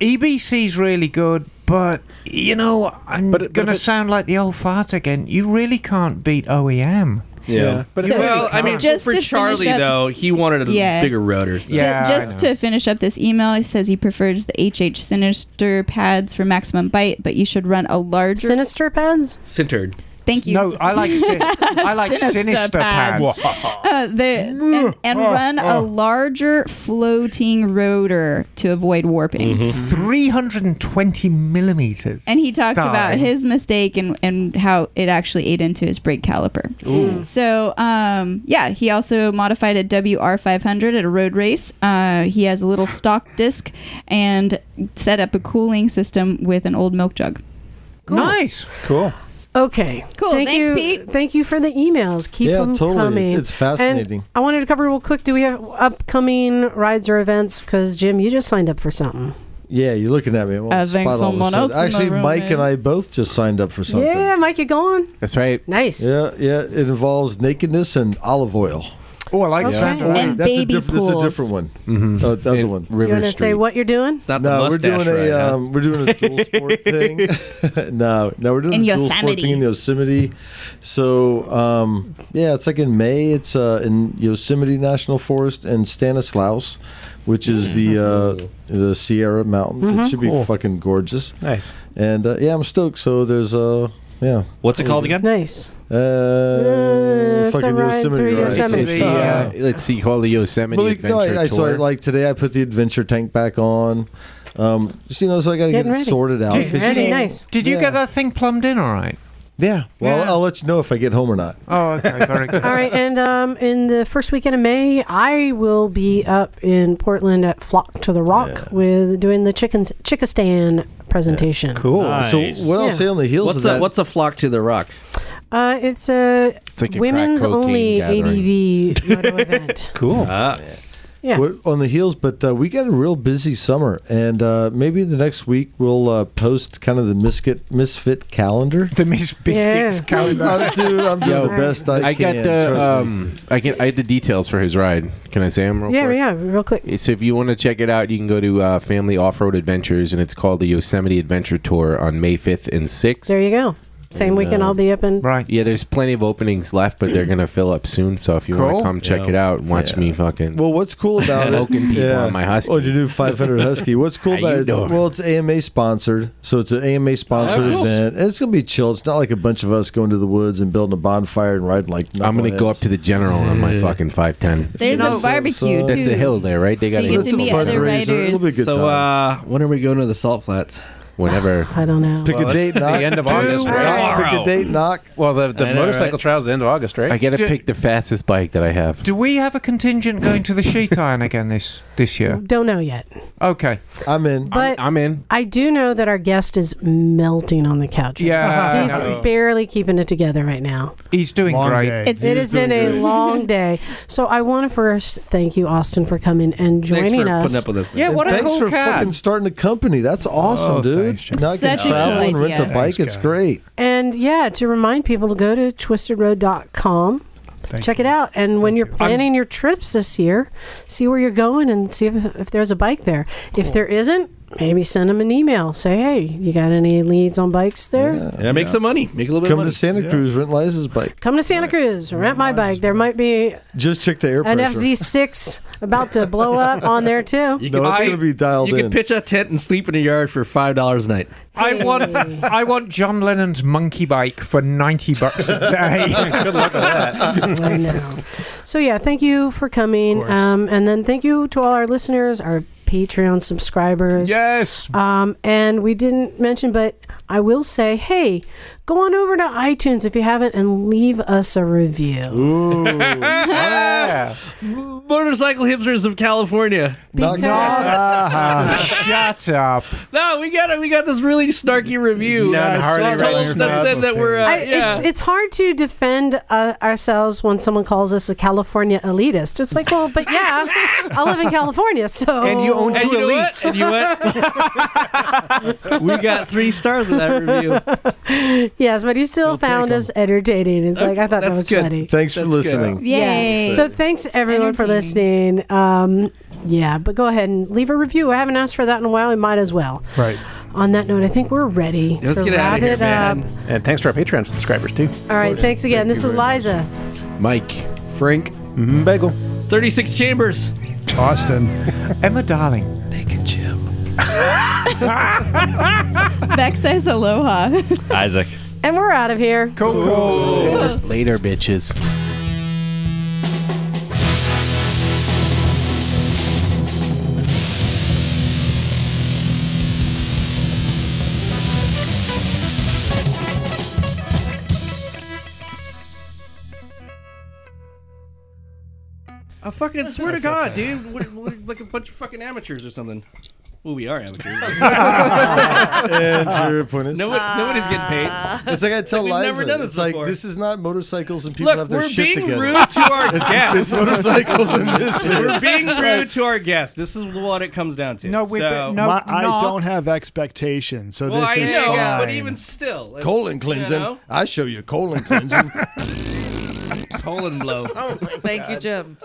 [SPEAKER 8] E EBC's really good, but you know, I'm going to sound like the old fart again. You really can't beat E OEM.
[SPEAKER 5] Yeah. But
[SPEAKER 9] So-
[SPEAKER 5] well, I mean,
[SPEAKER 9] Just
[SPEAKER 5] for
[SPEAKER 9] to
[SPEAKER 5] Charlie
[SPEAKER 9] finish up-
[SPEAKER 5] though, he wanted a
[SPEAKER 9] Yeah.
[SPEAKER 5] bigger rotor. So.
[SPEAKER 9] Ju- just to finish up this email, he says he prefers the HH Sinister pads for maximum bite, but you should run a larger
[SPEAKER 1] Sinister pads.
[SPEAKER 5] centered.
[SPEAKER 9] Thank you.
[SPEAKER 8] No, I like sin- I like sinister pads.
[SPEAKER 9] Uh, the, and, and run a larger floating rotor to avoid warping.
[SPEAKER 8] Mm-hmm. 320 millimeters.
[SPEAKER 9] And he talks about
[SPEAKER 8] Darling.
[SPEAKER 9] his mistake and, and how it actually ate into his brake caliper.
[SPEAKER 1] Hmm.
[SPEAKER 8] Ooh.
[SPEAKER 9] So, um, yeah, he also modified a WR500 at a road race. Uh, he has a little stock disc and set up a cooling system with an old milk jug.
[SPEAKER 8] Nice.
[SPEAKER 12] Cool.
[SPEAKER 1] Okay.
[SPEAKER 9] Cool.
[SPEAKER 1] Thank
[SPEAKER 9] Thanks,
[SPEAKER 1] you,
[SPEAKER 9] Pete.
[SPEAKER 1] Thank you for the emails. Keep
[SPEAKER 3] Yeah,
[SPEAKER 1] them
[SPEAKER 3] totally.
[SPEAKER 1] coming.
[SPEAKER 3] It's fascinating.
[SPEAKER 1] And I wanted to cover real quick. Do we have upcoming rides or events? Because Jim, you just signed up for something.
[SPEAKER 3] Yeah, you're looking at me. I, want
[SPEAKER 1] I
[SPEAKER 3] to
[SPEAKER 1] think
[SPEAKER 3] spot all of a
[SPEAKER 1] someone
[SPEAKER 3] sudden.
[SPEAKER 1] else in the
[SPEAKER 3] Actually,
[SPEAKER 1] room
[SPEAKER 3] Mike and I both just signed up for something.
[SPEAKER 1] Yeah, Mike, you going?
[SPEAKER 7] That's right.
[SPEAKER 1] Nice.
[SPEAKER 3] Yeah, yeah. It involves nakedness and olive oil.
[SPEAKER 12] Oh, I
[SPEAKER 1] like Okay. that.
[SPEAKER 3] Oh, wait,
[SPEAKER 1] And
[SPEAKER 3] that's, a
[SPEAKER 1] baby
[SPEAKER 3] different, that's a
[SPEAKER 1] pools.
[SPEAKER 3] different one. Uh, the other one.
[SPEAKER 1] you want to say what you're doing? It's
[SPEAKER 5] not
[SPEAKER 3] no, we're doing a um, we're doing a dual sport thing. no, no, we're doing
[SPEAKER 1] In
[SPEAKER 3] a dual sport
[SPEAKER 1] Yosemite.
[SPEAKER 3] thing in Yosemite. So um, yeah, it's like in May. It's uh, in Yosemite National Forest and Stanislaus, which is the uh, the Sierra Mountains.
[SPEAKER 1] Mm-hmm.
[SPEAKER 10] Mhm.
[SPEAKER 3] It should
[SPEAKER 10] Mm-hmm. Cool.
[SPEAKER 3] be fucking gorgeous.
[SPEAKER 12] Nice.
[SPEAKER 3] And uh, yeah, I'm stoked. So there's uh yeah.
[SPEAKER 10] What's it called again?
[SPEAKER 1] Nice.
[SPEAKER 3] Uh,
[SPEAKER 1] it's a
[SPEAKER 3] fucking
[SPEAKER 1] ride
[SPEAKER 3] Yosemite.
[SPEAKER 1] through
[SPEAKER 3] ride.
[SPEAKER 1] Yosemite.
[SPEAKER 7] It's the, uh, let's see, called the Yosemite
[SPEAKER 3] Well,
[SPEAKER 7] Adventure
[SPEAKER 3] no, I, I, so I,
[SPEAKER 7] Tour.
[SPEAKER 3] like today I put the adventure tank back on. Um, just, you know, so I got to get
[SPEAKER 8] Getting
[SPEAKER 3] it
[SPEAKER 8] ready.
[SPEAKER 3] sorted out.
[SPEAKER 8] Dude,
[SPEAKER 3] 'cause,
[SPEAKER 8] did
[SPEAKER 3] you
[SPEAKER 8] you-
[SPEAKER 3] know,
[SPEAKER 8] Did you
[SPEAKER 3] yeah.
[SPEAKER 8] get that thing plumbed in all right?
[SPEAKER 3] Yeah. Well, I'll let you know if I get home or not.
[SPEAKER 8] Oh, okay, very good.
[SPEAKER 1] All right, and um, in the first weekend of May, I will be up in Portland at Flock to the Rock with doing the chickens chickistan presentation.
[SPEAKER 5] Cool.
[SPEAKER 3] So what I'll say on the heels
[SPEAKER 5] what's
[SPEAKER 3] of
[SPEAKER 5] a,
[SPEAKER 3] that-
[SPEAKER 5] What's a flock to the rock?
[SPEAKER 1] Uh, it's a
[SPEAKER 5] It's like a crack
[SPEAKER 1] women's
[SPEAKER 5] cocaine
[SPEAKER 1] only
[SPEAKER 5] gathering.
[SPEAKER 1] ADV moto event.
[SPEAKER 12] Cool.
[SPEAKER 7] Ah.
[SPEAKER 1] Yeah.
[SPEAKER 3] We're on the heels, but uh, we got a real busy summer, and uh, maybe the next week we'll uh, post kind of the misfit misfit calendar. The
[SPEAKER 8] Biscuits calendar.
[SPEAKER 3] I'm, dude, I'm doing
[SPEAKER 7] Yo,
[SPEAKER 3] the best I,
[SPEAKER 7] got
[SPEAKER 3] can.
[SPEAKER 7] the
[SPEAKER 3] trust me.
[SPEAKER 7] um, I can I had the details for his ride. Can I say them real
[SPEAKER 1] Yeah,
[SPEAKER 7] quick?
[SPEAKER 1] yeah, real quick.
[SPEAKER 7] So if you want to check it out, you can go to uh, Family Off Road Adventures, and it's called the Yosemite Adventure Tour on May fifth and sixth.
[SPEAKER 1] There you go. Same weekend, I'll be up in.
[SPEAKER 7] Right. Yeah, there's plenty of openings left, but they're gonna fill up soon. So if you want
[SPEAKER 1] Cool.
[SPEAKER 7] to come check
[SPEAKER 1] Yeah.
[SPEAKER 7] it out and watch me fucking
[SPEAKER 3] Well, what's cool about it?
[SPEAKER 7] Smoking people on my husky.
[SPEAKER 3] Oh, you do 500 husky. What's cool
[SPEAKER 7] How you
[SPEAKER 3] about it?
[SPEAKER 7] doing?
[SPEAKER 3] Well, it's AMA sponsored, so it's an AMA sponsored
[SPEAKER 7] Oh, cool.
[SPEAKER 3] event. And it's gonna be chill. It's not like a bunch of us going to the woods and building a bonfire and riding like.
[SPEAKER 7] I'm gonna go
[SPEAKER 3] knuckleheads.
[SPEAKER 7] up to the general on my fucking five ten.
[SPEAKER 9] There's a barbecue,
[SPEAKER 7] That's a
[SPEAKER 9] too.
[SPEAKER 7] hill there, right? They
[SPEAKER 9] So
[SPEAKER 7] got
[SPEAKER 9] you get to meet other riders. It'll be a good
[SPEAKER 5] so, uh, when are we going to the Salt Flats?
[SPEAKER 7] Whenever.
[SPEAKER 1] I don't know.
[SPEAKER 3] Pick a date,
[SPEAKER 12] The
[SPEAKER 3] knock.
[SPEAKER 12] end of
[SPEAKER 3] Dude,
[SPEAKER 12] August.
[SPEAKER 3] knock, pick a date, knock.
[SPEAKER 12] Well, the, the
[SPEAKER 7] I know,
[SPEAKER 12] motorcycle
[SPEAKER 7] right?
[SPEAKER 12] trials the end of August, right?
[SPEAKER 7] I gotta pick the fastest bike that I have.
[SPEAKER 8] Do we have a contingent going to the sheet iron again this this year?
[SPEAKER 1] Don't know yet,
[SPEAKER 8] Okay.
[SPEAKER 3] I'm in.
[SPEAKER 1] but
[SPEAKER 7] I'm in.
[SPEAKER 1] I do know that our guest is melting on the couch.
[SPEAKER 8] Yeah, I
[SPEAKER 1] he's
[SPEAKER 8] know.
[SPEAKER 1] barely keeping it together right now.
[SPEAKER 8] He's doing
[SPEAKER 1] Long
[SPEAKER 8] great.
[SPEAKER 1] It's- it has been a long day. So I want to first thank you, Austin, for coming and
[SPEAKER 5] Thanks
[SPEAKER 1] joining
[SPEAKER 5] for
[SPEAKER 1] us.
[SPEAKER 5] putting up with us. man.
[SPEAKER 8] Yeah,
[SPEAKER 3] And
[SPEAKER 8] what a
[SPEAKER 3] thanks
[SPEAKER 8] cool
[SPEAKER 3] for
[SPEAKER 8] cat.
[SPEAKER 3] fucking starting a company. That's
[SPEAKER 7] Oh,
[SPEAKER 3] awesome, dude. now I can
[SPEAKER 1] Such a cool
[SPEAKER 3] travel and rent a
[SPEAKER 1] idea.
[SPEAKER 3] bike. it's great.
[SPEAKER 1] And yeah, to remind people to go to twistedroad.com. Check it out. And when you're planning your trips this year, see where you're going and see if, if there's a bike there. If there isn't, maybe send them an email. Say, hey, you got any leads on bikes there?
[SPEAKER 5] Yeah, make some money. Make a little bit
[SPEAKER 3] Come
[SPEAKER 5] of money.
[SPEAKER 3] to Santa Cruz, rent Liza's bike.
[SPEAKER 1] Come to Santa Cruz, rent my bike. There might be
[SPEAKER 3] Just check the air
[SPEAKER 1] an
[SPEAKER 3] pressure.
[SPEAKER 1] FZ6 about to blow up on there, too.
[SPEAKER 5] You
[SPEAKER 3] No,
[SPEAKER 5] can
[SPEAKER 3] it's
[SPEAKER 5] sleep-
[SPEAKER 3] gonna be dialed
[SPEAKER 5] You
[SPEAKER 3] in.
[SPEAKER 5] can pitch a tent and sleep in a yard for five dollars a night.
[SPEAKER 8] I want I want John Lennon's monkey bike for ninety bucks a day.
[SPEAKER 12] Good luck with that.
[SPEAKER 1] I know. So yeah, thank you for coming, um, and then thank you to all our listeners, our Patreon subscribers.
[SPEAKER 8] Yes.
[SPEAKER 1] Um, and we didn't mention, but I will say, hey, go on over to iTunes if you haven't, and leave us a review.
[SPEAKER 5] Motorcycle hipsters of California.
[SPEAKER 1] Knock, knock.
[SPEAKER 8] Shut up.
[SPEAKER 5] No, Oh, we got it. We got this really snarky review.
[SPEAKER 8] None
[SPEAKER 5] that
[SPEAKER 8] hardly
[SPEAKER 5] told
[SPEAKER 8] right
[SPEAKER 5] us-
[SPEAKER 8] in your
[SPEAKER 5] that
[SPEAKER 8] mouth.
[SPEAKER 5] said that we're. Uh,
[SPEAKER 1] I,
[SPEAKER 5] yeah.
[SPEAKER 1] it's, it's hard to defend uh, ourselves when someone calls us a California elitist. It's like, well, but yeah, I live in California, so
[SPEAKER 5] And you know what? And you know what? we got three stars in that review.
[SPEAKER 1] yes, but he still found us entertaining. It's like I thought that
[SPEAKER 5] That's
[SPEAKER 1] was
[SPEAKER 5] good.
[SPEAKER 1] funny.
[SPEAKER 3] Thanks for listening.
[SPEAKER 1] Yeah. So thanks everyone for listening. Um, yeah, but go ahead and leave a review. I haven't asked for that in a while. We might as well.
[SPEAKER 12] Right.
[SPEAKER 1] On that note, I think we're ready
[SPEAKER 12] Let's
[SPEAKER 1] to
[SPEAKER 12] get
[SPEAKER 1] wrap
[SPEAKER 12] out of here,
[SPEAKER 1] it
[SPEAKER 12] man.
[SPEAKER 1] up.
[SPEAKER 12] And thanks to our Patreon subscribers too.
[SPEAKER 1] All right. Thanks again. this is Liza.
[SPEAKER 7] Mike, Frank,
[SPEAKER 12] Bagel,
[SPEAKER 5] thirty-six chambers,
[SPEAKER 11] Austin,
[SPEAKER 8] Emma, darling.
[SPEAKER 9] Beck says aloha.
[SPEAKER 10] Isaac.
[SPEAKER 1] And we're out of here.
[SPEAKER 9] cool.
[SPEAKER 7] Later, bitches.
[SPEAKER 5] I fucking swear to God, dude, we're, we're like a bunch of fucking amateurs or something. Well, we are amateurs.
[SPEAKER 3] and your point is
[SPEAKER 5] No one- nobody's getting paid.
[SPEAKER 3] It's like I tell
[SPEAKER 5] Like, we've
[SPEAKER 3] Liza,
[SPEAKER 5] never done this
[SPEAKER 3] it's like
[SPEAKER 5] before.
[SPEAKER 3] this is not motorcycles and people
[SPEAKER 5] Look,
[SPEAKER 3] have their
[SPEAKER 5] we're
[SPEAKER 3] shit
[SPEAKER 5] being
[SPEAKER 3] together.
[SPEAKER 5] rude to our
[SPEAKER 3] it's,
[SPEAKER 5] guests.
[SPEAKER 3] It's motorcycles and misfits.
[SPEAKER 5] We're being rude to our guests. This is what it comes down to. No, we so,
[SPEAKER 11] My- I don't have expectations, so
[SPEAKER 5] Well,
[SPEAKER 11] this
[SPEAKER 5] I
[SPEAKER 11] is
[SPEAKER 5] know,
[SPEAKER 11] fine.
[SPEAKER 5] but even still, it's-
[SPEAKER 3] colon
[SPEAKER 5] You
[SPEAKER 3] cleansing.
[SPEAKER 5] know?
[SPEAKER 3] I show you colon cleansing.
[SPEAKER 5] colon blow.
[SPEAKER 4] Oh, Thank you, Jim.